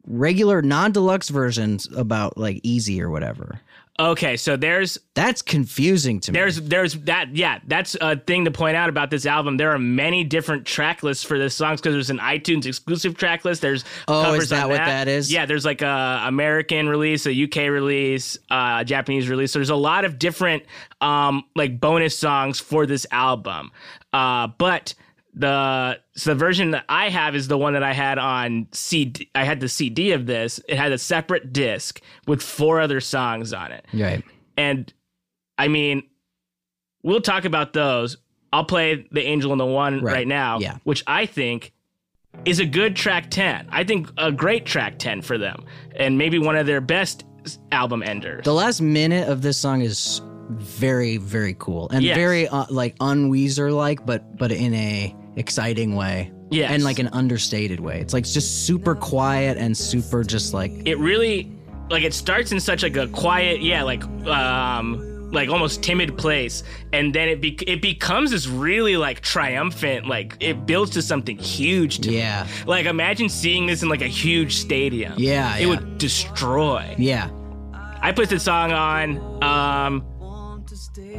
[SPEAKER 2] regular non-deluxe versions about like easy or whatever.
[SPEAKER 1] okay, so there's
[SPEAKER 2] That's confusing to me.
[SPEAKER 1] there's there's that yeah, that's a thing to point out about this album. There are many different track lists for this songs because there's an iTunes exclusive track list. There's
[SPEAKER 2] Oh,
[SPEAKER 1] covers
[SPEAKER 2] is that
[SPEAKER 1] on
[SPEAKER 2] what that is?
[SPEAKER 1] Yeah, there's like a American release, a UK release, a Japanese release. So there's a lot of different um like bonus songs for this album. Uh but the so the version that I have is the one that I had on CD. I had the CD of this. It had a separate disc with four other songs on it.
[SPEAKER 2] right.
[SPEAKER 1] And I mean, we'll talk about those. I'll play the Angel and the One right,
[SPEAKER 2] Right.
[SPEAKER 1] now,
[SPEAKER 2] Yeah.
[SPEAKER 1] which I think is a good track 10. I think a great track 10 for them and maybe one of their best s- album enders.
[SPEAKER 2] The last minute of this song is very very cool and
[SPEAKER 1] Yes.
[SPEAKER 2] very uh, like unweezer like but but in a exciting way.
[SPEAKER 1] Yes.
[SPEAKER 2] And like an understated way. It's like just super quiet and super just like
[SPEAKER 1] it really like it starts in such like a quiet, yeah, like um like almost timid place and then it be- it becomes this really like triumphant like it builds to something huge to me.
[SPEAKER 2] yeah.
[SPEAKER 1] Like imagine seeing this in like a huge stadium.
[SPEAKER 2] Yeah,
[SPEAKER 1] It
[SPEAKER 2] yeah.
[SPEAKER 1] would destroy.
[SPEAKER 2] Yeah.
[SPEAKER 1] I put this song on um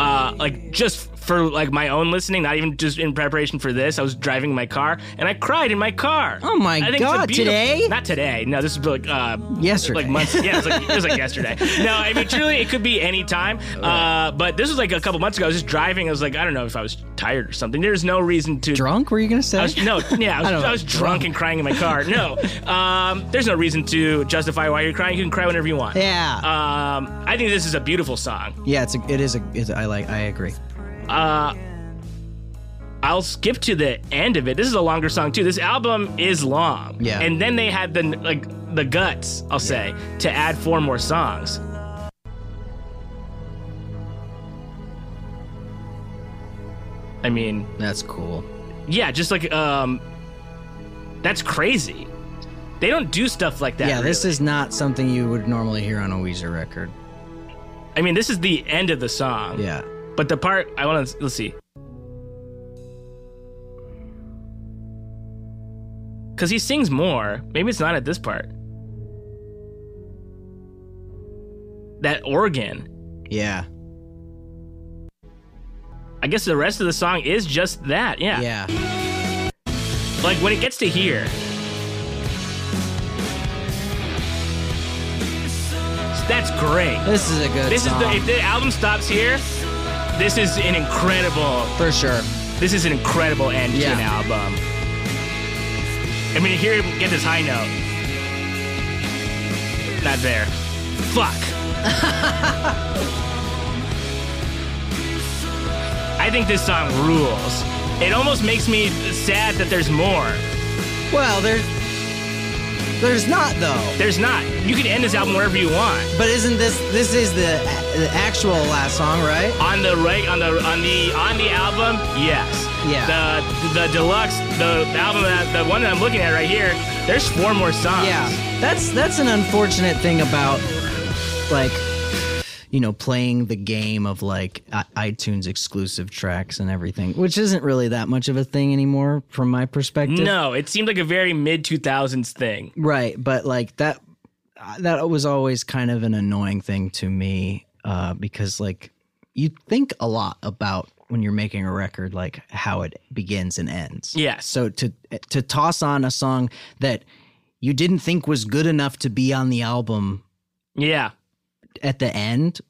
[SPEAKER 1] uh like just for like my own listening, not even just in preparation for this. I was driving my car and I cried in my car.
[SPEAKER 2] Oh my
[SPEAKER 1] I think it's a
[SPEAKER 2] God,
[SPEAKER 1] beautiful-
[SPEAKER 2] today?
[SPEAKER 1] Not today. No, this was like uh
[SPEAKER 2] Yesterday.
[SPEAKER 1] Like months. Yeah, it was like, it was like
[SPEAKER 2] [laughs]
[SPEAKER 1] yesterday. No, I mean truly it could be any time. Uh but this was like a couple months ago. I was just driving. I was like, I don't know if I was tired or something. There's no reason to
[SPEAKER 2] Drunk were you going to say?
[SPEAKER 1] I was,
[SPEAKER 2] [laughs]
[SPEAKER 1] no, yeah, I was,
[SPEAKER 2] don't know.
[SPEAKER 1] I was drunk and crying in my car. No, um, there's no reason to justify why you're crying. You can cry whenever you want.
[SPEAKER 2] yeah.
[SPEAKER 1] Um, I think this is a beautiful song. Uh,
[SPEAKER 2] yeah, it's a, it is a it's, I like I agree.
[SPEAKER 1] I'll skip to the end of it. This is a longer song too. This album is long.
[SPEAKER 2] Yeah.
[SPEAKER 1] And then they had the like the guts, I'll say, to add four more songs. I mean,
[SPEAKER 2] That's cool.
[SPEAKER 1] yeah, just like um, that's crazy. They don't do stuff like that.
[SPEAKER 2] yeah, this
[SPEAKER 1] really.
[SPEAKER 2] is not something you would normally hear on a Weezer record.
[SPEAKER 1] I mean, this is the end of the song.
[SPEAKER 2] Yeah.
[SPEAKER 1] But the part I want to let's see. Cause he sings more. Maybe it's not at this part. That organ.
[SPEAKER 2] Yeah.
[SPEAKER 1] I guess the rest of the song is just that. Yeah.
[SPEAKER 2] Yeah.
[SPEAKER 1] Like when it gets to here. That's great.
[SPEAKER 2] This is a good
[SPEAKER 1] This is
[SPEAKER 2] song.
[SPEAKER 1] the if the album stops here, this is an incredible
[SPEAKER 2] for sure.
[SPEAKER 1] This is an incredible end to
[SPEAKER 2] Yeah.
[SPEAKER 1] an album. I mean, here get this high note. Not there. Fuck. [laughs] I think this song rules. It almost makes me sad that there's more.
[SPEAKER 2] Well, there's There's not though.
[SPEAKER 1] There's not. You can end this album wherever you want.
[SPEAKER 2] But isn't this this is the the actual last song, right?
[SPEAKER 1] On the right, on the on the on the album, yes.
[SPEAKER 2] Yeah.
[SPEAKER 1] The the deluxe, the album that the one that I'm looking at right here. There's four more songs.
[SPEAKER 2] Yeah. That's that's an unfortunate thing about like you know playing the game of like i- iTunes exclusive tracks and everything, which isn't really that much of a thing anymore from my perspective.
[SPEAKER 1] No, it seemed like a very mid 2000s thing.
[SPEAKER 2] Right, but like that uh, that was always kind of an annoying thing to me uh because like you think a lot about when you're making a record like how it begins and ends.
[SPEAKER 1] Yes.
[SPEAKER 2] So to to toss on a song that you didn't think was good enough to be on the album
[SPEAKER 1] Yeah. [laughs]
[SPEAKER 2] at the end,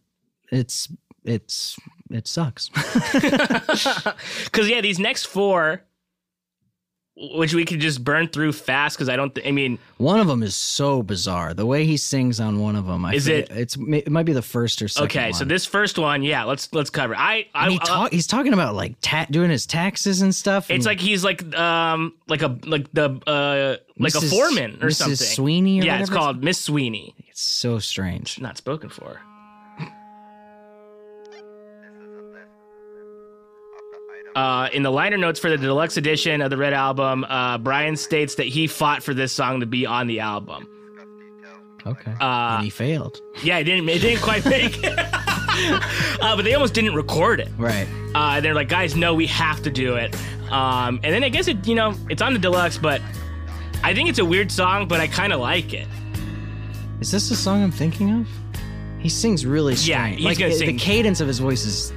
[SPEAKER 2] it's it's it sucks. [laughs]
[SPEAKER 1] Because yeah, these next four, which we could just burn through fast. Because I don't. Th- I mean,
[SPEAKER 2] one of them is so bizarre. The way he sings on one of them, I
[SPEAKER 1] Is
[SPEAKER 2] forget-
[SPEAKER 1] it-
[SPEAKER 2] It's it might be the first or second.
[SPEAKER 1] okay. So
[SPEAKER 2] one.
[SPEAKER 1] this first one, yeah, let's let's cover. I, I,
[SPEAKER 2] And he
[SPEAKER 1] I-
[SPEAKER 2] talk, he's talking about like ta- doing his taxes and stuff.
[SPEAKER 1] it's
[SPEAKER 2] and
[SPEAKER 1] like he's like um like a like the uh like a
[SPEAKER 2] Mrs.
[SPEAKER 1] foreman or
[SPEAKER 2] Mrs.
[SPEAKER 1] something.
[SPEAKER 2] Sweeney or
[SPEAKER 1] yeah, it's
[SPEAKER 2] whatever it's-
[SPEAKER 1] called Miss Sweeney.
[SPEAKER 2] it's so strange.
[SPEAKER 1] Not spoken for. Uh, in the liner notes for the deluxe edition of the Red Album, uh, Brian states that he fought for this song to be on the album.
[SPEAKER 2] Okay,
[SPEAKER 1] Uh,
[SPEAKER 2] and he failed.
[SPEAKER 1] Yeah, it didn't. It didn't quite make it. [laughs] uh, but they almost didn't record it.
[SPEAKER 2] Right.
[SPEAKER 1] Uh, and they're like, guys, no, we have to do it. Um, and then I guess it, you know, it's on the deluxe, but I think it's a weird song, but I kind of like it.
[SPEAKER 2] Is this the song I'm thinking of? He sings really strange.
[SPEAKER 1] Yeah, he's
[SPEAKER 2] like
[SPEAKER 1] gonna
[SPEAKER 2] the,
[SPEAKER 1] sing-
[SPEAKER 2] the cadence of his voice is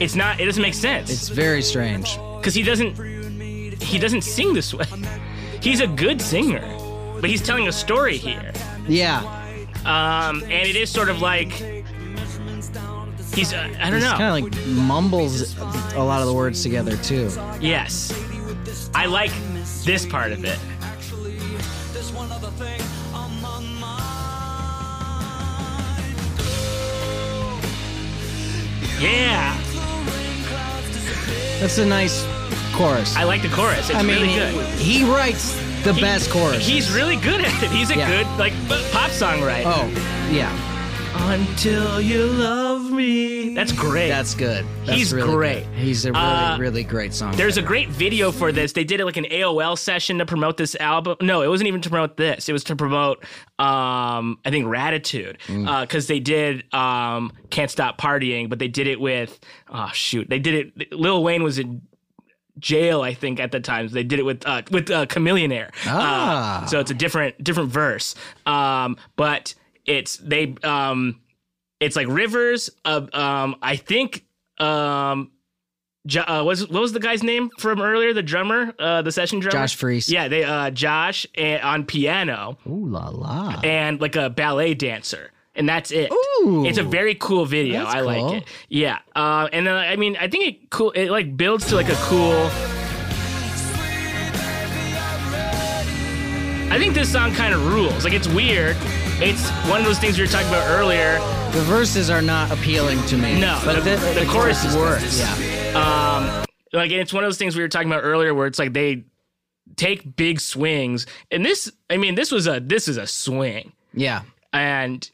[SPEAKER 1] It's not. It doesn't make
[SPEAKER 2] it's
[SPEAKER 1] sense
[SPEAKER 2] very strange.
[SPEAKER 1] because he doesn't. He doesn't sing this way. He's a good singer, but he's telling a story here.
[SPEAKER 2] Yeah,
[SPEAKER 1] Um, and it is sort of like he's. Uh, I don't
[SPEAKER 2] he's
[SPEAKER 1] know.
[SPEAKER 2] kind of like mumbles a lot of the words together too.
[SPEAKER 1] Yes. I like this part of it. Yeah,
[SPEAKER 2] That's a nice chorus.
[SPEAKER 1] I like the chorus. It's
[SPEAKER 2] I mean,
[SPEAKER 1] really
[SPEAKER 2] he-
[SPEAKER 1] good.
[SPEAKER 2] he, writes the
[SPEAKER 1] He-
[SPEAKER 2] best chorus.
[SPEAKER 1] He's really good at it. He's a
[SPEAKER 2] Yeah.
[SPEAKER 1] good like b- pop songwriter.
[SPEAKER 2] oh yeah,
[SPEAKER 1] Until you love me. That's great.
[SPEAKER 2] that's good. That's
[SPEAKER 1] He's
[SPEAKER 2] really good.
[SPEAKER 1] great.
[SPEAKER 2] He's a really
[SPEAKER 1] Uh,
[SPEAKER 2] really great song.
[SPEAKER 1] There's a great video for this. They did it like an AOL session to promote this album. No, it wasn't even to promote this. It was to promote, um, I think, Ratitude,
[SPEAKER 2] Mm.
[SPEAKER 1] because they did um, "Can't Stop Partying," but they did it with, oh shoot, they did it. Lil Wayne was in jail, I think, at the time. So they did it with uh, with uh, Chameleonaire.
[SPEAKER 2] Ah.
[SPEAKER 1] Uh, so it's a different different verse, um, but it's they. Um, it's like Rivers. Uh, um, I think. Um, Jo- uh, was what was the guy's name from earlier? The drummer, uh, the session drummer,
[SPEAKER 2] Josh Freese.
[SPEAKER 1] Yeah, they uh, Josh and, on piano
[SPEAKER 2] Ooh la la.
[SPEAKER 1] and like a ballet dancer, and that's it.
[SPEAKER 2] Ooh.
[SPEAKER 1] It's a very cool video.
[SPEAKER 2] That's
[SPEAKER 1] I
[SPEAKER 2] cool.
[SPEAKER 1] like it. Yeah, uh, and then I mean, I think it cool. It like builds to like a cool. I think this song kind of rules. Like it's weird. It's one of those things we were talking about earlier.
[SPEAKER 2] The verses are not appealing to me.
[SPEAKER 1] No,
[SPEAKER 2] but
[SPEAKER 1] the-
[SPEAKER 2] the,
[SPEAKER 1] the chorus is-
[SPEAKER 2] works. Yeah,
[SPEAKER 1] like and it's one of those things we were talking about earlier where it's like they take big swings and this i mean this was a this is a swing
[SPEAKER 2] yeah.
[SPEAKER 1] and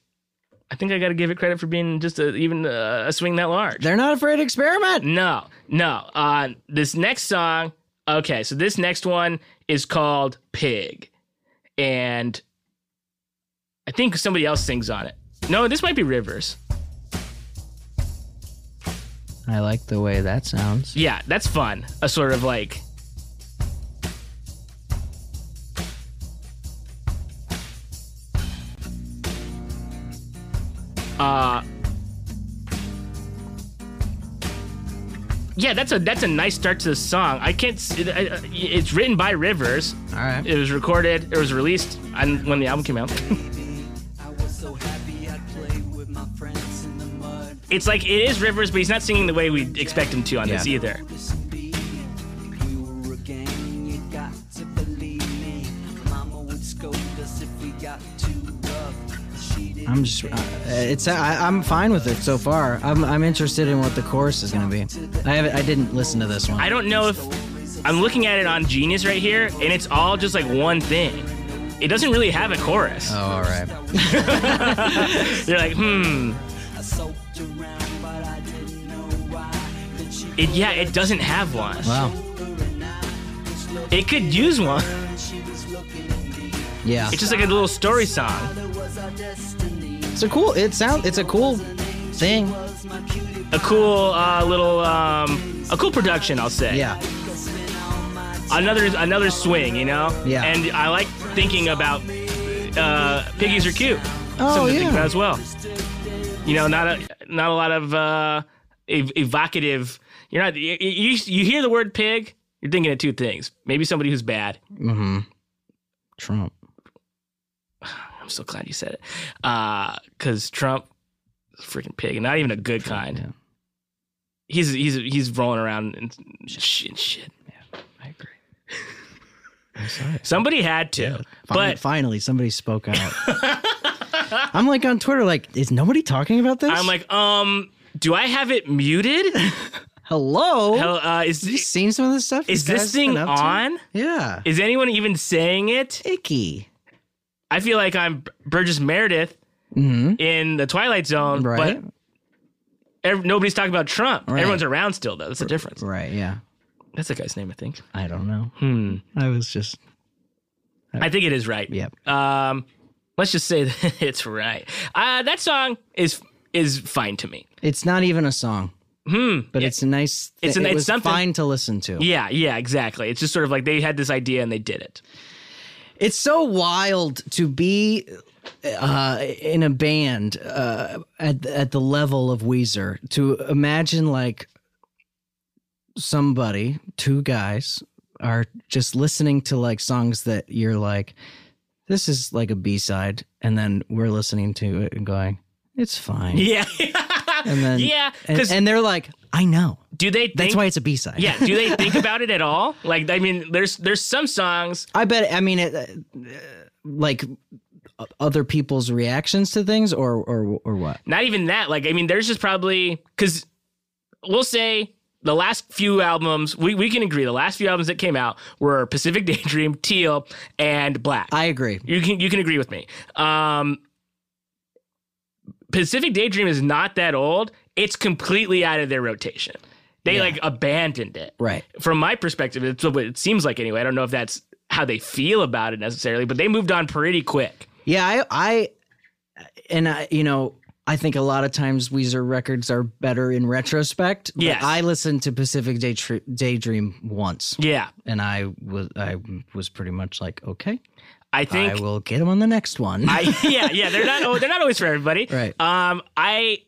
[SPEAKER 1] i think i gotta give it credit for being just a, even a, a swing that large
[SPEAKER 2] They're not afraid to experiment.
[SPEAKER 1] no no uh this next song okay so this next one is called pig and i think somebody else sings on it no this might be rivers
[SPEAKER 2] I like the way that sounds.
[SPEAKER 1] yeah that's fun a sort of like uh yeah that's a that's a nice start to the song i can't s- it, I- I- it's written by rivers
[SPEAKER 2] All right.
[SPEAKER 1] it was recorded it was released on, when the album came out [laughs]
[SPEAKER 3] I was so happy I played with my friends in the mud.
[SPEAKER 1] it's like it is rivers but he's not singing the way we expect him to on this
[SPEAKER 2] Yeah.
[SPEAKER 1] either
[SPEAKER 3] This beat, we were a gang, you got to believe me. Mama would scold us if we got too rough. She did
[SPEAKER 2] I'm just, uh, it's, I, I'm fine with it so far. I'm, I'm interested in what the chorus is going to be. I haven't, I didn't listen to this one.
[SPEAKER 1] I don't know if I'm looking at it on Genius right here, and it's all just like one thing. It doesn't really have a chorus.
[SPEAKER 2] oh, all right.
[SPEAKER 1] You're like, hmm.
[SPEAKER 3] I soaked around, but I didn't know why. That she
[SPEAKER 1] It, yeah, it doesn't have one.
[SPEAKER 2] Wow.
[SPEAKER 1] It could use one.
[SPEAKER 3] she was looking at me.
[SPEAKER 2] Yeah.
[SPEAKER 1] It's just like a little story song.
[SPEAKER 3] There was our destiny.
[SPEAKER 2] It's a cool. It sound. It's a cool thing.
[SPEAKER 3] Was my cutie
[SPEAKER 1] A cool uh, little, um, a cool production, I'll say.
[SPEAKER 2] Yeah.
[SPEAKER 3] spin all my
[SPEAKER 1] Another another swing, you know.
[SPEAKER 2] Yeah.
[SPEAKER 1] And I like thinking about uh, piggies are cute.
[SPEAKER 2] Oh,
[SPEAKER 1] Something to think
[SPEAKER 2] yeah.
[SPEAKER 1] about as well. You know, not a not a lot of uh, ev- evocative. You're not you, you you hear the word pig, you're thinking of two things. Maybe somebody who's bad.
[SPEAKER 2] Mm-hmm. Trump.
[SPEAKER 1] I'm so glad you said it. Because Trump is a freaking pig, and not even a good kind.
[SPEAKER 2] Yeah.
[SPEAKER 1] He's he's he's rolling around and shit, shit.
[SPEAKER 2] I agree. [laughs] I'm sorry.
[SPEAKER 1] Somebody had to,
[SPEAKER 2] Fin-
[SPEAKER 1] but
[SPEAKER 2] finally, somebody spoke out.
[SPEAKER 1] [laughs]
[SPEAKER 2] I'm like on Twitter, like, is nobody talking about this?
[SPEAKER 1] I'm like, um, do I have it
[SPEAKER 2] [laughs]
[SPEAKER 1] muted?
[SPEAKER 2] hello.
[SPEAKER 1] Hell, uh,
[SPEAKER 2] Have you
[SPEAKER 1] is
[SPEAKER 2] seen some of this stuff?
[SPEAKER 1] is
[SPEAKER 2] these guys
[SPEAKER 1] this thing
[SPEAKER 2] been up to?
[SPEAKER 1] on?
[SPEAKER 2] Yeah.
[SPEAKER 1] Is anyone even saying it?
[SPEAKER 2] Icky.
[SPEAKER 1] I feel like I'm Burgess Meredith
[SPEAKER 2] Mm-hmm.
[SPEAKER 1] in the Twilight Zone,
[SPEAKER 2] Right.
[SPEAKER 1] but ev- nobody's talking about Trump.
[SPEAKER 2] Right.
[SPEAKER 1] Everyone's around still, though. That's the difference.
[SPEAKER 2] Right. Yeah.
[SPEAKER 1] That's the guy's name, I think.
[SPEAKER 2] I don't know.
[SPEAKER 1] Hmm.
[SPEAKER 2] I was just.
[SPEAKER 1] I think it is right.
[SPEAKER 2] Yep.
[SPEAKER 1] Um, let's just say [laughs] that it's right. Uh, that song is is fine to me.
[SPEAKER 2] It's not even a song. Hmm. But it's a nice.
[SPEAKER 1] It's
[SPEAKER 2] thi-
[SPEAKER 1] an-
[SPEAKER 2] it
[SPEAKER 1] it's
[SPEAKER 2] was
[SPEAKER 1] something-
[SPEAKER 2] fine to listen to.
[SPEAKER 1] Yeah, yeah, exactly. It's just sort of like they had this idea and they did it. [laughs]
[SPEAKER 2] It's so wild to be uh, in a band uh, at at the level of Weezer to imagine like somebody, two guys, are just listening to like songs that you're like, this is like a B side, and then we're listening to it and going, it's fine.
[SPEAKER 1] Yeah.
[SPEAKER 2] And then
[SPEAKER 1] yeah,
[SPEAKER 2] and,
[SPEAKER 1] because
[SPEAKER 2] and they're like, I know.
[SPEAKER 1] do they? Think,
[SPEAKER 2] That's why it's a B side.
[SPEAKER 1] yeah. Do they think about it at all? Like, I mean, there's there's some songs.
[SPEAKER 2] I bet. I mean, it, uh, like o- other people's reactions to things, or or or what?
[SPEAKER 1] Not even that. Like, I mean, there's just probably because we'll say the last few albums we, we can agree the last few albums that came out were Pacific [laughs] Daydream, Teal, and Black.
[SPEAKER 2] I agree.
[SPEAKER 1] You can you can agree with me. Um, Pacific Daydream is not that old. It's completely out of their rotation. They
[SPEAKER 2] Yeah.
[SPEAKER 1] like abandoned it.
[SPEAKER 2] Right.
[SPEAKER 1] From my perspective, it's what it seems like anyway. I don't know if that's how they feel about it necessarily, but they moved on pretty quick.
[SPEAKER 2] Yeah. I. I. And I. You know. I think a lot of times Weezer records are better in retrospect. but
[SPEAKER 1] Yes.
[SPEAKER 2] I listened to Pacific Day Daydream once,
[SPEAKER 1] Yeah,
[SPEAKER 2] and I was I was pretty much like, okay,
[SPEAKER 1] I think.
[SPEAKER 2] I will get him on the next one.
[SPEAKER 1] [laughs] I, yeah, yeah, they're not oh, they're not always for everybody.
[SPEAKER 2] Right.
[SPEAKER 1] Um, I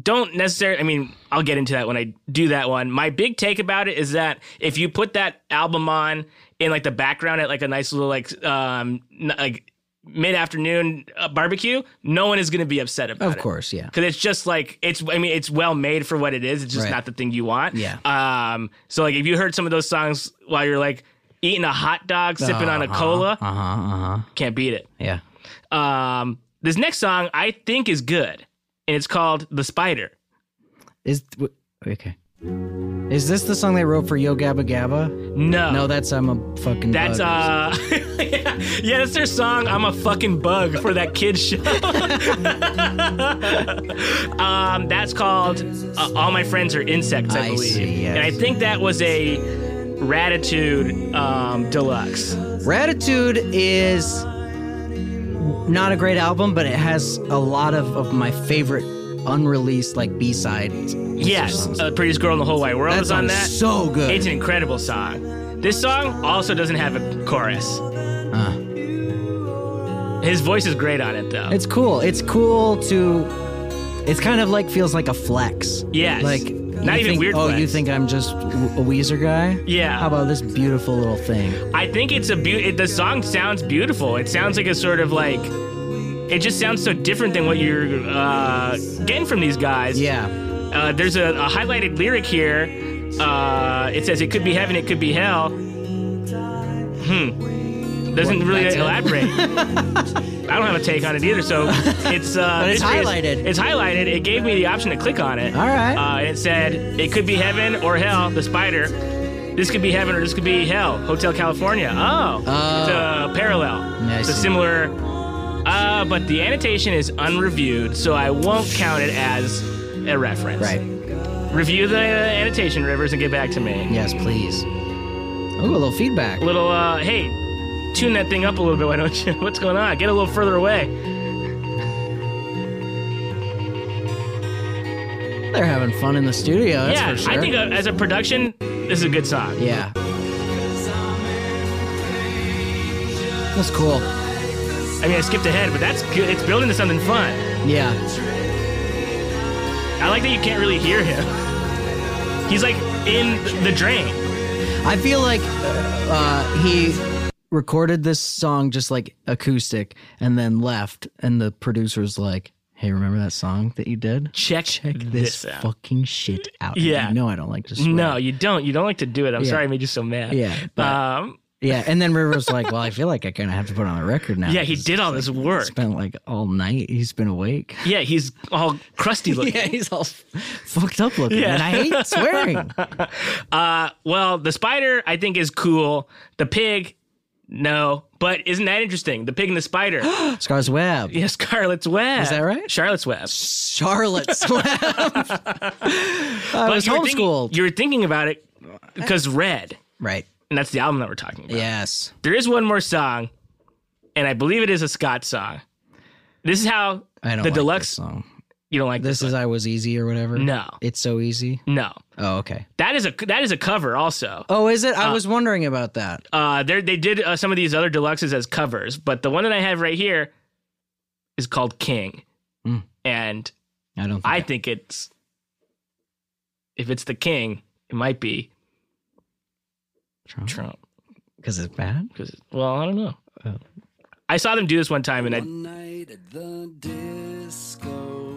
[SPEAKER 1] don't necessarily. I mean, I'll get into that when I do that one. My big take about it is that if you put that album on in like the background at like a nice little like um n- like mid afternoon uh, barbecue, no one is going to be upset about it.
[SPEAKER 2] of course, yeah.
[SPEAKER 1] Because it's just like it's. I mean, it's well made for what it is. It's just
[SPEAKER 2] Right.
[SPEAKER 1] not the thing you want.
[SPEAKER 2] Yeah.
[SPEAKER 1] Um. So like, if you heard some of those songs while you're like eating a hot dog, sipping on a cola,
[SPEAKER 2] Uh huh. Uh huh.
[SPEAKER 1] can't beat it.
[SPEAKER 2] Yeah.
[SPEAKER 1] Um, this next song I think is good, and it's called "The Spider."
[SPEAKER 2] Is w- okay. Is this the song they wrote for Yo Gabba Gabba?
[SPEAKER 1] No,
[SPEAKER 2] No, that's I'm a fucking.
[SPEAKER 1] that's
[SPEAKER 2] bug.
[SPEAKER 1] uh, [laughs] yeah, yeah, that's their song. I'm a fucking bug for that kid show. [laughs] um, that's called uh, "All My Friends Are Insects," I,
[SPEAKER 2] I
[SPEAKER 1] believe,
[SPEAKER 2] see, yes.
[SPEAKER 1] and I think that was a Ratitude um, Deluxe.
[SPEAKER 2] Ratitude is not a great album, but it has a lot of, of my favorite unreleased like B sides.
[SPEAKER 1] Yes, uh, "Prettiest Girl in the Whole Wide World"
[SPEAKER 2] that
[SPEAKER 1] is on
[SPEAKER 2] song's
[SPEAKER 1] that.
[SPEAKER 2] so good.
[SPEAKER 1] it's an incredible song. This song also doesn't have a chorus.
[SPEAKER 2] Uh,
[SPEAKER 1] His voice is great on it, though.
[SPEAKER 2] it's cool. It's cool to. It's kind of like feels like a flex.
[SPEAKER 1] Yes.
[SPEAKER 2] Like
[SPEAKER 1] Not
[SPEAKER 2] you
[SPEAKER 1] even
[SPEAKER 2] think,
[SPEAKER 1] weird
[SPEAKER 2] Oh,
[SPEAKER 1] flex.
[SPEAKER 2] you think I'm just a Weezer guy?
[SPEAKER 1] Yeah.
[SPEAKER 2] How about this beautiful little thing?
[SPEAKER 1] I think it's a beaut. it- The song sounds beautiful. It sounds like a sort of like. It just sounds so different than what you're uh, getting from these guys.
[SPEAKER 2] Yeah.
[SPEAKER 1] Uh, there's a, a highlighted lyric here. Uh, it says, "It could be heaven, it could be hell." Hmm. doesn't
[SPEAKER 2] Well,
[SPEAKER 1] really
[SPEAKER 2] that's it. [laughs]
[SPEAKER 1] elaborate. I don't have a take on it either, so it's uh,
[SPEAKER 2] But it's
[SPEAKER 1] mystery is-
[SPEAKER 2] highlighted.
[SPEAKER 1] It's highlighted. It gave me the option to click on it.
[SPEAKER 2] All right.
[SPEAKER 1] Uh, and it said it could be heaven or hell. The spider. This could be heaven or this could be hell. Hotel California. Oh,
[SPEAKER 2] Oh.
[SPEAKER 1] it's a parallel.
[SPEAKER 2] I
[SPEAKER 1] it's a
[SPEAKER 2] see.
[SPEAKER 1] similar. Uh, but the annotation is unreviewed, so I won't count it as a reference.
[SPEAKER 2] Right.
[SPEAKER 1] Review the annotation, Rivers, and get back to me
[SPEAKER 2] Yes, please. Ooh, a little feedback.
[SPEAKER 1] little uh hey tune that thing up a little bit why don't you [laughs] what's going on get a little further away
[SPEAKER 2] They're having fun in the studio. That's
[SPEAKER 1] yeah
[SPEAKER 2] for sure.
[SPEAKER 1] i think uh, as a production this is a good song
[SPEAKER 2] yeah. That's cool.
[SPEAKER 1] i mean i skipped ahead but that's good it's building to something fun
[SPEAKER 2] Yeah.
[SPEAKER 1] i like that you can't really hear him [laughs] he's like in the drain
[SPEAKER 2] I feel like uh, he recorded this song just like acoustic and then left, and the producer's like, "Hey, remember that song that you did?
[SPEAKER 1] check
[SPEAKER 2] Check this,
[SPEAKER 1] out
[SPEAKER 2] fucking shit out."
[SPEAKER 1] Yeah.
[SPEAKER 2] You know I don't like to swear.
[SPEAKER 1] no you don't you don't like to do it i'm
[SPEAKER 2] Yeah.
[SPEAKER 1] sorry i made you so mad
[SPEAKER 2] Yeah, but-
[SPEAKER 1] um
[SPEAKER 2] Yeah, and then River's like, "Well, I feel like I kind of have to put on a record now."
[SPEAKER 1] yeah he
[SPEAKER 2] 'cause
[SPEAKER 1] did all this work
[SPEAKER 2] Spent like all night. He's been awake. [laughs]
[SPEAKER 1] yeah he's all crusty looking
[SPEAKER 2] Yeah, he's all f- fucked up looking,
[SPEAKER 1] Yeah.
[SPEAKER 2] and I hate swearing.
[SPEAKER 1] [laughs] Uh, well, the spider I think is cool. The pig, no. But isn't that interesting? The pig and the
[SPEAKER 2] [gasps]
[SPEAKER 1] spider.
[SPEAKER 2] Scar's Web.
[SPEAKER 1] yeah, Scarlet's Web.
[SPEAKER 2] Is that right?
[SPEAKER 1] Charlotte's Web.
[SPEAKER 2] Charlotte's [laughs] Web. I was
[SPEAKER 1] you were thinking-
[SPEAKER 2] homeschooled.
[SPEAKER 1] you were thinking about it because Red,
[SPEAKER 2] right.
[SPEAKER 1] and that's the album that we're talking about.
[SPEAKER 2] Yes.
[SPEAKER 1] There is one more song, and I believe it is a Scott song. This is how
[SPEAKER 2] I don't
[SPEAKER 1] the
[SPEAKER 2] like
[SPEAKER 1] deluxe.
[SPEAKER 2] this song.
[SPEAKER 1] You don't like this?
[SPEAKER 2] This is I was easy or whatever.
[SPEAKER 1] No.
[SPEAKER 2] It's so easy.
[SPEAKER 1] No,
[SPEAKER 2] Oh, okay.
[SPEAKER 1] that is a that is a cover also.
[SPEAKER 2] Oh, is it? I was wondering about that.
[SPEAKER 1] Uh, there they did uh, some of these other deluxes as covers, but the one that I have right here is called King,
[SPEAKER 2] Hmm.
[SPEAKER 1] and
[SPEAKER 2] I don't. Think
[SPEAKER 1] I think it's if it's the King, it might be
[SPEAKER 2] Trump?
[SPEAKER 1] Trump.
[SPEAKER 2] because it's bad.
[SPEAKER 1] 'Cause- well, I don't know. I saw them do this one time, and I
[SPEAKER 3] One night at the disco,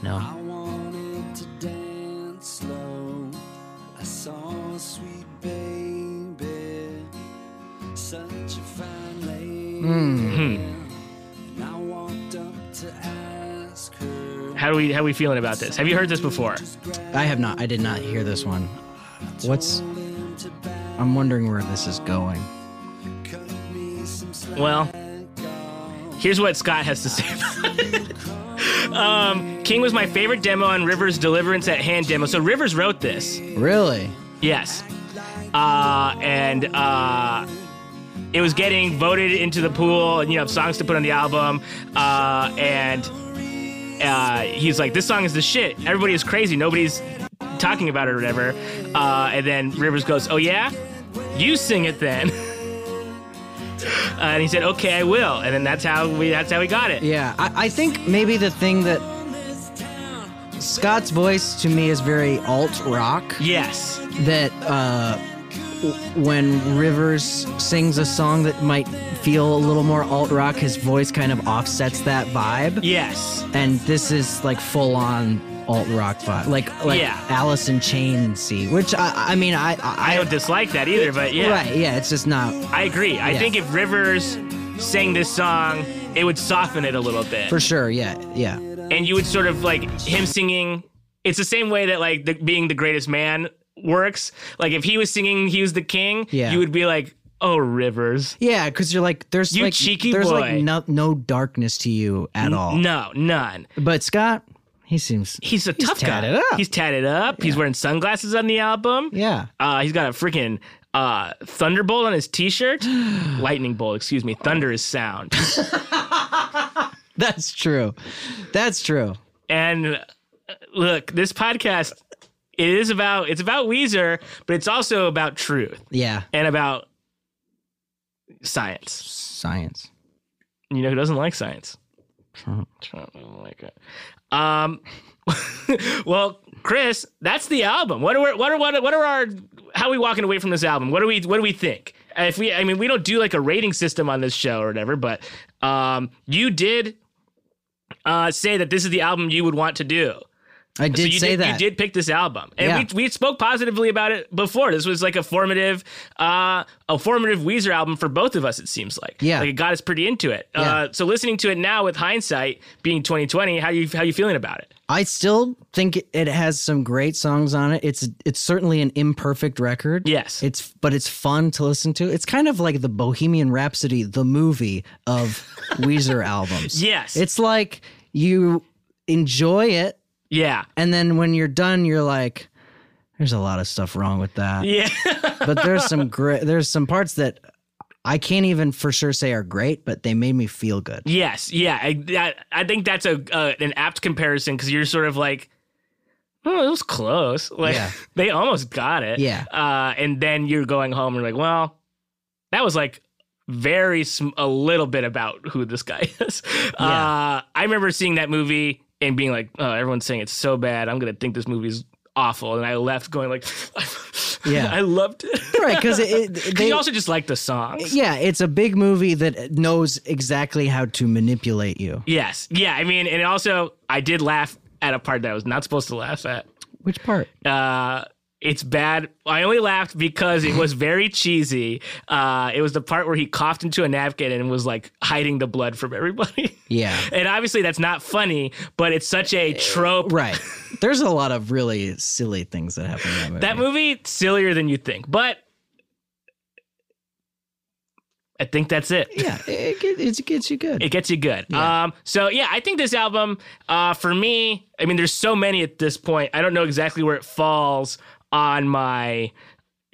[SPEAKER 3] I
[SPEAKER 2] No.
[SPEAKER 3] wanted to dance slow. I saw a sweet baby, such a fine lady.
[SPEAKER 2] Hmm.
[SPEAKER 1] hmm,
[SPEAKER 3] And I walked up to ask her.
[SPEAKER 1] how do we how we feeling about this? Have you heard this before?
[SPEAKER 2] I have not. I did not hear this one. What's? I'm wondering where this is going.
[SPEAKER 1] Well, here's what Scott has to say. [laughs] About it. um, King was my favorite demo on Rivers' Deliverance at Hand demo. So Rivers wrote this.
[SPEAKER 2] Really?
[SPEAKER 1] Yes. Uh, and uh, it was getting voted into the pool, you know, of songs to put on the album. Uh, and uh, he's like, this song is the shit. Everybody is crazy. Nobody's talking about it or whatever. Uh, and then Rivers goes, oh, yeah? You sing it then. [laughs] Uh, and he said, "Okay, I will." And then that's how we—that's how we got it.
[SPEAKER 2] Yeah. I, I think maybe the thing that Scott's voice to me is very alt rock.
[SPEAKER 1] Yes,
[SPEAKER 2] that uh, w- when Rivers sings a song that might feel a little more alt rock, his voice kind of offsets that vibe.
[SPEAKER 1] yes.
[SPEAKER 2] And this is like full on alt rock vibe, like like
[SPEAKER 1] Yeah.
[SPEAKER 2] Alice in Chainsy, which I I mean I I,
[SPEAKER 1] I don't dislike that either, but yeah.
[SPEAKER 2] right yeah it's just not
[SPEAKER 1] I agree. I
[SPEAKER 2] Yeah.
[SPEAKER 1] think if Rivers sang this song, it would soften it a little bit.
[SPEAKER 2] for sure yeah yeah
[SPEAKER 1] and you would sort of like him singing. It's the same way that like the, being the greatest man works. Like if he was singing, he was the king.
[SPEAKER 2] Yeah.
[SPEAKER 1] You would be like, oh Rivers.
[SPEAKER 2] yeah because you're like there's
[SPEAKER 1] You
[SPEAKER 2] like
[SPEAKER 1] cheeky
[SPEAKER 2] there's
[SPEAKER 1] boy.
[SPEAKER 2] like no no darkness to you at all.
[SPEAKER 1] No, none.
[SPEAKER 2] But Scott, he seems
[SPEAKER 1] [laughs] He's a tough
[SPEAKER 2] tatted
[SPEAKER 1] guy.
[SPEAKER 2] up.
[SPEAKER 1] He's tatted up. He's wearing sunglasses on the album.
[SPEAKER 2] yeah
[SPEAKER 1] Uh, he's got a freaking uh, thunderbolt on his
[SPEAKER 2] [gasps]
[SPEAKER 1] t-shirt. Lightning bolt, excuse me. Thunder is sound.
[SPEAKER 2] that's true, that's true.
[SPEAKER 1] And uh, look, this podcast it is about it's about Weezer, but it's also about truth
[SPEAKER 2] Yeah,
[SPEAKER 1] and about science.
[SPEAKER 2] science.
[SPEAKER 1] And You know who doesn't like science?
[SPEAKER 2] Trump.
[SPEAKER 1] Trump doesn't like it. Um, [laughs] well, Chris, that's the album. What are we- what are what are, what are our how are we walking away from this album? What do we what do we think? Uh, If we I mean we don't do like a rating system on this show or whatever, but um, you did uh, say that this is the album you would want to do.
[SPEAKER 2] I did
[SPEAKER 1] so you
[SPEAKER 2] say
[SPEAKER 1] did,
[SPEAKER 2] that.
[SPEAKER 1] you did pick this album, and
[SPEAKER 2] Yeah.
[SPEAKER 1] we, we spoke positively about it before. This was like a formative, uh, a formative Weezer album for both of us. It seems like
[SPEAKER 2] Yeah.
[SPEAKER 1] like it got us pretty into it.
[SPEAKER 2] Yeah.
[SPEAKER 1] Uh, so listening to it now with hindsight being twenty twenty, how you how you feeling about it?
[SPEAKER 2] I still think it has some great songs on it. It's it's certainly an imperfect record.
[SPEAKER 1] Yes.
[SPEAKER 2] It's but it's fun to listen to. It's kind of like the Bohemian Rhapsody, the movie
[SPEAKER 1] [laughs]
[SPEAKER 2] of Weezer albums.
[SPEAKER 1] Yes.
[SPEAKER 2] It's like you enjoy it
[SPEAKER 1] Yeah,
[SPEAKER 2] and then when you're done you're like there's a lot of stuff wrong with that.
[SPEAKER 1] yeah, [laughs]
[SPEAKER 2] But there's some great there's some parts that I can't even for sure say are great, but they made me feel good.
[SPEAKER 1] [laughs] yes, yeah. I that, I think that's a uh, an apt comparison because you're sort of like. Oh, it was close. [laughs] Like
[SPEAKER 2] Yeah.
[SPEAKER 1] they almost got it.
[SPEAKER 2] Yeah.
[SPEAKER 1] Uh, and then you're going home and you're like, well, that was like very sm- a little bit about who this guy [laughs] is. Uh, I remember seeing that movie and being like, oh, everyone's saying it's so bad. I'm gonna think this movie's awful. And I left going like, [laughs]
[SPEAKER 2] Yeah.
[SPEAKER 1] I loved it. [laughs] 'Cause
[SPEAKER 2] Right, because it, it they
[SPEAKER 1] you also just like the songs.
[SPEAKER 2] Yeah, it's a big movie that knows exactly how to manipulate you.
[SPEAKER 1] Yes. Yeah. I mean, and also I did laugh at a part that I was not supposed to laugh at.
[SPEAKER 2] Which part?
[SPEAKER 1] uh, it's bad. I only laughed because it was very cheesy. Uh, it was the part where he coughed into a napkin and was like hiding the blood from everybody. [laughs]
[SPEAKER 2] Yeah.
[SPEAKER 1] and obviously that's not funny, but it's such a trope.
[SPEAKER 2] Right. [laughs] There's a lot of really silly things that happen in that movie.
[SPEAKER 1] That movie sillier than you think, but I think that's it.
[SPEAKER 2] yeah, it, get- it gets you good.
[SPEAKER 1] It gets you good. Um, so yeah, I think this album, uh, for me, I mean, there's so many at this point. I don't know exactly where it falls on my.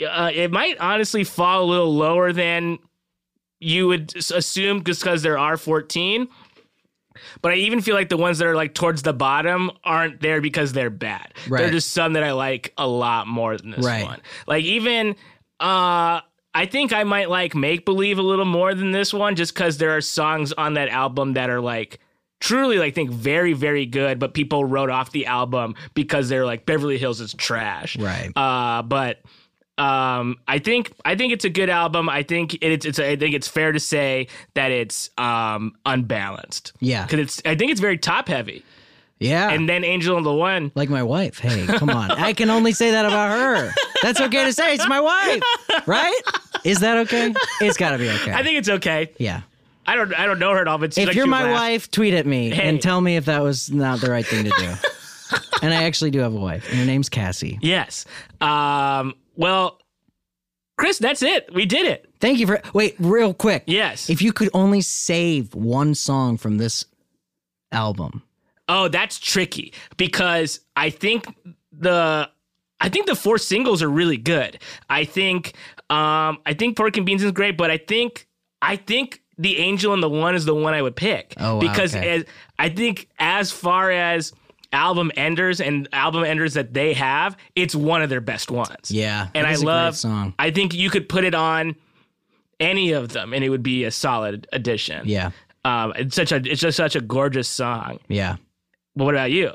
[SPEAKER 1] Uh, it might honestly fall a little lower than you would s- assume, just because there are 14. But I even feel like the ones that are like towards the bottom aren't there because they're bad. They're
[SPEAKER 2] Right.
[SPEAKER 1] just some that I like a lot more than this
[SPEAKER 2] Right.
[SPEAKER 1] one. Like even uh I think I might like Make Believe a little more than this one just cuz there are songs on that album that are like truly like think very very good but people wrote off the album because they're like Beverly Hills is trash.
[SPEAKER 2] Right.
[SPEAKER 1] Uh but um I think I think it's a good album. I think it's it's I think it's fair to say that it's um unbalanced.
[SPEAKER 2] Yeah.
[SPEAKER 1] Cuz it's I think it's very top heavy.
[SPEAKER 2] yeah.
[SPEAKER 1] And then Angel on the One
[SPEAKER 2] like my wife. Hey, come on. I can only say that about her. That's okay to say. It's my wife. Right? Is that okay? It's got to be okay.
[SPEAKER 1] I think it's okay.
[SPEAKER 2] yeah.
[SPEAKER 1] I don't I don't know her at all, but she's
[SPEAKER 2] If
[SPEAKER 1] like,
[SPEAKER 2] you're
[SPEAKER 1] she
[SPEAKER 2] my
[SPEAKER 1] laughed.
[SPEAKER 2] wife, tweet at me
[SPEAKER 1] Hey.
[SPEAKER 2] and tell me if that was not the right thing to
[SPEAKER 1] [laughs]
[SPEAKER 2] do. and I actually do have a wife, and her name's Cassie.
[SPEAKER 1] Yes. Um, well, Chris, that's it. We did it.
[SPEAKER 2] Thank you for wait, real quick.
[SPEAKER 1] Yes.
[SPEAKER 2] If you could only save one song from this album,
[SPEAKER 1] Oh, that's tricky because I think the I think the four singles are really good. I think um I think Pork and Beans is great, but I think I think the Angel and the One is the one I would pick.
[SPEAKER 2] Oh, wow,
[SPEAKER 1] because
[SPEAKER 2] okay.
[SPEAKER 1] as, I think as far as album enders and album enders that they have, it's one of their best ones.
[SPEAKER 2] yeah,
[SPEAKER 1] and
[SPEAKER 2] it
[SPEAKER 1] I
[SPEAKER 2] is a great
[SPEAKER 1] love.
[SPEAKER 2] song.
[SPEAKER 1] I think you could put it on any of them, and it would be a solid addition.
[SPEAKER 2] Yeah,
[SPEAKER 1] um, it's such a it's just such a gorgeous song.
[SPEAKER 2] yeah.
[SPEAKER 1] But what about you?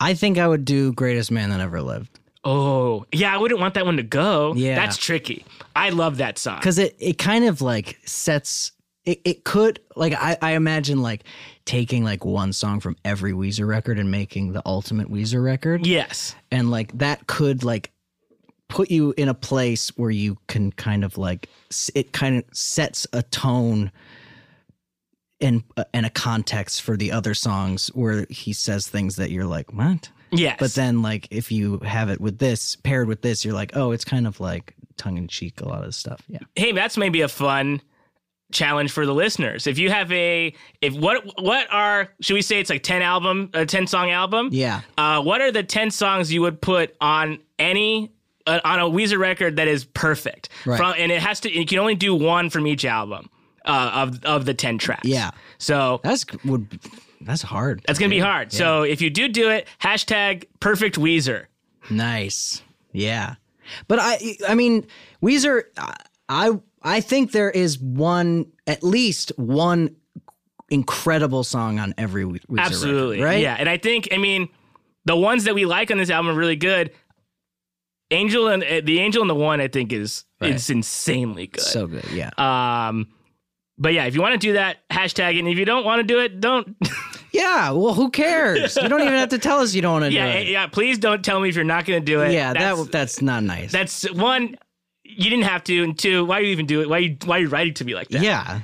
[SPEAKER 2] I think I would do "Greatest Man That Ever Lived"
[SPEAKER 1] Oh, yeah, I wouldn't want that one to go.
[SPEAKER 2] Yeah.
[SPEAKER 1] that's tricky. I love that song.
[SPEAKER 2] because it it kind of like sets. It, it could like I, I imagine like taking like one song from every Weezer record and making the ultimate Weezer record.
[SPEAKER 1] Yes,
[SPEAKER 2] and like that could like put you in a place where you can kind of like s- it kind of sets a tone and uh, and a context for the other songs where he says things that you're like what
[SPEAKER 1] yes,
[SPEAKER 2] but then like if you have it with this paired with this you're like oh it's kind of like tongue in cheek a lot of stuff yeah
[SPEAKER 1] hey, that's maybe a fun challenge for the listeners. If you have a if what what are should we say it's like ten album a ten song album?
[SPEAKER 2] yeah
[SPEAKER 1] Uh, what are the 10 songs you would put on any uh, on a Weezer record that is perfect?
[SPEAKER 2] Right.
[SPEAKER 1] From, and it has to you can only do one from each album uh, of of the 10 tracks.
[SPEAKER 2] Yeah.
[SPEAKER 1] So
[SPEAKER 2] that's would that's hard
[SPEAKER 1] that's going to be hard. So if you do do it, hashtag perfect Weezer.
[SPEAKER 2] Nice. Yeah. But I I mean Weezer I- I I think there is one at least one incredible song on every Weezer record,
[SPEAKER 1] Absolutely.
[SPEAKER 2] right?
[SPEAKER 1] Yeah. And I think I mean the ones that we like on this album are really good. Angel and uh, the Angel and the One I think is
[SPEAKER 2] Right.
[SPEAKER 1] it's insanely good.
[SPEAKER 2] So good.
[SPEAKER 1] Uh,
[SPEAKER 2] Yeah.
[SPEAKER 1] um but yeah, if you want to do that, hashtag it. And if you don't want to do it, don't.
[SPEAKER 2] Yeah, well, who cares? You don't even have to tell us you don't want
[SPEAKER 1] [laughs]
[SPEAKER 2] to
[SPEAKER 1] Yeah,
[SPEAKER 2] do it.
[SPEAKER 1] yeah. Please don't tell me if you're not going to do it.
[SPEAKER 2] yeah,
[SPEAKER 1] that's,
[SPEAKER 2] that that's not nice.
[SPEAKER 1] that's one. You didn't have to, and two, why you even do it? Why you why you writing to me like that?
[SPEAKER 2] yeah,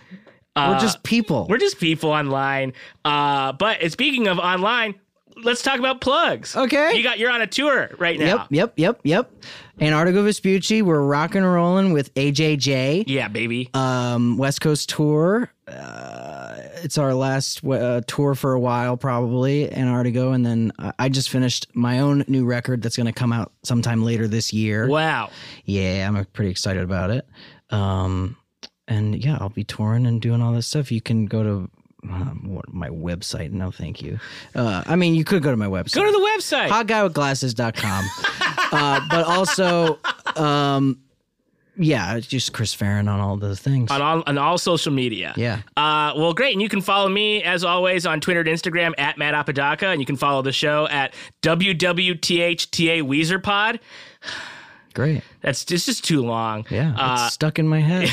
[SPEAKER 2] we're just people.
[SPEAKER 1] Uh, We're just people online. Uh, but speaking of online, let's talk about plugs.
[SPEAKER 2] Okay.
[SPEAKER 1] You got you're on a tour right now.
[SPEAKER 2] yep, yep, yep, yep. Antarctica Vespucci. We're rocking and rolling with AJJ.
[SPEAKER 1] Yeah, baby.
[SPEAKER 2] um, West Coast tour. Uh, it's our last uh, tour for a while, probably Antarctica, and then uh, I just finished my own new record that's going to come out sometime later this year.
[SPEAKER 1] wow.
[SPEAKER 2] Yeah, I'm uh, pretty excited about it. Um, and yeah, I'll be touring and doing all this stuff. You can go to um, what, my website. No, thank you. Uh, I mean, you could go to my website
[SPEAKER 1] Go to the website.
[SPEAKER 2] hotguywithglasses.com. uh, but also, um, yeah, it's just Chris Farron on all those things.
[SPEAKER 1] on all, on all social media.
[SPEAKER 2] Yeah.
[SPEAKER 1] Uh, well, great. And you can follow me, as always, on Twitter and Instagram at Matt Apodaca. And you can follow the show at WWTHTA Weezer Pod.
[SPEAKER 2] Great.
[SPEAKER 1] That's just, just too long.
[SPEAKER 2] Yeah.
[SPEAKER 1] Uh,
[SPEAKER 2] it's stuck in my head.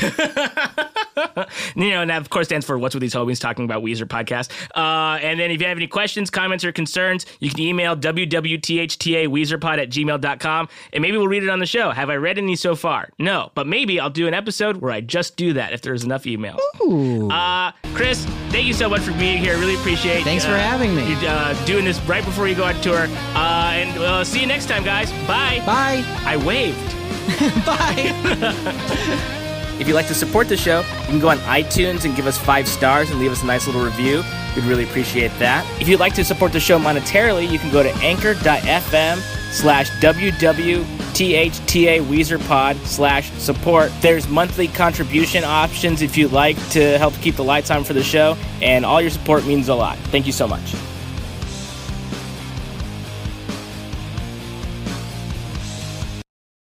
[SPEAKER 1] you know, and that, of course, stands for What's With These Hobies Talking About Weezer podcast. Uh, and then if you have any questions, comments, or concerns, you can email WWTHTAWeezerPod at gmail.com. And maybe we'll read it on the show. Have I read any so far? No. But maybe I'll do an episode where I just do that if there's enough emails. Uh, Chris, thank you so much for being here. I really appreciate
[SPEAKER 2] Thanks for
[SPEAKER 1] uh,
[SPEAKER 2] having me.
[SPEAKER 1] You, uh, doing this right before you go on tour. Uh, and uh, see you next time, guys. Bye. [laughs]
[SPEAKER 2] Bye.
[SPEAKER 1] I waved.
[SPEAKER 2] Bye.
[SPEAKER 1] If you'd like to support the show, you can go on iTunes and give us five stars and leave us a nice little review. We'd really appreciate that. If you'd like to support the show monetarily, you can go to anchor.fm slash WWTHTA Weezer Pod slash support. There's monthly contribution options if you'd like to help keep the lights on for the show, and all your support means a lot. Thank you so much.